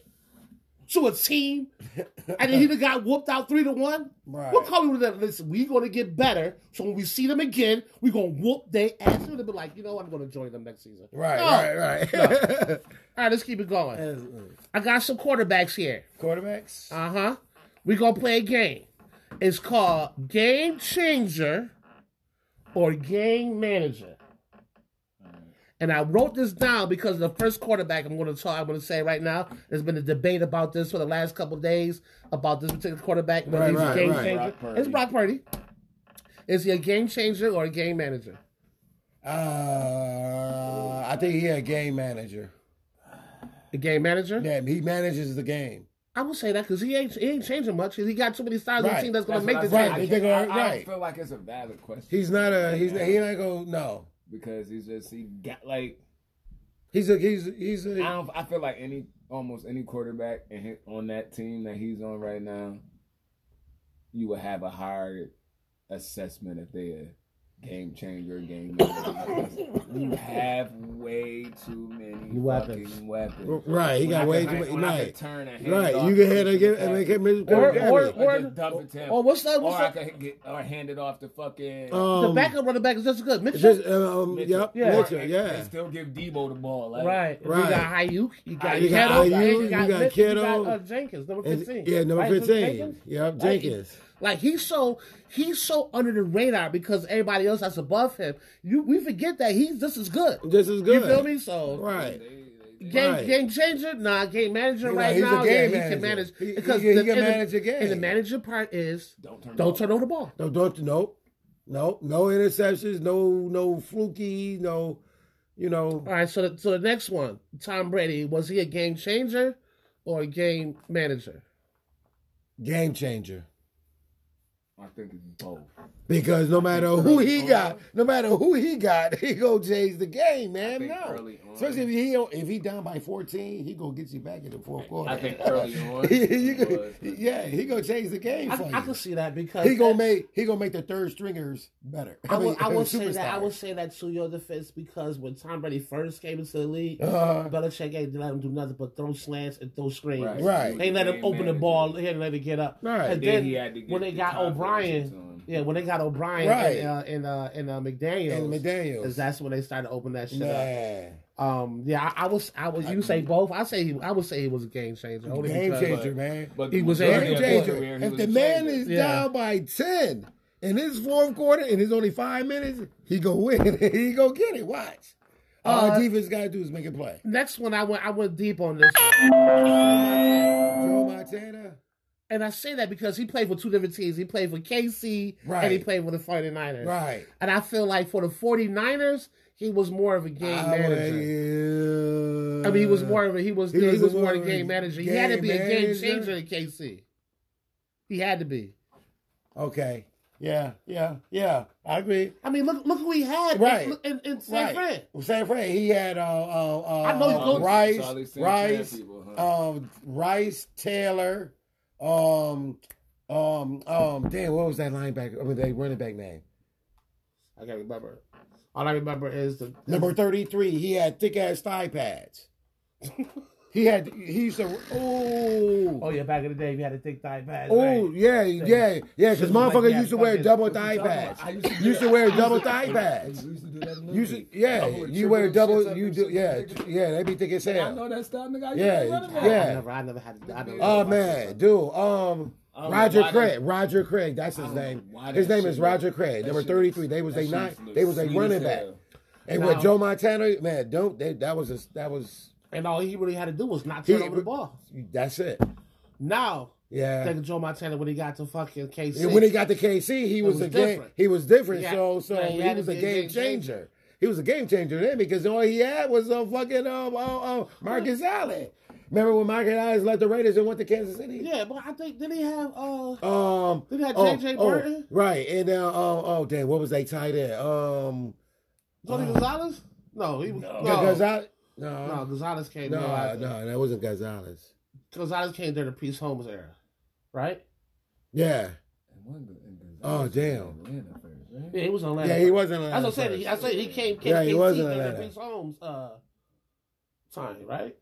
Speaker 2: to a team and then he'd have got whooped out three to one?
Speaker 1: Right.
Speaker 2: What Kobe would have listen? We gonna get better, so when we see them again, we gonna whoop their ass. He would have been like, you know, what? I'm gonna join them next season.
Speaker 1: Right,
Speaker 2: No.
Speaker 1: right, right,
Speaker 2: All right, let's keep it going.
Speaker 1: As, uh,
Speaker 2: I got some quarterbacks here.
Speaker 1: Quarterbacks?
Speaker 2: Uh huh. we going to play a game. It's called Game Changer or Game Manager. And I wrote this down because the first quarterback I'm going to talk, I'm going to say right now, there's been a debate about this for the last couple of days about this particular quarterback. Whether
Speaker 1: Right,
Speaker 2: he's
Speaker 1: right,
Speaker 2: a game
Speaker 1: right.
Speaker 2: changer.
Speaker 3: Brock Purdy.
Speaker 2: It's Brock Purdy. Is he a game changer or a game manager?
Speaker 1: Uh, I think he a game manager.
Speaker 2: A game manager?
Speaker 1: Yeah, he manages the game.
Speaker 2: I would say that because he ain't, he ain't changing much. 'cause He got too many stars on the
Speaker 1: Right.
Speaker 2: team that's going
Speaker 3: That's
Speaker 2: to make
Speaker 3: what
Speaker 2: the
Speaker 3: I
Speaker 2: team.
Speaker 3: said.
Speaker 1: Right,
Speaker 3: I
Speaker 1: they
Speaker 3: can't-
Speaker 1: go,
Speaker 3: I- I don't
Speaker 1: right.
Speaker 3: feel like it's a valid question.
Speaker 1: He's not a. He's not, he not go. No,
Speaker 3: because he's just he got like
Speaker 1: he's a. He's he's
Speaker 3: I
Speaker 1: a.
Speaker 3: don't. I feel like any almost any quarterback in his, on that team that he's on right now, you would have a higher assessment if they a game changer, game manager. you have way too many
Speaker 2: Weapons.
Speaker 3: fucking weapons.
Speaker 1: Right, he
Speaker 3: When I
Speaker 1: got
Speaker 3: could
Speaker 1: way
Speaker 3: hand-
Speaker 1: too
Speaker 3: when I could
Speaker 1: Right,
Speaker 3: turn a
Speaker 1: right.
Speaker 3: handoff
Speaker 1: You can hit
Speaker 3: to
Speaker 1: again
Speaker 3: the
Speaker 1: and make
Speaker 3: guy,
Speaker 1: him miss.
Speaker 2: Or-
Speaker 1: damage.
Speaker 2: or-
Speaker 3: just dump it to him.
Speaker 2: Oh, what's that? What's
Speaker 3: Or I
Speaker 2: that?
Speaker 3: could get or hand it off to fucking.
Speaker 2: the
Speaker 1: um,
Speaker 2: backup running back is just as good. Mitchell.
Speaker 1: Just, um,
Speaker 3: Mitchell.
Speaker 1: yep,
Speaker 2: Yeah.
Speaker 1: Mitchell,
Speaker 3: and-
Speaker 1: yeah.
Speaker 3: and still give Debo the ball. Like,
Speaker 2: Right. You
Speaker 1: Right.
Speaker 2: got Hayuk. You got
Speaker 1: You got
Speaker 2: Kittle.
Speaker 1: Ayuk,
Speaker 2: and You got,
Speaker 1: you got
Speaker 2: Mitch- You
Speaker 1: Kittle.
Speaker 2: got uh, Jenkins, number
Speaker 1: And-
Speaker 2: 15.
Speaker 1: yeah, number
Speaker 2: Right, is it
Speaker 1: 15.
Speaker 2: Jenkins?
Speaker 1: Yep,
Speaker 2: Like,
Speaker 1: Jenkins.
Speaker 2: Like, he's so he's so under the radar because everybody else that's above him. You we forget that he's just as good.
Speaker 1: Just as good.
Speaker 2: You feel me? So
Speaker 1: Right.
Speaker 2: game
Speaker 1: Right.
Speaker 2: game changer, nah. Game manager
Speaker 1: You know,
Speaker 2: right
Speaker 1: he's a
Speaker 2: now,
Speaker 1: game
Speaker 2: yeah, he
Speaker 1: manager.
Speaker 2: can manage
Speaker 1: He- he-
Speaker 2: because
Speaker 1: he
Speaker 2: the,
Speaker 1: can
Speaker 2: and the-
Speaker 1: manage a game.
Speaker 2: And the manager part is
Speaker 3: Don't turn. it
Speaker 2: don't
Speaker 3: over.
Speaker 2: turn over the ball.
Speaker 1: No, don't no, no, no interceptions, no, no fluky, no, you know.
Speaker 2: All right, so the, so the next one, Tom Brady, was he a game changer or a game manager?
Speaker 1: game changer.
Speaker 3: I think it's both.
Speaker 1: Because no matter who he got, no matter who he got, he gonna change the game,
Speaker 3: I
Speaker 1: man.
Speaker 3: think
Speaker 1: No,
Speaker 3: early on-
Speaker 1: especially if he don't- if he down by fourteen, he gonna get you back in the fourth quarter.
Speaker 3: I think early
Speaker 1: You
Speaker 3: on. it
Speaker 1: could-
Speaker 3: was, but
Speaker 1: yeah, he gonna change the game for
Speaker 2: I, I
Speaker 1: you.
Speaker 2: can see that because
Speaker 1: He gonna make he gonna make the third stringers better.
Speaker 2: I will, I
Speaker 1: mean,
Speaker 2: will say that. I
Speaker 1: superstars.
Speaker 2: will say that to your defense because when Tom Brady first came into the league,
Speaker 1: Uh,
Speaker 2: Belichick ain't let him do nothing but throw slants and throw screens.
Speaker 1: Right.
Speaker 2: They let him open the ball. They didn't let him get up.
Speaker 1: Right.
Speaker 2: And
Speaker 3: Then
Speaker 2: then,
Speaker 3: he had to get
Speaker 2: when they
Speaker 3: the
Speaker 2: got
Speaker 3: confidence
Speaker 2: O'Brien,
Speaker 3: into him.
Speaker 2: Yeah, when they got O'Brien
Speaker 1: Right.
Speaker 2: and uh, and, uh, and uh, McDaniel,
Speaker 1: And McDaniels.
Speaker 2: because that's when they started to open that shit up.
Speaker 1: Man.
Speaker 2: Um, yeah, I, I was, I was. You say both? I say, he, I would say he was a game changer. Only
Speaker 1: Game
Speaker 2: because-
Speaker 1: changer, man.
Speaker 4: But
Speaker 2: He was a
Speaker 4: majority
Speaker 1: Game
Speaker 4: of
Speaker 2: Yeah,
Speaker 4: his
Speaker 1: changer.
Speaker 4: career, he
Speaker 1: If
Speaker 4: was a
Speaker 1: the man
Speaker 4: changer.
Speaker 1: is
Speaker 2: Yeah.
Speaker 1: down by ten in his fourth quarter and it's only five minutes, he go win. he go get it. Watch. All
Speaker 2: Uh,
Speaker 1: defense got to do is make a play.
Speaker 2: Next one, I went, I went deep on this, one.
Speaker 1: Joe Montana.
Speaker 2: and I say that because he played for two different teams. He played for KC, and he
Speaker 1: Right.
Speaker 2: played for the 49ers.
Speaker 1: Right.
Speaker 2: And I feel like for the 49ers, he was more of a game manager. I mean, he was more of a he was he, was, more of a game manager. He had to be a game
Speaker 1: manager.
Speaker 2: changer in KC. He had to be.
Speaker 1: Okay. Yeah. Yeah. Yeah. I agree.
Speaker 2: I mean, look look who he had
Speaker 1: Right.
Speaker 2: in, in, in San
Speaker 1: right.
Speaker 2: Fran.
Speaker 1: Well, San Fran. He had uh, uh, uh,
Speaker 2: I know you
Speaker 1: uh,
Speaker 2: go-
Speaker 1: Rice,
Speaker 4: Charlie Sinclair
Speaker 1: Rice,
Speaker 4: people, huh?
Speaker 1: um, Rice, Taylor, um, um, um. Damn, what was that linebacker? I mean, that running back name.
Speaker 2: I can't remember. All I remember is the
Speaker 1: Number thirty-three. He had thick ass thigh pads. he had. He's a. Oh.
Speaker 2: Oh yeah, back in the day, we had a thick thigh pad.
Speaker 1: Oh yeah, yeah, yeah. Because
Speaker 2: Like,
Speaker 1: motherfucker
Speaker 2: yeah,
Speaker 1: used to wear
Speaker 2: fucking-
Speaker 1: double
Speaker 2: what you
Speaker 1: thigh
Speaker 2: talking
Speaker 1: pads.
Speaker 4: I used to do
Speaker 1: You used to
Speaker 4: that.
Speaker 1: wear
Speaker 4: I used
Speaker 1: double
Speaker 4: to-
Speaker 1: thigh pads.
Speaker 4: We used to do that in
Speaker 1: You
Speaker 4: Liberty.
Speaker 1: should, yeah,
Speaker 4: I would
Speaker 1: you
Speaker 4: triple
Speaker 1: wear
Speaker 4: them shits
Speaker 1: double.
Speaker 4: up
Speaker 1: You
Speaker 4: and
Speaker 1: do,
Speaker 4: shit.
Speaker 1: yeah, yeah. They be thick as
Speaker 4: I
Speaker 1: hell.
Speaker 4: know that stuff, nigga. I used
Speaker 1: Yeah,
Speaker 4: to run it back.
Speaker 1: yeah.
Speaker 2: I never, I never had. I never
Speaker 1: Oh man, dude. Um,
Speaker 4: Um,
Speaker 1: Roger
Speaker 4: why
Speaker 1: Craig.
Speaker 4: they-
Speaker 1: Roger Craig. That's his
Speaker 4: don't know
Speaker 1: name.
Speaker 4: why
Speaker 1: His
Speaker 4: that
Speaker 1: name
Speaker 4: shit
Speaker 1: is
Speaker 4: look-
Speaker 1: Number Craig.
Speaker 4: that
Speaker 1: They were
Speaker 4: shit-
Speaker 1: thirty three. They was
Speaker 4: that
Speaker 1: a
Speaker 4: shit
Speaker 1: nine.
Speaker 4: looks
Speaker 1: They was a
Speaker 4: sweet as
Speaker 1: running back.
Speaker 4: hell.
Speaker 1: And
Speaker 2: Now-
Speaker 1: with Joe Montana, man, don't they, that was a, that was
Speaker 2: And all he really had to do was not turn
Speaker 1: He-
Speaker 2: over the ball.
Speaker 1: that's it.
Speaker 2: Now, think
Speaker 1: Yeah.
Speaker 2: of Joe Montana when he got to fucking KC.
Speaker 1: And when he got to KC, he was,
Speaker 2: was
Speaker 1: a game.
Speaker 2: different.
Speaker 1: He was different.
Speaker 2: Yeah.
Speaker 1: So so
Speaker 2: Yeah, he
Speaker 1: he,
Speaker 2: had to
Speaker 1: was a
Speaker 2: be a
Speaker 1: game,
Speaker 2: game
Speaker 1: changer.
Speaker 2: changer.
Speaker 1: He was a game changer then because all he had was a fucking um uh, uh, Marcus Allen. Remember when Marcus Allen left the Raiders and went to Kansas City?
Speaker 2: yeah, but I think did he have uh
Speaker 1: Um,
Speaker 2: They got
Speaker 1: oh,
Speaker 2: J.J.
Speaker 1: oh,
Speaker 2: Burton?
Speaker 1: right? And uh, oh, oh, damn, what was they tight end? Um,
Speaker 2: Tony
Speaker 1: Uh,
Speaker 2: Gonzalez? No, he
Speaker 4: No.
Speaker 2: no.
Speaker 1: no. Gonzalez? No,
Speaker 2: No,
Speaker 1: no,
Speaker 2: Gonzalez came. there
Speaker 1: no,
Speaker 2: after.
Speaker 1: that wasn't Gonzalez.
Speaker 2: Gonzalez came during the Peace Holmes era, right?
Speaker 1: Yeah,
Speaker 4: And one good- and good-
Speaker 1: Oh, damn.
Speaker 4: Atlanta first, right?
Speaker 2: Yeah, he was in Atlanta.
Speaker 1: yeah, he wasn't. uh,
Speaker 2: That's what
Speaker 1: Atlanta
Speaker 2: I'm saying. He- I said he came. came
Speaker 1: Yeah, he
Speaker 2: KC
Speaker 1: was in
Speaker 2: during the
Speaker 1: Atlanta.
Speaker 2: Peace Holmes uh, time, right?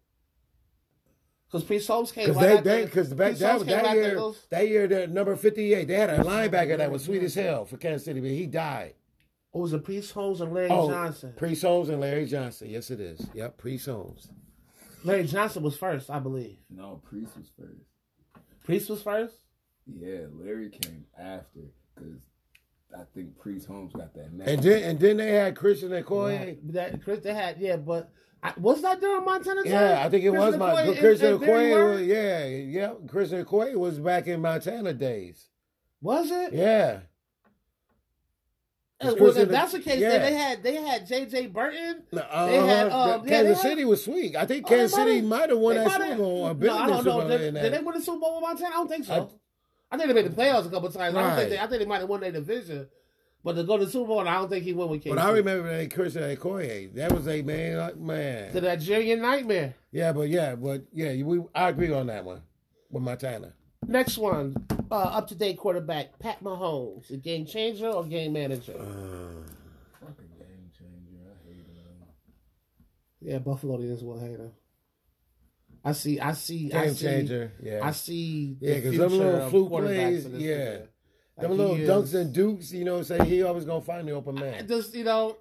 Speaker 2: Because Peace Holmes came.
Speaker 1: Because
Speaker 2: right
Speaker 1: they,
Speaker 2: after-
Speaker 1: they, because back
Speaker 2: Pete Holmes
Speaker 1: that,
Speaker 2: came
Speaker 1: that
Speaker 2: right after
Speaker 1: year,
Speaker 2: those-
Speaker 1: that year, the number fifty-eight, they had a linebacker that was sweet as hell for Kansas City, but he died.
Speaker 2: It was a Peace Holmes and Larry
Speaker 1: Oh,
Speaker 2: Johnson.
Speaker 1: Priest Holmes and Larry Johnson. Yes, it is. Yep, Priest Holmes.
Speaker 2: Larry Johnson was first, I believe.
Speaker 4: No, Priest was first.
Speaker 2: Priest was first.
Speaker 4: Yeah, Larry came after because I think Priest Holmes got that neck.
Speaker 1: And then, and then they had Christian Okoye.
Speaker 2: But That Chris they had, yeah, but I, was that during Montana? time?
Speaker 1: Yeah, I think it was
Speaker 2: Christian
Speaker 1: my
Speaker 2: Okoye and-
Speaker 1: Christian
Speaker 2: and Barry Word?
Speaker 1: Okoye. Was, yeah, yeah, Christian Okoye was back in Montana days.
Speaker 2: Was it?
Speaker 1: Yeah,
Speaker 2: Well,
Speaker 1: Christian-
Speaker 2: if that's the case,
Speaker 1: yeah.
Speaker 2: then they had they had J.J. Burton.
Speaker 1: Uh,
Speaker 2: They had, um,
Speaker 1: Kansas
Speaker 2: yeah, they had-
Speaker 1: City was sweet. I think
Speaker 2: Oh, they
Speaker 1: Kansas City
Speaker 2: might've-
Speaker 1: might have won
Speaker 2: They
Speaker 1: that
Speaker 2: might've-
Speaker 1: Super Bowl. Or been
Speaker 2: no, I
Speaker 1: in the
Speaker 2: don't
Speaker 1: Super
Speaker 2: know.
Speaker 1: Bowl
Speaker 2: Did,
Speaker 1: in
Speaker 2: did they
Speaker 1: that.
Speaker 2: win the Super Bowl with Montana? I don't think so.
Speaker 1: I-
Speaker 2: I, think they made the playoffs a couple times. I don't think
Speaker 1: Right.
Speaker 2: they, I think they might have won their division, but to go to the Super Bowl, I don't think he won with KC.
Speaker 1: But I remember that Christian Okoye. That was a man, like
Speaker 2: the
Speaker 1: man.
Speaker 2: Nigerian nightmare.
Speaker 1: Yeah, but yeah, but yeah, we I agree on that one with Montana.
Speaker 2: Next one, uh, up to date quarterback Pat Mahomes, a game changer or game manager?
Speaker 4: Fucking game changer. I hate him.
Speaker 2: yeah, Buffalo is one hater. I see. I see. I
Speaker 1: Game
Speaker 2: see,
Speaker 1: changer. Yeah,
Speaker 2: I see.
Speaker 1: Yeah, 'cause them little fluke plays, yeah. them little dunks
Speaker 2: and.
Speaker 1: and dukes. You know, what I'm saying he always gonna find the open man.
Speaker 2: just you know,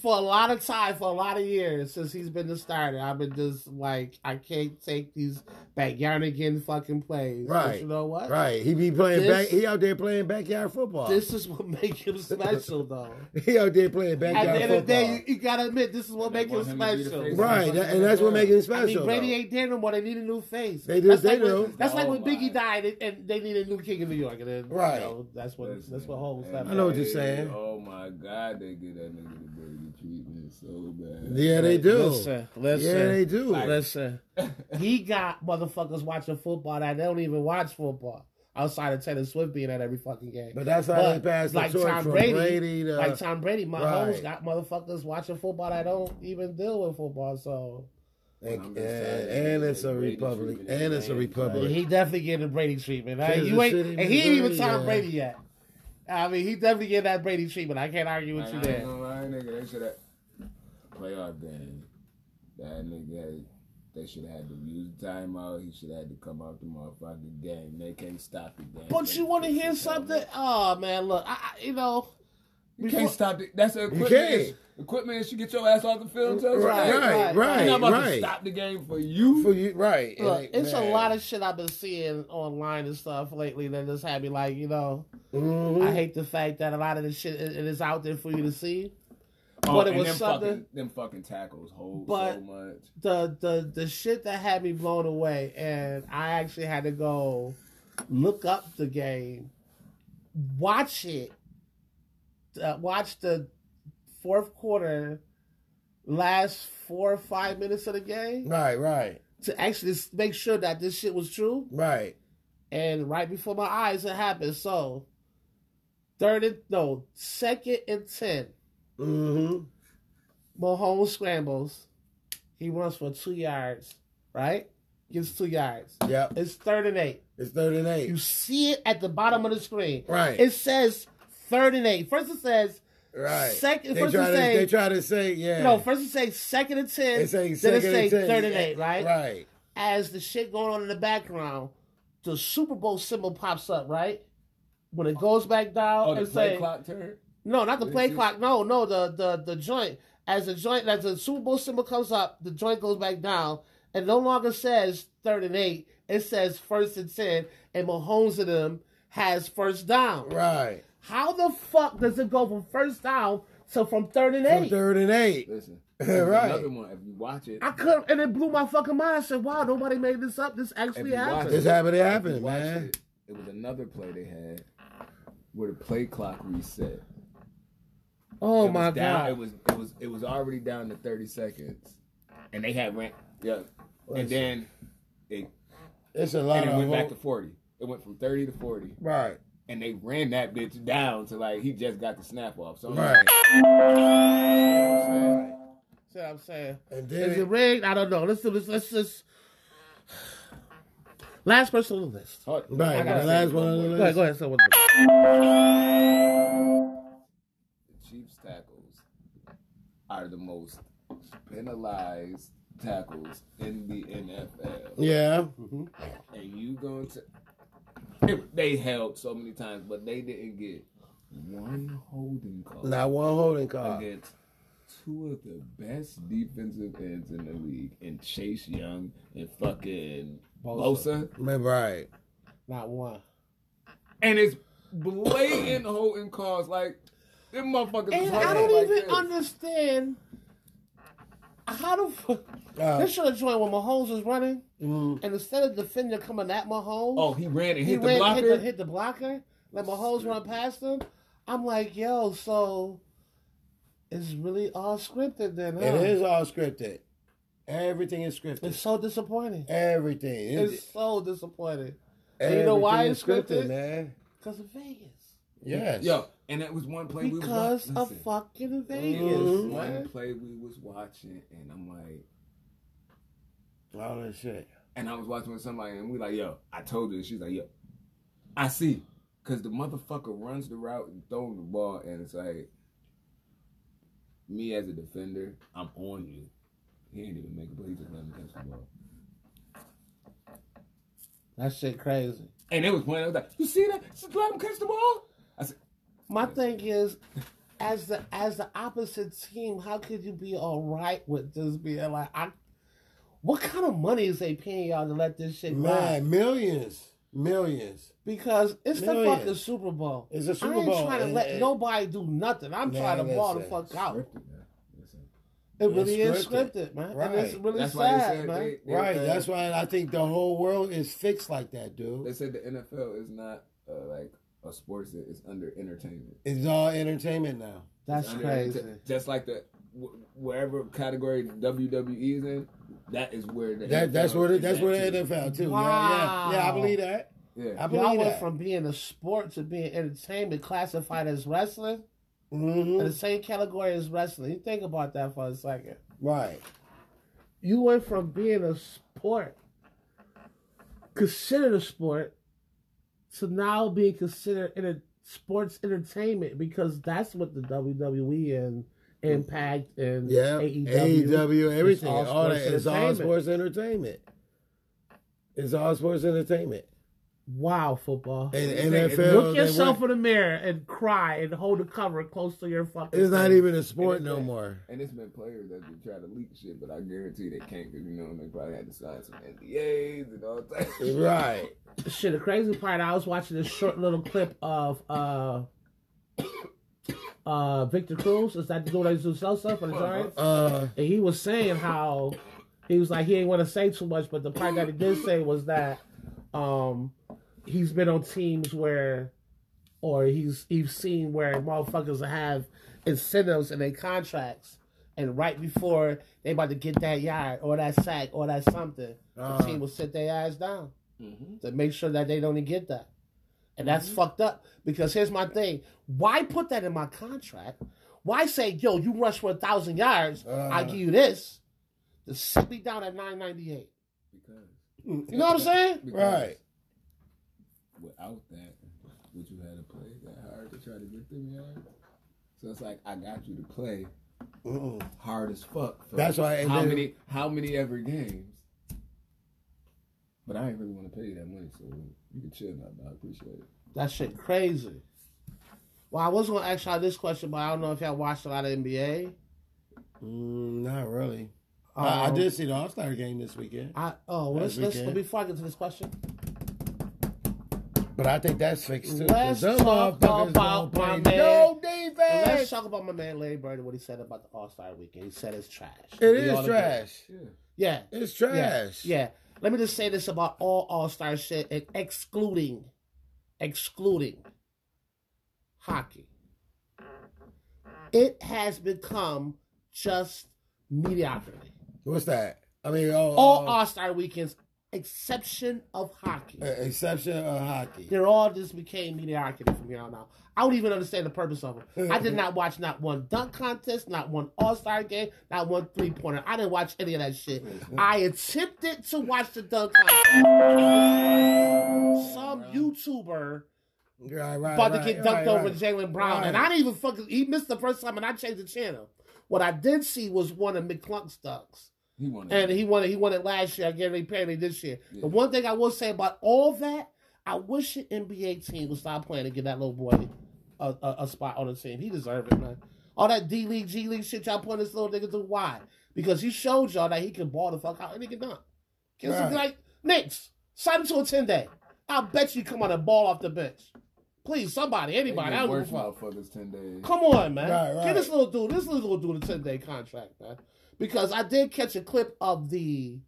Speaker 2: for a lot of time, for a lot of years since he's been the starter, I've been just like, I can't take these again fucking plays. But
Speaker 1: Right.
Speaker 2: you know what?
Speaker 1: Right, he be playing
Speaker 2: This-
Speaker 1: back. He out there playing backyard football.
Speaker 2: This is what makes him special, though.
Speaker 1: he out there playing
Speaker 2: At
Speaker 1: backyard
Speaker 2: the end
Speaker 1: football.
Speaker 2: of the day, you, you gotta admit this is what
Speaker 4: They
Speaker 2: makes him
Speaker 4: want him to be the
Speaker 2: special.
Speaker 4: face.
Speaker 1: right, that- and that's what makes it special.
Speaker 2: I mean, Brady
Speaker 1: though.
Speaker 2: ain't there no more. They need a new face.
Speaker 1: They do-
Speaker 2: That's
Speaker 1: they
Speaker 2: like
Speaker 1: do.
Speaker 2: When, that's like
Speaker 4: Oh
Speaker 2: when Biggie
Speaker 4: my.
Speaker 2: died, and, and they need a new king of New York. And then, you
Speaker 1: Right.
Speaker 2: know, that's what
Speaker 4: Listen,
Speaker 2: that's what Holmes.
Speaker 4: and
Speaker 1: I know what
Speaker 4: they-
Speaker 1: you're saying.
Speaker 4: Oh my God, they get that nigga the Brady treatment so bad.
Speaker 1: Yeah, they do.
Speaker 2: Listen, listen.
Speaker 1: Yeah, they do.
Speaker 2: Listen, he got motherfuckers watching football that they don't even watch football outside of Taylor Swift being at every fucking game.
Speaker 1: but that's how they pass the
Speaker 2: like
Speaker 1: torch
Speaker 2: Tom
Speaker 1: from
Speaker 2: Brady,
Speaker 1: Brady, to
Speaker 2: like Tom Brady, my
Speaker 1: Right.
Speaker 2: homes got motherfuckers watching football that don't even deal with football. So
Speaker 1: and,
Speaker 4: I'm
Speaker 1: and,
Speaker 4: just saying,
Speaker 1: and it's a
Speaker 4: Brady
Speaker 1: republic.
Speaker 4: treatment
Speaker 1: And it's a
Speaker 4: is
Speaker 1: republic.
Speaker 4: Right.
Speaker 2: he definitely getting Brady treatment. Right?
Speaker 1: Kansas
Speaker 2: You ain't,
Speaker 1: City,
Speaker 2: and he ain't even
Speaker 1: Missouri,
Speaker 2: Tom
Speaker 1: yeah.
Speaker 2: Brady yet. I mean, he definitely getting that Brady treatment. I can't argue
Speaker 4: Like,
Speaker 2: with you
Speaker 4: I ain't
Speaker 2: there.
Speaker 4: gonna lie, nigga. They should have playoff game. That nigga,
Speaker 3: They should have had to use the timeout. He should have had to come out the motherfucking game. They can't stop the game.
Speaker 2: But
Speaker 3: They
Speaker 2: you want to
Speaker 3: can't
Speaker 2: hear
Speaker 3: stop
Speaker 2: something?
Speaker 3: it.
Speaker 2: Oh man, look, I, I you know,
Speaker 3: You can't stop it. That's the equipment.
Speaker 1: can't.
Speaker 3: issue. Equipment issue. Get your ass off the field. Right,
Speaker 1: Right, right,
Speaker 3: You're not about to
Speaker 1: right.
Speaker 3: stop the game for you.
Speaker 1: For you, right?
Speaker 2: Look,
Speaker 1: Like,
Speaker 2: it's a
Speaker 1: man.
Speaker 2: lot of shit I've been seeing online and stuff lately that just had me like, you know,
Speaker 1: Mhm.
Speaker 2: I hate the fact that a lot of this shit it, it is out there for you to see.
Speaker 3: Oh,
Speaker 2: But it
Speaker 3: and
Speaker 2: was
Speaker 3: them
Speaker 2: something-
Speaker 3: Fucking, them fucking tackles hold
Speaker 2: But-
Speaker 3: so much.
Speaker 2: The the the shit that had me blown away, and I actually had to go look up the game, watch it, uh, watch the fourth quarter, last four or five minutes of the game
Speaker 1: Right, right,
Speaker 2: to actually s- make sure that this shit was true.
Speaker 1: right.
Speaker 2: and right before my eyes it happened. So third and no, second and ten.
Speaker 1: hmm
Speaker 2: Mahomes scrambles. He runs for two yards, right? Gets two yards.
Speaker 1: Yep.
Speaker 2: It's third and eight.
Speaker 1: It's third and
Speaker 2: You
Speaker 1: eight.
Speaker 2: see it at the bottom of the screen.
Speaker 1: Right.
Speaker 2: It says third and eight. First it says
Speaker 1: Right.
Speaker 2: second-
Speaker 1: they
Speaker 2: first
Speaker 1: try
Speaker 2: you
Speaker 1: to
Speaker 2: say-
Speaker 1: they try to say yeah.
Speaker 2: no, first it says second and ten.
Speaker 1: they say
Speaker 2: then it
Speaker 1: second
Speaker 2: say
Speaker 1: and ten.
Speaker 2: third and eight, right?
Speaker 1: Right.
Speaker 2: As the shit going on in the background, the Super Bowl symbol pops up, right? When it goes back down,
Speaker 3: Oh, the
Speaker 2: it
Speaker 3: play
Speaker 2: say-
Speaker 3: clock turn.
Speaker 2: No, not the play
Speaker 3: This is-
Speaker 2: clock. No, no, the the the joint. As the joint, as the Super Bowl symbol comes up, the joint goes back down, and no longer says third and eight. It says first and ten, and Mahomes and them has first down.
Speaker 1: Right.
Speaker 2: How the fuck does it go from first down to from third and
Speaker 1: From
Speaker 2: eight?
Speaker 1: third and eight.
Speaker 3: Listen, there's another
Speaker 1: right.
Speaker 3: one. If you watch it,
Speaker 2: I couldn't, and it blew my fucking mind. I said, "Wow, nobody made this up. This
Speaker 3: if
Speaker 2: actually
Speaker 3: you watch
Speaker 2: happened."
Speaker 1: This happened. It
Speaker 3: if you
Speaker 1: happened,
Speaker 3: watch
Speaker 1: man.
Speaker 3: It, it was another play they had where the play clock reset.
Speaker 2: Oh
Speaker 3: It
Speaker 2: my
Speaker 3: was down- It
Speaker 2: god!
Speaker 3: was it was it was already down to thirty seconds, and they had ran. Yeah, and then it
Speaker 1: It's a lot
Speaker 3: and it
Speaker 1: of
Speaker 3: went back to
Speaker 1: hope.
Speaker 3: forty. It went from thirty to forty,
Speaker 1: right.
Speaker 3: and they ran that bitch down to like he just got the snap off. So I'm like,
Speaker 1: Right. Right.
Speaker 2: See what I'm saying?
Speaker 1: And
Speaker 2: Is it
Speaker 1: then
Speaker 2: rigged? I don't know. Let's do this. Let's just last person on the list.
Speaker 3: hold-
Speaker 1: Right,
Speaker 3: I gotta
Speaker 1: the
Speaker 3: say
Speaker 1: last
Speaker 3: this
Speaker 1: one on the
Speaker 3: more.
Speaker 1: list.
Speaker 2: Go ahead, go ahead. So what?
Speaker 3: The Chiefs tackles are the most penalized tackles in the NFL.
Speaker 1: yeah.
Speaker 2: Mm-hmm.
Speaker 3: and you going to it, they held so many times, but they didn't get one holding call
Speaker 1: Not one holding call.
Speaker 3: against two of the best defensive ends in the league, and Chase Young and fucking Bosa,
Speaker 1: Man, Right.
Speaker 2: Not one.
Speaker 3: and it's blatant holding calls like them motherfuckers. is
Speaker 2: And I
Speaker 3: hugging
Speaker 2: don't
Speaker 3: like
Speaker 2: even
Speaker 3: this.
Speaker 2: understand how the fuck
Speaker 1: Uh,
Speaker 2: this should have joined when Mahomes was running,
Speaker 1: mm,
Speaker 2: and instead of defender coming at Mahomes,
Speaker 3: Oh, he ran and hit
Speaker 2: he
Speaker 3: the
Speaker 2: ran
Speaker 3: blocker.
Speaker 2: hit the hit the blocker. Let Mahomes run past him. I'm like, yo, so it's really all scripted then, huh?
Speaker 1: It is all scripted. Everything is
Speaker 2: It's
Speaker 1: scripted.
Speaker 2: so disappointing.
Speaker 1: Everything.
Speaker 2: It's so disappointing
Speaker 1: everything
Speaker 2: you know why
Speaker 1: is
Speaker 2: it's scripted?
Speaker 1: man?
Speaker 2: because of Vegas.
Speaker 1: Yes.
Speaker 3: Yo, and that was one play we was
Speaker 2: Because
Speaker 3: wa-
Speaker 2: of
Speaker 3: listen. Mm-hmm.
Speaker 2: fucking Vegas.
Speaker 1: Mhm.
Speaker 3: one
Speaker 2: man.
Speaker 3: play we was watching, and I'm like.
Speaker 1: All that shit.
Speaker 3: and I was watching with somebody, and we like, yo, I told you. And she's like, yo, I see. Because the motherfucker runs the route and throwing the ball, and it's like, me as a defender, I'm on you. He ain't even make a play, he just let me catch the ball.
Speaker 2: That shit crazy.
Speaker 3: And it was pointing, I was like, you see that? Just let him catch the ball? I said,
Speaker 2: My thing is, as the as the opposite team, how could you be all right with this being like, I, what kind of money is they paying y'all to let this shit
Speaker 1: Man,
Speaker 2: ride?
Speaker 1: millions. Millions.
Speaker 2: Because it's the
Speaker 1: Millions.
Speaker 2: fucking Super Bowl.
Speaker 1: It's a Super
Speaker 2: I ain't
Speaker 1: Bowl,
Speaker 2: trying to
Speaker 1: and-
Speaker 2: let
Speaker 1: and-
Speaker 2: nobody do nothing. I'm
Speaker 1: Man,
Speaker 2: trying to ball the
Speaker 1: listen.
Speaker 2: fuck out.
Speaker 3: scripted, man. Listen.
Speaker 2: It really is
Speaker 1: It's scripted.
Speaker 2: scripted, man. And it's
Speaker 1: Right.
Speaker 2: really
Speaker 3: That's why they
Speaker 2: sad,
Speaker 3: said,
Speaker 2: man.
Speaker 3: they, they-
Speaker 1: Right.
Speaker 3: they-
Speaker 1: That's why I think the whole world is fixed like that,
Speaker 3: they
Speaker 1: dude.
Speaker 3: said the NFL is not uh, like a sports, it's under entertainment.
Speaker 1: It's all entertainment now.
Speaker 2: That's
Speaker 3: Under
Speaker 2: crazy.
Speaker 3: entertain- Just like the wh- wherever category
Speaker 4: E
Speaker 3: WWE is in, that is where the
Speaker 1: That that's
Speaker 3: NFL
Speaker 1: what it,
Speaker 3: is
Speaker 1: that's
Speaker 3: at,
Speaker 1: what the
Speaker 3: too.
Speaker 1: NFL too. Yeah, yeah, yeah. I believe that.
Speaker 3: Yeah,
Speaker 1: I
Speaker 2: Y'all
Speaker 1: believe
Speaker 2: went
Speaker 1: that.
Speaker 2: from being a sport to being entertainment, classified as wrestling, in
Speaker 1: hmm
Speaker 2: the same category as wrestling. You think about that for a second.
Speaker 1: Right.
Speaker 2: you went from being a sport, considered a sport, to now being considered in a sports entertainment because that's what the WWE E and Impact and
Speaker 1: Yeah, E
Speaker 2: AEW.
Speaker 1: AEW, everything.
Speaker 2: E all
Speaker 1: All,
Speaker 2: sports
Speaker 1: that. It's all
Speaker 2: entertainment.
Speaker 1: sports entertainment. It's all sports entertainment.
Speaker 2: Wow, football.
Speaker 1: And
Speaker 4: think-
Speaker 1: NFL.
Speaker 2: Look
Speaker 1: they
Speaker 2: yourself
Speaker 1: want-
Speaker 2: in the mirror and cry and hold the cover close to your fucking.
Speaker 1: it's not
Speaker 2: face.
Speaker 1: even a sport no
Speaker 4: Anything.
Speaker 1: more.
Speaker 4: And it's been players that been trying to leak shit, but I guarantee they can't because you know they probably had to sign some NDAs and all that.
Speaker 1: Right.
Speaker 2: Shit, the crazy part, I was watching this short little clip of uh uh Victor Cruz. Is that the dude that used to sell stuff for the Giants?
Speaker 1: Uh,
Speaker 2: And he was saying how he was like he ain't want to say too much, but the part that he did say was that um he's been on teams where or he's he's seen where motherfuckers have incentives in their contracts and right before they about to get that yard or that sack or that something,
Speaker 1: uh,
Speaker 2: the team will sit their ass down
Speaker 4: Mm-hmm.
Speaker 2: to make sure that they don't even get that. And that's
Speaker 1: Mm-hmm.
Speaker 2: fucked up because here's my thing: why put that in my contract? Why say, "Yo, you rush for a thousand yards, I
Speaker 1: Uh.
Speaker 2: give you this"? To sit me down at nine ninety eight.
Speaker 4: Because,
Speaker 1: mm,
Speaker 2: You know what I'm saying?
Speaker 1: Right.
Speaker 4: Without that, would you have to play that hard to try to get them yards? So it's like I got you to play
Speaker 1: mm.
Speaker 4: hard as fuck. For
Speaker 1: That's why- and
Speaker 4: How
Speaker 1: then-
Speaker 4: many? How many ever games? But I ain't really want to pay you that money, so you can chill now. But I appreciate it.
Speaker 2: That shit crazy. Well, I was gonna ask y'all this question, but I don't know if y'all watched a lot of NBA.
Speaker 1: Mm, not really. I, I
Speaker 2: Um,
Speaker 1: did see the All Star game this weekend,
Speaker 2: I oh, well,
Speaker 1: As
Speaker 2: let's
Speaker 1: we
Speaker 2: let's
Speaker 1: can.
Speaker 2: before I get to this question,
Speaker 1: but I think that's fixed too. 'cause
Speaker 2: Let's
Speaker 1: them
Speaker 2: talk
Speaker 1: motherfuckers
Speaker 2: about
Speaker 1: don't
Speaker 2: my
Speaker 1: play
Speaker 2: man.
Speaker 1: No
Speaker 2: let's
Speaker 1: defense.
Speaker 2: talk about my man Larry Bird and what he said about the All Star Weekend. He said it's trash.
Speaker 1: It
Speaker 2: We all
Speaker 1: is
Speaker 2: agree.
Speaker 1: trash.
Speaker 4: Yeah.
Speaker 2: Yeah,
Speaker 1: It's
Speaker 2: Yeah,
Speaker 1: trash.
Speaker 2: Yeah. Let me just say this about all All Star shit, and excluding, excluding hockey. It has become just mediocrity.
Speaker 1: What's that? I mean, oh,
Speaker 2: All
Speaker 1: oh,
Speaker 2: All Star weekends, exception of hockey,
Speaker 1: uh, exception of hockey.
Speaker 2: they're all just became mediocrity from here on out. I don't even understand the purpose of them. I did not watch not one dunk contest, not one All Star game, not one three pointer. I didn't watch any of that shit.
Speaker 1: Mm-hmm.
Speaker 2: I attempted to watch the dunk contest. Some YouTuber
Speaker 1: Right, right,
Speaker 2: about
Speaker 1: right,
Speaker 2: to get dunked
Speaker 1: right,
Speaker 2: over
Speaker 1: right.
Speaker 2: Jalen Brown, and
Speaker 1: Right.
Speaker 2: I didn't even fucking. He missed the first time, and I changed the channel. What I did see was one of McClunk's dunks.
Speaker 4: He wanted.
Speaker 2: And he won it. He won it last year. I guarantee he played it this year.
Speaker 4: Yeah.
Speaker 2: The one thing I will say about all that, I wish the NBA team would stop playing and give that little boy a, a, a spot on the team. He deserved it, man. All that D League, G League shit y'all putting this little nigga through. Why? Because he showed y'all that he can ball the fuck out and he can dunk. Kids
Speaker 1: Right.
Speaker 2: like Knicks, sign him to a ten day. I'll bet you come on and ball off the bench. Please, somebody,
Speaker 4: They
Speaker 2: anybody. I
Speaker 4: been
Speaker 2: don't give
Speaker 4: worse
Speaker 2: a fuck.
Speaker 4: motherfuckers ten days.
Speaker 2: Come on, man.
Speaker 1: Right, right.
Speaker 2: Give this little dude, this little dude a 10 day contract, man. Because I did catch a clip of the,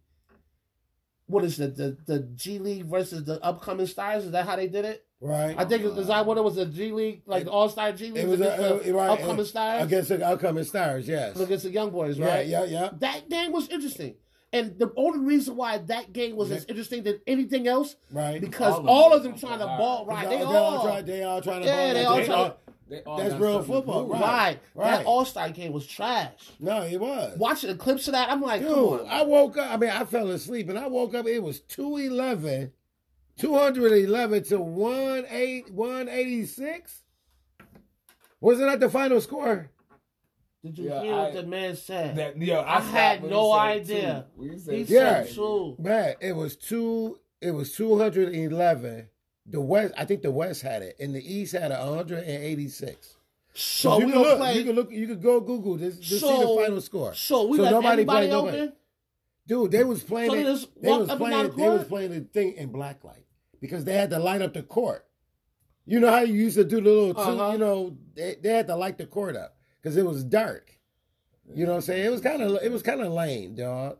Speaker 2: what is it, the, the G League versus the upcoming stars? Is that how they did it?
Speaker 1: Right.
Speaker 2: I think, it- is that what it was, the G League, like
Speaker 1: It-
Speaker 2: All Star G League?
Speaker 1: it was
Speaker 2: against
Speaker 1: a-
Speaker 2: the
Speaker 1: uh, right,
Speaker 2: upcoming
Speaker 1: uh,
Speaker 2: stars?
Speaker 1: against the upcoming stars. Yes.
Speaker 2: Against the Young Boys, right?
Speaker 1: Yeah, yeah, yeah.
Speaker 2: That game was interesting. And the only reason why that game was as interesting than anything else,
Speaker 1: Right.
Speaker 2: because
Speaker 4: All of
Speaker 2: all
Speaker 4: them
Speaker 2: of them trying to
Speaker 4: are
Speaker 2: ball
Speaker 4: hard.
Speaker 2: right.
Speaker 1: They,
Speaker 2: They
Speaker 1: all
Speaker 2: all
Speaker 1: try, they all trying to.
Speaker 2: Yeah,
Speaker 1: ball
Speaker 2: they
Speaker 1: that
Speaker 2: all
Speaker 1: they
Speaker 2: tryna-
Speaker 1: all-
Speaker 4: They all
Speaker 1: That's
Speaker 4: got
Speaker 1: real
Speaker 4: something to
Speaker 1: football,
Speaker 4: prove.
Speaker 1: right.
Speaker 2: right.
Speaker 1: Right.
Speaker 2: That All Star game was trash.
Speaker 1: No, it was.
Speaker 2: watching the clips of that, I'm like, come
Speaker 1: Dude,
Speaker 2: on.
Speaker 1: I woke up. I mean, I fell asleep, and I woke up. It was 211, 211 to 18 186. Wasn't that the final score?
Speaker 2: Did you
Speaker 4: Yeah,
Speaker 2: hear what
Speaker 4: I-
Speaker 2: the man said?
Speaker 4: That, yo,
Speaker 2: I
Speaker 4: I, stopped
Speaker 2: had
Speaker 4: when
Speaker 2: no
Speaker 4: he said
Speaker 2: idea.
Speaker 4: Two. When you
Speaker 2: he
Speaker 4: said
Speaker 1: Yeah.
Speaker 2: said true.
Speaker 1: Man, it was two. It was 211. The West, I think the West had it, and the East had 186.
Speaker 2: So
Speaker 1: you can
Speaker 2: we don't
Speaker 1: look,
Speaker 2: play.
Speaker 1: You can look. You can go Google this. Just see
Speaker 2: So-
Speaker 1: the final score.
Speaker 2: so we
Speaker 1: so
Speaker 2: let
Speaker 1: nobody
Speaker 2: everybody
Speaker 1: played nobody.
Speaker 2: open.
Speaker 1: Dude, they was playing.
Speaker 2: So they
Speaker 1: it-
Speaker 2: just
Speaker 1: they
Speaker 2: walked
Speaker 1: was
Speaker 2: up and
Speaker 1: playing.
Speaker 2: down the
Speaker 1: they was
Speaker 2: court?
Speaker 1: playing the thing in blacklight because they had to light up the court. You know how you used to do the little. 2
Speaker 2: Uh-huh.
Speaker 1: You know they, they had to light the court up because it was dark. You know what I'm saying? It was kind of it was kind of lame, dog.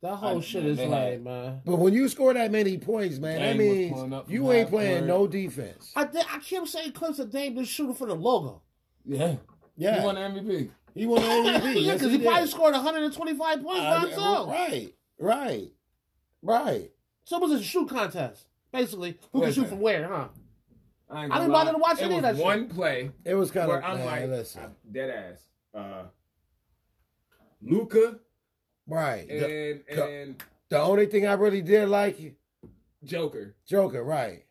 Speaker 2: That whole
Speaker 4: I-
Speaker 2: shit is
Speaker 4: they had-
Speaker 2: lame, man.
Speaker 1: But when you score that many points, man, that
Speaker 4: Dame was pulling
Speaker 1: means
Speaker 4: up from
Speaker 1: you ain't
Speaker 4: half
Speaker 1: playing
Speaker 4: court.
Speaker 1: no defense.
Speaker 2: I think I kept saying clips of Dame just shooting for the logo.
Speaker 4: Yeah.
Speaker 1: yeah,
Speaker 4: He won the MVP.
Speaker 1: he won the MVP.
Speaker 2: yeah,
Speaker 1: Yes,
Speaker 2: because he,
Speaker 1: did.
Speaker 2: probably scored 125 points by
Speaker 1: I-
Speaker 2: himself.
Speaker 1: Right, right, right.
Speaker 2: So it was a shoot contest, basically. Who can
Speaker 4: Listen.
Speaker 2: shoot from where, huh?
Speaker 4: I,
Speaker 2: I didn't bother to watch
Speaker 4: it
Speaker 2: any of
Speaker 4: was
Speaker 2: that shit.
Speaker 4: one play
Speaker 1: It was kind
Speaker 4: where
Speaker 1: of.
Speaker 4: I'm like,
Speaker 1: listen,
Speaker 4: I'm dead ass. Uh, Luca
Speaker 1: right. The,
Speaker 4: and
Speaker 1: the-
Speaker 4: and
Speaker 1: the only thing I really did like
Speaker 4: Joker
Speaker 1: Joker, right?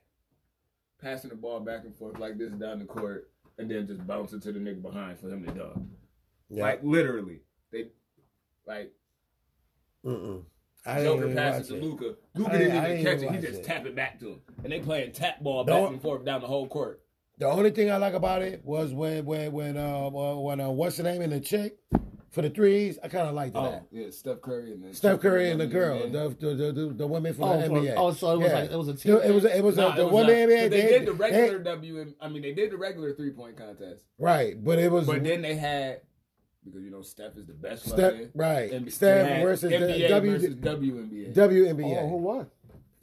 Speaker 4: passing the ball back and forth like this down the court, and then just bouncing to the nigga behind for him to dunk.
Speaker 1: Yeah.
Speaker 3: Like literally, they like
Speaker 1: Mm-mm. I didn't
Speaker 3: Joker
Speaker 1: even
Speaker 3: passes to
Speaker 1: watch it.
Speaker 3: Luca. Luca
Speaker 1: I
Speaker 3: didn't
Speaker 1: didn't- I
Speaker 3: even
Speaker 1: didn't
Speaker 3: catch it.
Speaker 1: even
Speaker 3: He
Speaker 1: watch
Speaker 3: just
Speaker 1: it.
Speaker 3: tap it back to him, and they playing tap ball
Speaker 1: Don't-
Speaker 3: back and forth down the whole court.
Speaker 1: The only thing I like about it was when when when uh when when, uh what's the name and the chick for the threes. I kind of liked
Speaker 3: Oh Mm-hmm.
Speaker 1: that.
Speaker 3: yeah, Steph Curry and then
Speaker 1: Steph Curry and the girl,
Speaker 3: No,
Speaker 1: the the, the, the, the women from
Speaker 2: Oh,
Speaker 1: the
Speaker 2: for-
Speaker 1: NBA.
Speaker 2: oh, so it was like- it was a team
Speaker 1: It was it was a, the
Speaker 3: it was
Speaker 1: women
Speaker 3: not-
Speaker 1: NBA.
Speaker 3: they did the regular WM. I mean, they did the regular three point contest,
Speaker 1: right, but it was
Speaker 3: but then they had because you know Steph is the best.
Speaker 1: Steph
Speaker 3: player.
Speaker 1: right.
Speaker 3: And
Speaker 1: Steph
Speaker 3: they had
Speaker 1: versus
Speaker 3: NBA
Speaker 1: the w,
Speaker 3: versus WNBA.
Speaker 1: WNBA.
Speaker 2: Oh, who won?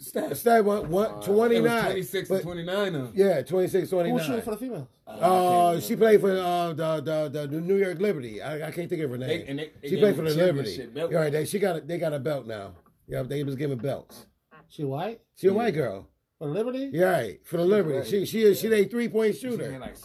Speaker 3: Steph.
Speaker 1: Steph went one,
Speaker 3: It
Speaker 1: 29.
Speaker 3: was 26 to
Speaker 1: but-
Speaker 3: 29. Though.
Speaker 1: Yeah, 26,
Speaker 2: Who
Speaker 1: 29.
Speaker 2: was shooting for the females?
Speaker 1: Uh, she played for uh, the, the the the New York Liberty. I, I can't think of her name.
Speaker 3: They- and they- they
Speaker 1: she
Speaker 3: gave
Speaker 1: played for
Speaker 3: her
Speaker 1: the
Speaker 3: championship
Speaker 1: Liberty.
Speaker 3: belt.
Speaker 1: All right, they, she got a, they got a belt now. Yeah, they was giving belts.
Speaker 2: She white?
Speaker 1: She a white girl.
Speaker 2: For Liberty?
Speaker 1: Yeah, right for the Liberty. She she is she a three point shooter.
Speaker 3: Like,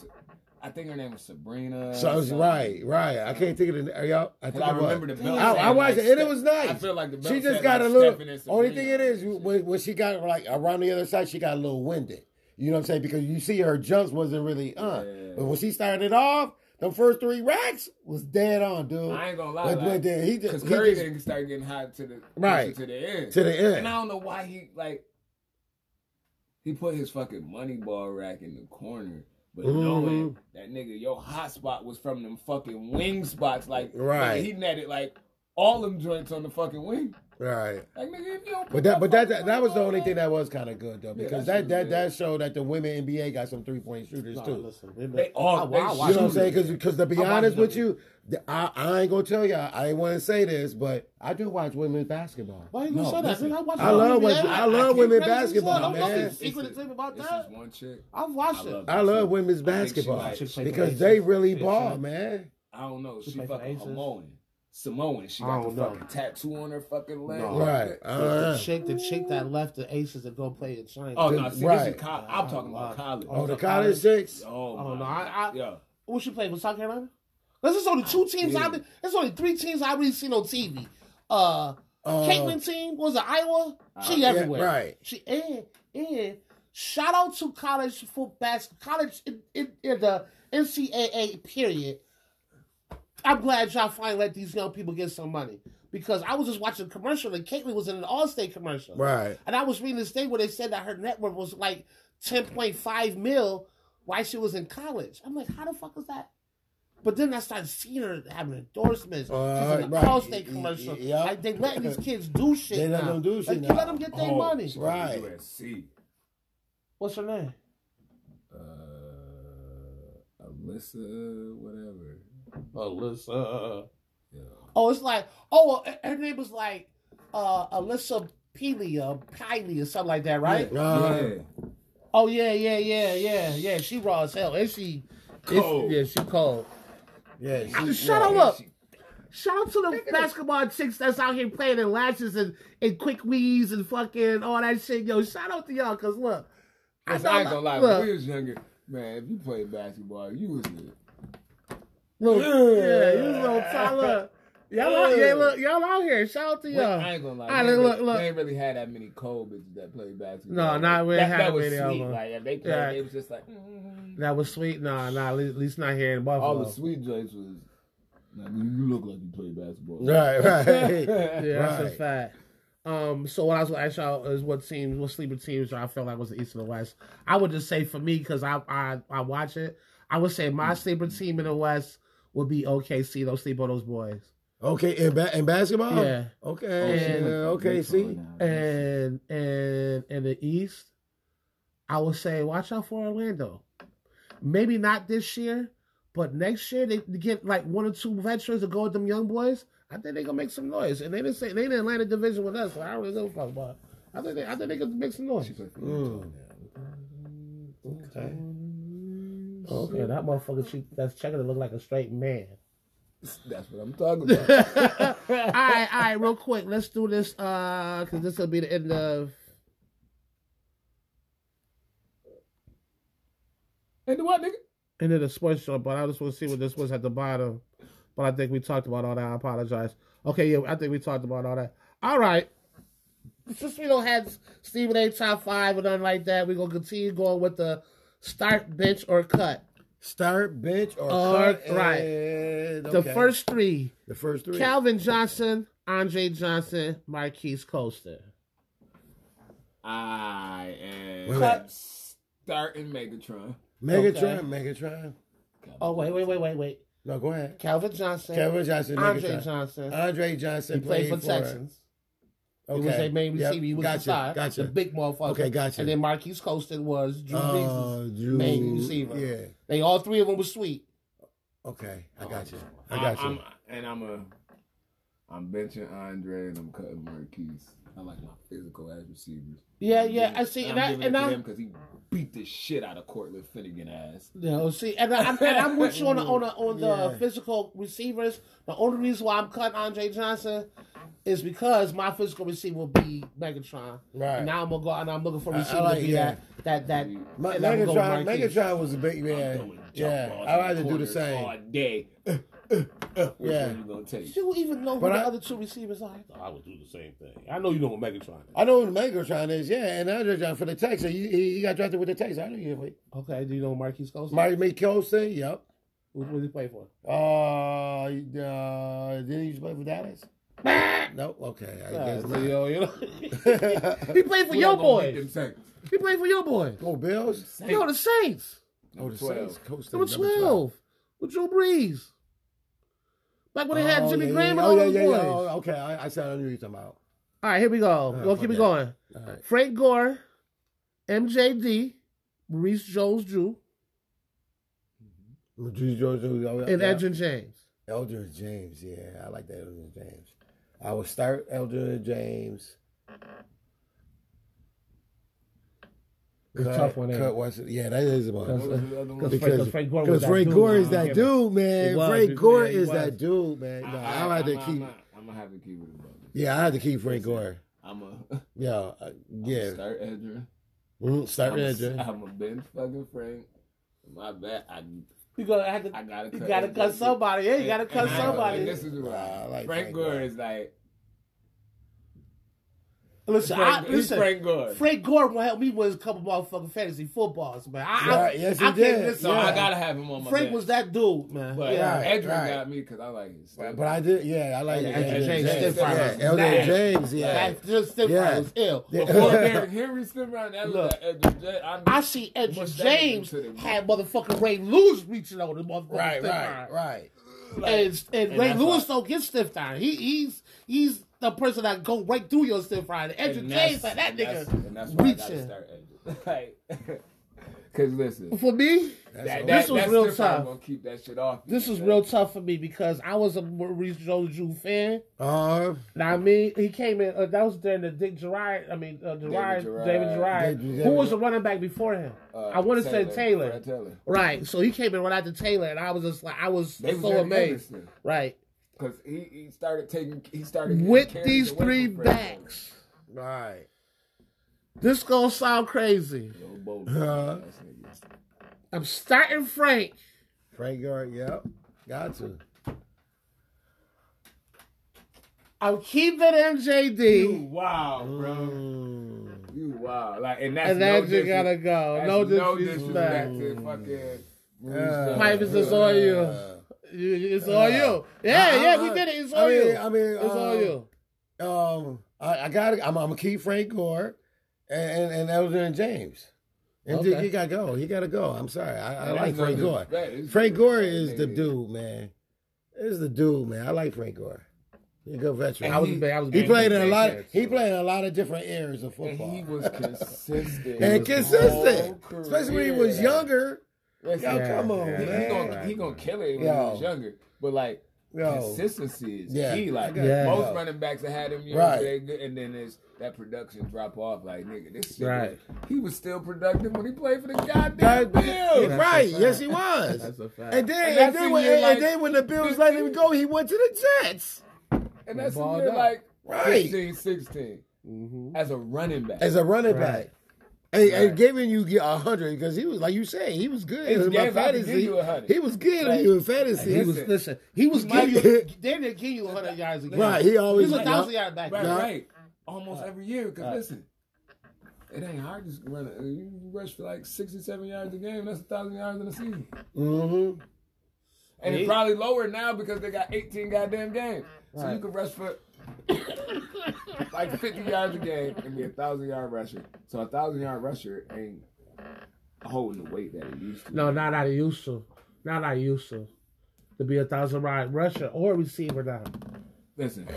Speaker 3: I think her name was Sabrina.
Speaker 1: So
Speaker 3: something.
Speaker 1: right, right. I can't think of the are y'all. I think
Speaker 3: uh, I
Speaker 1: it was.
Speaker 3: remember the belt
Speaker 1: I, I
Speaker 3: saying,
Speaker 1: watched
Speaker 3: like,
Speaker 1: it and it
Speaker 3: Steph-
Speaker 1: was nice.
Speaker 3: I feel like the belt
Speaker 1: she just
Speaker 3: said,
Speaker 1: got
Speaker 3: like,
Speaker 1: a little.
Speaker 3: Steph and
Speaker 1: Only thing it
Speaker 3: Sabrina.
Speaker 1: is when, when she got like around the other side, she got a little winded. You know what I'm saying? Because you see her jumps wasn't really on,
Speaker 3: Yeah.
Speaker 1: uh, but when she started off, the first three racks was dead on, dude.
Speaker 3: I ain't gonna lie.
Speaker 1: But-
Speaker 3: like,
Speaker 1: but then he just-
Speaker 3: Cause
Speaker 1: he
Speaker 3: Curry
Speaker 1: just-
Speaker 3: didn't start getting hot to the
Speaker 1: Right.
Speaker 3: to the end.
Speaker 1: to the
Speaker 3: And I
Speaker 1: end.
Speaker 3: don't know why he like he put his fucking money ball rack in the corner. But
Speaker 1: Mm-hmm.
Speaker 3: knowing that nigga, your hot spot was from them fucking wing spots. Like
Speaker 1: Right.
Speaker 3: nigga, he netted like all them joints on the fucking wing.
Speaker 1: Right.
Speaker 3: Like nigga, if you don't
Speaker 1: But
Speaker 3: put
Speaker 1: that, but that,
Speaker 3: fucking
Speaker 1: that,
Speaker 3: money
Speaker 1: was the
Speaker 3: ball
Speaker 1: only
Speaker 3: rack-
Speaker 1: thing that was kind of good though, because
Speaker 3: that
Speaker 1: that
Speaker 3: shit
Speaker 1: that
Speaker 3: was
Speaker 1: that showed that the women NBA got some three point shooters
Speaker 2: No,
Speaker 1: too.
Speaker 2: listen. They,
Speaker 3: They all-
Speaker 2: I, I
Speaker 3: they
Speaker 1: You
Speaker 2: watched
Speaker 1: know what I'm
Speaker 3: shooters.
Speaker 2: it.
Speaker 1: saying? Because to be
Speaker 2: I watch
Speaker 1: honest with
Speaker 2: WWE.
Speaker 1: you, th- I, I ain't gonna tell y'all. I ain't want to say this, but I do watch women's basketball.
Speaker 2: Why you gonna
Speaker 3: No,
Speaker 2: say that?
Speaker 3: listen.
Speaker 2: nigga? I, watched
Speaker 1: I love
Speaker 2: WWE.
Speaker 1: women- I
Speaker 2: Crazy
Speaker 1: love
Speaker 2: as
Speaker 1: women
Speaker 2: fuck.
Speaker 1: basketball,
Speaker 2: Don't nothing
Speaker 1: man.
Speaker 2: secret to tell me about
Speaker 3: It's
Speaker 2: that.
Speaker 3: just one chick.
Speaker 2: I've watched
Speaker 3: I
Speaker 2: it.
Speaker 3: love
Speaker 1: I
Speaker 3: her,
Speaker 1: love
Speaker 3: too.
Speaker 1: women's
Speaker 3: I think she
Speaker 1: basketball
Speaker 3: might-
Speaker 2: She
Speaker 1: because
Speaker 2: Asians.
Speaker 1: they really
Speaker 2: She
Speaker 1: ball,
Speaker 2: should.
Speaker 1: man.
Speaker 3: I don't know. She,
Speaker 2: She play for
Speaker 3: fucking
Speaker 2: Aces?
Speaker 3: Samoan. Samoan. She
Speaker 2: I
Speaker 3: got the
Speaker 2: don't know.
Speaker 3: fucking tattoo on her fucking leg.
Speaker 2: No.
Speaker 1: Right. Uh,
Speaker 2: The chick, the chick that left the Aces to go play in China.
Speaker 3: Oh
Speaker 1: The-
Speaker 3: no, see this
Speaker 1: right.
Speaker 3: is college. I'm talking about
Speaker 2: Oh,
Speaker 3: college.
Speaker 1: oh, the college chicks.
Speaker 3: Oh,
Speaker 2: I don't
Speaker 3: my
Speaker 2: know. I-
Speaker 3: God.
Speaker 2: I-
Speaker 3: yeah.
Speaker 2: Who she played? Was South Carolina? This is only two teams.
Speaker 3: Yeah.
Speaker 2: I've been, there's only three teams I really seen on TV. Uh,
Speaker 1: Uh,
Speaker 2: Caitlin team was it Iowa? She
Speaker 3: yeah,
Speaker 2: everywhere.
Speaker 1: right.
Speaker 2: She and and shout out to college football, college in, in, in the NCAA period. I'm glad y'all finally let these young people get some money because I was just watching a commercial and Caitlin was in an Allstate commercial.
Speaker 1: Right.
Speaker 2: And I was reading this thing where they said that her net worth was like 10.5 mil while she was in college. I'm like, how the fuck is that? But then I started seeing her having endorsements.
Speaker 1: Uh,
Speaker 2: She's in the
Speaker 1: right.
Speaker 2: Allstate
Speaker 1: Y- y-
Speaker 2: commercial.
Speaker 1: y- yeah.
Speaker 2: Like, they letting these kids do shit
Speaker 1: They let
Speaker 2: now.
Speaker 1: them do shit
Speaker 2: Like,
Speaker 1: now.
Speaker 2: You let them get their
Speaker 3: Oh,
Speaker 2: money.
Speaker 3: she went to
Speaker 1: Right.
Speaker 3: USC.
Speaker 2: What's her name?
Speaker 3: Uh, Alyssa, whatever.
Speaker 2: Alyssa.
Speaker 3: Yeah.
Speaker 2: Oh, it's like, oh, her- her name was like uh, Alyssa Pelia, Piley or something like that, right?
Speaker 1: Uh,
Speaker 2: Oh, yeah, yeah, yeah, yeah, yeah. She raw as hell. And she,
Speaker 3: Cold.
Speaker 2: yeah, she cold.
Speaker 1: yeah.
Speaker 2: I-
Speaker 1: she-
Speaker 2: Shut
Speaker 1: yeah.
Speaker 2: up! Look. Shout out to the basketball chicks that's out here playing in lashes and, and quick weaves and fucking all that shit. Yo, shout out to y'all, cause look,
Speaker 3: I,
Speaker 2: know-
Speaker 3: ain't gonna lie. When we
Speaker 2: Look,
Speaker 3: was younger, man, if you played basketball, you was the
Speaker 2: look, yeah,
Speaker 3: Yeah.
Speaker 2: you little top, look. Y'all, out, yeah, look, y'all out here. Shout out to
Speaker 3: I
Speaker 2: y'all.
Speaker 3: ain't gonna lie.
Speaker 2: All right,
Speaker 3: we ain't
Speaker 2: look,
Speaker 3: really-
Speaker 2: look.
Speaker 3: We ain't really had that many cold bitches that played basketball.
Speaker 2: No, nah, we ain't
Speaker 3: that,
Speaker 2: had
Speaker 3: that
Speaker 2: that
Speaker 3: was
Speaker 2: many of
Speaker 3: sweet.
Speaker 2: them.
Speaker 3: Like if they played,
Speaker 2: Yeah.
Speaker 3: they was just like mm.
Speaker 2: That was sweet. Nah, nah, at least- at least not here in
Speaker 3: all
Speaker 2: Buffalo.
Speaker 3: the sweet joints was. Like, you look like you played basketball. Oh,
Speaker 1: Right. Right.
Speaker 2: yeah, that's a
Speaker 1: Right.
Speaker 2: fact. Um, so what I was gonna ask y'all is what teams, what sleeper teams I felt like was the East and the West. I would just say for me because I, I I watch it. I would say my sleeper team in the West would be OKC. Don't sleep on those boys.
Speaker 1: okay. In, ba- in basketball.
Speaker 2: Yeah, Oh,
Speaker 1: Okay.
Speaker 2: shit.
Speaker 1: yeah, okay. See.
Speaker 2: and and in the East, I would say watch out for Orlando. Maybe not this year, but next year they get like one or two veterans to go with them young boys. I think they gonna make some noise. And they didn't say they in the Atlanta division with us, so I don't really give a fuck about. it. I think they I think they could make some noise.
Speaker 1: Mm.
Speaker 2: Okay. Okay, that motherfucker she, that's checking to look like a straight man.
Speaker 3: That's what I'm talking about.
Speaker 2: all right, all right, real quick, let's do this uh cause this will be the end of
Speaker 3: and the what, nigga?
Speaker 2: end of the sports show, but I just want to see what this was at the bottom. But I think we talked about all that. I apologize. Okay, yeah, I think we talked about all that. All right. Since we don't have Stephen A top five or nothing like that, we're gonna continue going with the start, bench, or cut.
Speaker 1: Start, bench, or
Speaker 2: Or-
Speaker 1: cut.
Speaker 2: Uh, right.
Speaker 1: and-
Speaker 2: The
Speaker 1: okay.
Speaker 2: first three
Speaker 1: the first three.
Speaker 2: Calvin Johnson, Andre Johnson, Marquise Coaster.
Speaker 3: I am
Speaker 1: Wait a minute.
Speaker 3: starting Megatron.
Speaker 1: Megatron,
Speaker 2: Okay.
Speaker 1: Megatron.
Speaker 2: Oh, wait, wait, wait, wait, wait.
Speaker 1: No, go ahead.
Speaker 2: Calvin Johnson,
Speaker 1: Kevin Johnson,
Speaker 2: Andre
Speaker 1: Megatron.
Speaker 2: Johnson.
Speaker 1: Andre Johnson
Speaker 2: he played for Texans. He was their main
Speaker 1: Yep.
Speaker 2: receiver. He was
Speaker 1: gotcha.
Speaker 2: the star,
Speaker 1: Gotcha.
Speaker 2: the big motherfucker.
Speaker 1: Okay, gotcha.
Speaker 2: And then Marquise Coaston was Drew Brees.
Speaker 1: Oh, Drew-
Speaker 2: main receiver.
Speaker 1: Yeah.
Speaker 2: They all three of them were sweet.
Speaker 1: Okay. I got you. I got you.
Speaker 3: I'm, and I'm a, I'm benching Andre and I'm cutting Marquise. I like my physical ass receivers.
Speaker 2: Yeah,
Speaker 3: I'm
Speaker 2: yeah.
Speaker 3: giving-
Speaker 2: I see,
Speaker 3: I'm
Speaker 2: and I
Speaker 3: giving
Speaker 2: and
Speaker 3: it to
Speaker 2: I
Speaker 3: him because he beat the shit out of Cortland Finnegan ass.
Speaker 2: No, see, and, I, I'm- and I'm with you on the on the, on the
Speaker 1: Yeah.
Speaker 2: physical receivers. The only reason why I'm cutting Andre Johnson is because my physical receiver will be Megatron.
Speaker 1: Right.
Speaker 2: And now I'm gonna go out and I'm looking for
Speaker 1: I- I
Speaker 2: receiver
Speaker 1: like-
Speaker 2: to be
Speaker 1: yeah.
Speaker 2: that that that.
Speaker 1: My,
Speaker 2: and I'm gonna go with
Speaker 1: Megatron,
Speaker 2: Marquise.
Speaker 1: Megatron was a big man.
Speaker 3: Throwing jump
Speaker 1: Yeah,
Speaker 3: balls
Speaker 1: I
Speaker 3: in
Speaker 1: had to do the
Speaker 3: corners
Speaker 1: same.
Speaker 3: all day. Which
Speaker 1: Yeah.
Speaker 3: one you
Speaker 2: Do
Speaker 3: gonna take?
Speaker 2: you even know who
Speaker 1: But
Speaker 2: the
Speaker 1: I-
Speaker 2: other two receivers are? I would do the same thing. I know you know what Megatron is.
Speaker 1: I know who Megatron is, yeah, and Andre Johnson for the Texans. He, he, he got drafted with the Texans. I know you. Wait.
Speaker 2: Okay, do you know what Marquise Coast? is?
Speaker 1: Mike McKelson, yep.
Speaker 2: Who what did he play for?
Speaker 1: Uh, uh, did he used to play for Dallas? no, okay, I
Speaker 2: Uh,
Speaker 1: guess
Speaker 2: so,
Speaker 1: not.
Speaker 2: you know, you know. he played for
Speaker 3: We
Speaker 2: your
Speaker 3: not gonna beat them
Speaker 2: boys.
Speaker 3: Saints.
Speaker 2: He played for your boys.
Speaker 1: Oh, Bills.
Speaker 2: No, the Saints.
Speaker 1: Oh, the
Speaker 3: 12.
Speaker 1: Saints. Coach
Speaker 2: They were 12 with Drew Brees. Back when they had Jimmy Graham and all
Speaker 1: Oh, yeah,
Speaker 2: those
Speaker 1: yeah,
Speaker 2: boys.
Speaker 1: yeah. Oh, okay, I, I said I knew you were talking about.
Speaker 2: All right, here we go.
Speaker 1: Uh,
Speaker 2: We'll keep
Speaker 1: okay.
Speaker 2: it going.
Speaker 1: All right.
Speaker 2: Frank Gore, MJD, Maurice Jones Drew,
Speaker 1: Drew Jones, oh, yeah.
Speaker 2: and Edgerton James.
Speaker 1: Elder James, yeah, I like that Elder James. I would start Elder James.
Speaker 2: It's a tough one, ain't
Speaker 1: Cut
Speaker 2: it?
Speaker 1: Watson. Yeah, that is one.
Speaker 3: What was the other one?
Speaker 2: Because
Speaker 1: Because-
Speaker 2: Frank Gore, was
Speaker 1: Because
Speaker 2: that
Speaker 1: Frank
Speaker 2: dude.
Speaker 1: Gore is
Speaker 2: Yeah.
Speaker 1: that dude, man.
Speaker 2: He was,
Speaker 1: Frank
Speaker 2: dude.
Speaker 1: Gore
Speaker 2: Yeah, he
Speaker 1: is
Speaker 2: was.
Speaker 1: that dude, man. No, I, had to
Speaker 3: I'm,
Speaker 1: keep.
Speaker 3: I'm, I'm gonna have to keep it above.
Speaker 1: yeah, I had to keep Frank Gore.
Speaker 3: I'm a
Speaker 1: Yeah, uh,
Speaker 3: yeah.
Speaker 1: yeah.
Speaker 3: start Edger.
Speaker 1: Mhm, Start
Speaker 3: I'm
Speaker 1: with
Speaker 3: a,
Speaker 1: Edgerton.
Speaker 3: I'm a bench fucking Frank. My bad. I
Speaker 2: You gotta have to.
Speaker 3: I gotta
Speaker 2: You
Speaker 3: cut
Speaker 2: gotta
Speaker 3: Edgerton.
Speaker 2: cut somebody. Yeah, you
Speaker 3: And-
Speaker 2: gotta cut
Speaker 3: and I- and
Speaker 2: somebody.
Speaker 3: this is what
Speaker 1: Nah, I like
Speaker 3: Frank
Speaker 1: Frank
Speaker 3: Gore
Speaker 1: Gore.
Speaker 3: is like
Speaker 2: Listen,
Speaker 3: Frank,
Speaker 2: I,
Speaker 3: he's
Speaker 2: listen.
Speaker 3: Frank Gore.
Speaker 2: Frank Gore will help me win a couple motherfucking fantasy footballs, man. I, I,
Speaker 1: Right, yes, he
Speaker 2: I can't
Speaker 1: did.
Speaker 2: listen.
Speaker 3: so I
Speaker 1: yeah.
Speaker 3: gotta have him on my
Speaker 2: Frank
Speaker 3: bench.
Speaker 2: was that dude, man.
Speaker 3: But
Speaker 2: yeah.
Speaker 1: Right,
Speaker 3: Edger
Speaker 1: right.
Speaker 3: got me because I like his stuff.
Speaker 1: But, but I did. Yeah, I like
Speaker 2: Yeah,
Speaker 1: Elder
Speaker 2: James
Speaker 1: James.
Speaker 2: Stiff
Speaker 1: Yeah,
Speaker 2: Arm.
Speaker 1: Elder
Speaker 3: Nah.
Speaker 1: James. Yeah.
Speaker 2: That just that
Speaker 1: Yeah.
Speaker 2: was ill.
Speaker 1: Yeah.
Speaker 3: Before Derrick Henry stood around, that
Speaker 2: Look,
Speaker 3: was that Edger. That, I,
Speaker 2: I see Edge
Speaker 3: Much better
Speaker 2: James
Speaker 3: than to the-
Speaker 2: had motherfucking Ray Lewis reaching out the motherfucking
Speaker 1: Right,
Speaker 2: stiff
Speaker 1: right,
Speaker 2: iron.
Speaker 1: right.
Speaker 2: And, and,
Speaker 3: And
Speaker 2: Ray
Speaker 3: that's
Speaker 2: Lewis
Speaker 3: why-
Speaker 2: don't get stiff iron. He he's he's the person that go right through your stiff iron. Edge
Speaker 3: and
Speaker 2: James
Speaker 3: that's-
Speaker 2: like that
Speaker 3: and that's- and that's
Speaker 2: nigga
Speaker 3: why I gotta
Speaker 2: reaching.
Speaker 3: start Edger. Because listen,
Speaker 2: For me,
Speaker 1: That's
Speaker 3: that,
Speaker 1: all.
Speaker 3: that,
Speaker 2: This was
Speaker 3: that
Speaker 2: real
Speaker 3: stiff arm
Speaker 2: tough.
Speaker 3: Gonna keep that shit off.
Speaker 2: this was real tough for me because I was a Maurice Jones Drew fan.
Speaker 1: Uh,
Speaker 2: Now, I mean, he came in. Uh, that was during the Dick Gerard. I mean, uh, Gerard,
Speaker 3: Gerrard.
Speaker 2: David Gerard.
Speaker 1: David-
Speaker 2: Who
Speaker 1: David-
Speaker 2: was the running back before him? I want to say Taylor.
Speaker 3: Fred Uh, Taylor.
Speaker 2: Right. So he came in right after Taylor, and I was just like, I was
Speaker 3: They was
Speaker 2: so
Speaker 3: Eddie
Speaker 2: amazed.
Speaker 3: Anderson.
Speaker 2: Right.
Speaker 3: Because he, he started taking, he started getting
Speaker 2: With
Speaker 3: carries
Speaker 2: these
Speaker 3: away from
Speaker 2: three
Speaker 3: Fred Taylor.
Speaker 2: backs,
Speaker 1: Uh-huh, right.
Speaker 2: this gonna sound crazy.
Speaker 3: Yo, Bo-
Speaker 1: Uh-huh.
Speaker 3: ass niggas.
Speaker 2: I'm starting Frank.
Speaker 1: Frank Gore. Yep. Got to.
Speaker 2: I'm keeping MJD,
Speaker 3: You wow, bro.
Speaker 1: Mm.
Speaker 3: You wow. Like, and that's
Speaker 2: and
Speaker 3: no
Speaker 2: that you
Speaker 3: disres-
Speaker 2: gotta go.
Speaker 3: that's
Speaker 2: No
Speaker 3: no
Speaker 2: disrespect.
Speaker 3: to fucking.
Speaker 1: Mm. Yeah.
Speaker 2: Pipe is just on you.
Speaker 1: Yeah.
Speaker 2: You- It's all you. Yeah,
Speaker 1: I- I-
Speaker 2: yeah, we
Speaker 1: I-
Speaker 2: did it. It's
Speaker 1: I
Speaker 2: all
Speaker 1: mean, uh,
Speaker 2: you.
Speaker 1: I mean,
Speaker 2: It's all you.
Speaker 1: um, Um, I, I got. I'm, I'm gonna keep Frank Gore, and and, and Elder and James. And
Speaker 2: Okay.
Speaker 1: Dick, he gotta go. He gotta go. I'm sorry. I, I
Speaker 3: That's
Speaker 1: like
Speaker 3: no
Speaker 1: Frank Gore.
Speaker 3: disrespect. It's-
Speaker 1: Frank Gore is the
Speaker 3: Nigga.
Speaker 1: dude, man. Is the dude, man. I like Frank Gore. He's a good veteran.
Speaker 2: I was, a big- I was. a
Speaker 1: he
Speaker 2: big
Speaker 1: played in a
Speaker 2: fan
Speaker 1: lot.
Speaker 2: there,
Speaker 1: he
Speaker 2: so.
Speaker 1: played in a lot of different eras of
Speaker 3: And
Speaker 1: football.
Speaker 3: he was consistent.
Speaker 1: and
Speaker 3: his
Speaker 1: consistent,
Speaker 3: whole
Speaker 1: especially when he
Speaker 3: career.
Speaker 1: was younger.
Speaker 3: Listen,
Speaker 1: Yo, come on,
Speaker 2: yeah,
Speaker 3: He, he
Speaker 1: man.
Speaker 3: gonna, he gonna kill it when
Speaker 1: Yo.
Speaker 3: he was younger. But like
Speaker 1: Yo,
Speaker 3: consistency is
Speaker 1: Yeah.
Speaker 3: key. Like
Speaker 1: Yeah.
Speaker 3: most
Speaker 1: Yeah.
Speaker 3: running backs that had him years,
Speaker 1: Right.
Speaker 3: they good, and then there's that production drop off. Like nigga, this shit
Speaker 2: Right.
Speaker 3: was- he was still productive when he played for the goddamn
Speaker 1: God,
Speaker 3: Bills.
Speaker 1: yeah, right?
Speaker 2: fact.
Speaker 1: Yes, he was.
Speaker 2: That's a fact.
Speaker 1: And then,
Speaker 3: And
Speaker 1: and,
Speaker 3: that's
Speaker 1: then
Speaker 3: the
Speaker 1: when,
Speaker 3: year,
Speaker 1: and- and
Speaker 3: like,
Speaker 1: then when the Bills let him go, he went to the Jets
Speaker 3: And that's
Speaker 2: Balled
Speaker 3: when you're
Speaker 2: out.
Speaker 3: like
Speaker 1: Right. Mm-hmm.
Speaker 3: 15, 16
Speaker 2: Mhm.
Speaker 3: as a running back.
Speaker 1: as a running
Speaker 2: Right.
Speaker 1: back. And,
Speaker 3: Right.
Speaker 1: and giving you a hundred because he was like you say he was good.
Speaker 3: His
Speaker 1: in my
Speaker 3: games, I could give
Speaker 1: fantasy.
Speaker 3: you 100.
Speaker 1: He was good
Speaker 2: Right.
Speaker 1: in fantasy.
Speaker 2: He
Speaker 1: He
Speaker 2: was
Speaker 3: Listen.
Speaker 2: listen. He was
Speaker 1: might-
Speaker 2: giving you. They didn't give you 100 yards a game.
Speaker 1: Right, he always-
Speaker 2: he was a thousand
Speaker 1: yeah.
Speaker 2: yard back.
Speaker 3: Right,
Speaker 1: Yeah.
Speaker 3: right. Almost every year. Because listen, It ain't hard to run. a- You rush for like 67 yards a game. That's a thousand yards in a season.
Speaker 1: Mm-hmm.
Speaker 3: And
Speaker 2: Yeah.
Speaker 3: it's probably lower now because they got 18 goddamn games. So
Speaker 2: Right.
Speaker 3: you could rush for like 50 yards a game and be a thousand yard rusher. So a thousand yard rusher ain't holding the weight that it used to.
Speaker 2: No, not out of Yusuf. Not out of Yusuf. To be a thousand ride rusher or receiver now.
Speaker 3: Listen,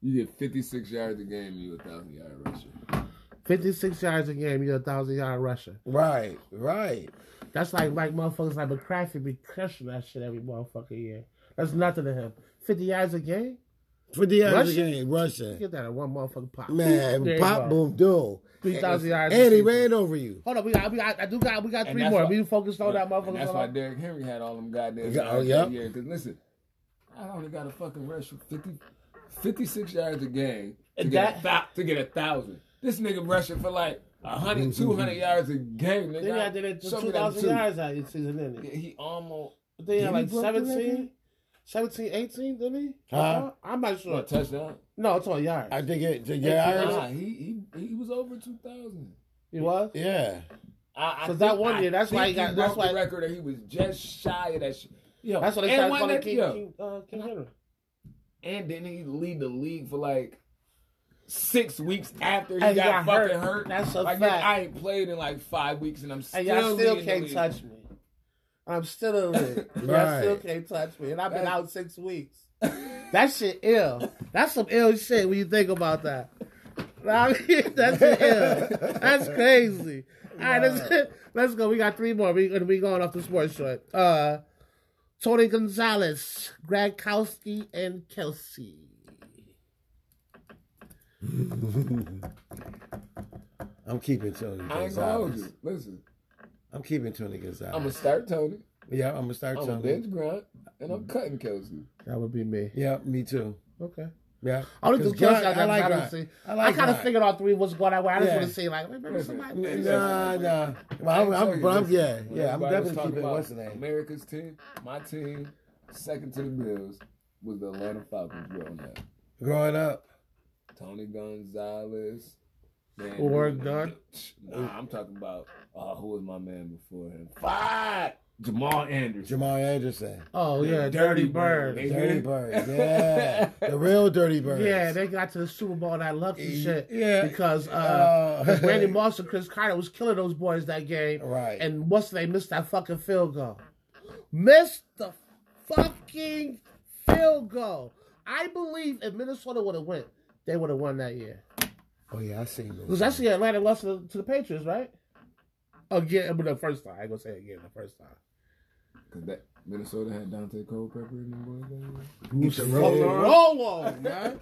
Speaker 3: you get 56 yards a game and you a thousand yard rusher.
Speaker 2: 56 yards a game, you're a thousand yard rusher.
Speaker 1: Right, right.
Speaker 2: That's like like motherfuckers like McCraffy be crushing that shit every motherfucking year. That's nothing to him. 50 yards a game?
Speaker 1: For the yards
Speaker 2: Rushing?
Speaker 1: again, rushing.
Speaker 2: Get that in one motherfucking pop.
Speaker 1: Man,
Speaker 2: There you
Speaker 1: pop
Speaker 2: go.
Speaker 1: boom, dude.
Speaker 2: 3,000 yards. a
Speaker 1: And he
Speaker 2: season.
Speaker 1: ran over you.
Speaker 2: Hold on, we got, we got, I do got, we got
Speaker 3: And
Speaker 2: three
Speaker 3: that's
Speaker 2: more.
Speaker 3: why-
Speaker 2: we focused on that
Speaker 3: And
Speaker 2: motherfucker.
Speaker 3: that's why Derrick Henry had all them goddamn
Speaker 1: Yeah, oh,
Speaker 3: yards
Speaker 1: yeah.
Speaker 3: that year. Because listen, I only got a fucking rush for 50, 56 yards a game to
Speaker 2: And that-
Speaker 3: get, a thou- to get a thousand. This nigga rushing for like 100,
Speaker 1: Mm-hmm.
Speaker 3: 200 yards a game. Nigga,
Speaker 2: They got did it
Speaker 3: Show me them
Speaker 2: 2,000
Speaker 3: two.
Speaker 2: yards out this season, didn't
Speaker 3: Yeah,
Speaker 2: he?
Speaker 3: He almost
Speaker 2: They had
Speaker 1: he
Speaker 2: like
Speaker 1: block the
Speaker 2: 17,
Speaker 1: record?
Speaker 2: 17, 18, didn't he?
Speaker 1: Huh?
Speaker 2: I'm not sure.
Speaker 3: a touchdown.
Speaker 2: No, it's on yards.
Speaker 1: I think it, the yards.
Speaker 3: Nah, he, he he was over two thousand.
Speaker 2: He was?
Speaker 1: Yeah.
Speaker 3: I, I
Speaker 2: So
Speaker 3: think-
Speaker 2: that one
Speaker 3: I
Speaker 2: year, that's why he
Speaker 3: think
Speaker 2: got- that's
Speaker 3: broke the
Speaker 2: why-
Speaker 3: record, and he was just shy of that shit. Yo,
Speaker 2: That's what they
Speaker 3: and
Speaker 2: started
Speaker 3: one
Speaker 2: calling
Speaker 3: that-
Speaker 2: King,
Speaker 3: yo,
Speaker 2: King, uh, King Henry.
Speaker 3: And then he lead the league for like six weeks after he
Speaker 2: And he got
Speaker 3: got, fucking
Speaker 2: hurt.
Speaker 3: hurt.
Speaker 2: That's a
Speaker 3: like,
Speaker 2: fact.
Speaker 3: I ain't played in like five weeks, and I'm still
Speaker 2: And y'all still
Speaker 3: leading the
Speaker 2: can't
Speaker 3: league.
Speaker 2: touch me. I'm still in it. Y'all
Speaker 1: Right.
Speaker 2: still can't touch me. And I've been
Speaker 3: That's-
Speaker 2: out six weeks. That shit ill. That's some ill shit when you think about that. I mean, that's ill. That's crazy. All right, let's, let's go. We got three more. We and we going off the sports short. Uh, Tony Gonzalez, Gradkowski, and Kelsey.
Speaker 1: I'm keeping Tony
Speaker 3: I ain't gonna hold
Speaker 1: Gonzalez.
Speaker 3: you. Listen,
Speaker 1: I'm keeping Tony
Speaker 3: I'm
Speaker 1: Gonzalez.
Speaker 3: gonna start Tony.
Speaker 1: yeah, I'm going to start
Speaker 3: I'm gonna
Speaker 1: Tony. Mm-hmm.
Speaker 3: bench Grunt, and I'm cutting Kelsey.
Speaker 2: That would be me.
Speaker 1: Yeah, me too.
Speaker 2: Okay.
Speaker 1: Yeah.
Speaker 2: I don't think
Speaker 1: 'Cause Gronk-
Speaker 2: Kelsey. I,
Speaker 1: I like
Speaker 2: I,
Speaker 1: Gronk.
Speaker 2: I,
Speaker 1: I like
Speaker 2: kind of
Speaker 1: Gronk.
Speaker 2: figured all three was going that way. I just
Speaker 1: Yeah.
Speaker 2: want to say like remember somebody.
Speaker 1: Nah, nah. Well, I'm,
Speaker 3: I tell
Speaker 1: I'm,
Speaker 3: you,
Speaker 1: but I'm,
Speaker 3: listen,
Speaker 1: yeah,
Speaker 3: when
Speaker 1: yeah. I'm
Speaker 3: everybody was
Speaker 1: definitely
Speaker 3: talking
Speaker 1: keeping
Speaker 3: about
Speaker 1: what's the name?
Speaker 3: America's team, my team, second to the Bills, was the Atlanta Falcons growing up.
Speaker 1: Growing up,
Speaker 3: Tony Gonzalez. Man,
Speaker 2: Or
Speaker 3: who-
Speaker 2: Gun-
Speaker 3: Nah, I'm talking about uh, who was my man before him? Fuck! Jamal Anderson.
Speaker 1: Jamal Anderson,
Speaker 2: Oh
Speaker 3: Yeah,
Speaker 2: yeah,
Speaker 3: Dirty
Speaker 2: Dirty
Speaker 3: Bird.
Speaker 2: Bird.
Speaker 1: Dirty Bird, yeah, the real Dirty Bird.
Speaker 2: Yeah, they got to the Super Bowl that lucky shit.
Speaker 1: yeah.
Speaker 2: because uh,
Speaker 1: Uh,
Speaker 2: Randy Moss and Chris Carter was killing those boys that game.
Speaker 1: Right.
Speaker 2: And once they missed that fucking field goal, missed the fucking field goal. I believe if Minnesota would have went, they would have won that year.
Speaker 1: oh yeah, I seen
Speaker 2: Because
Speaker 1: those.
Speaker 2: that's the Atlanta lost to the, to the Patriots, right? Again, but the first time I ain't gonna say it again the first time.
Speaker 3: Cause that Minnesota had Dante Culpepper in the boys. that year.
Speaker 1: Who's the
Speaker 2: Oh,
Speaker 1: real?
Speaker 2: Rolo, man.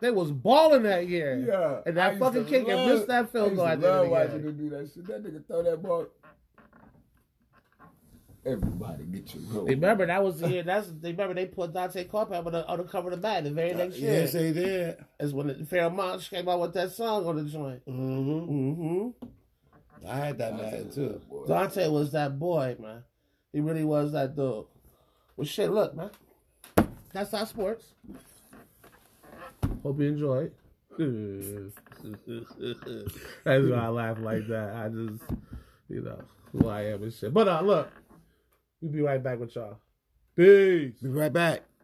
Speaker 2: They was balling that year.
Speaker 3: Yeah,
Speaker 2: And
Speaker 3: I
Speaker 2: that
Speaker 3: used
Speaker 2: fucking
Speaker 3: to
Speaker 2: kick and
Speaker 3: love-
Speaker 2: missed that
Speaker 3: I
Speaker 2: field
Speaker 3: used
Speaker 2: goal
Speaker 3: to
Speaker 2: at the end
Speaker 3: love
Speaker 2: of the
Speaker 3: watching
Speaker 2: game.
Speaker 3: him do that shit. That nigga throw that ball. Everybody get your rope.
Speaker 2: Remember that was the year. That's remember they put Dante Culpepper on the, on the cover of the bat the very next year.
Speaker 1: Yes, they did.
Speaker 2: is when the Fairmont came out with that song on the joint.
Speaker 1: Mm-hmm.
Speaker 2: Mm-hmm.
Speaker 1: I had that man too.
Speaker 2: Dante was that boy, man. He really was that dude. Well, shit, look, man. That's our sports. Hope you enjoy. That's why I laugh like that. I just, you know, who I am and shit. But uh, look, we'll be right back with y'all. Peace.
Speaker 1: Be right back.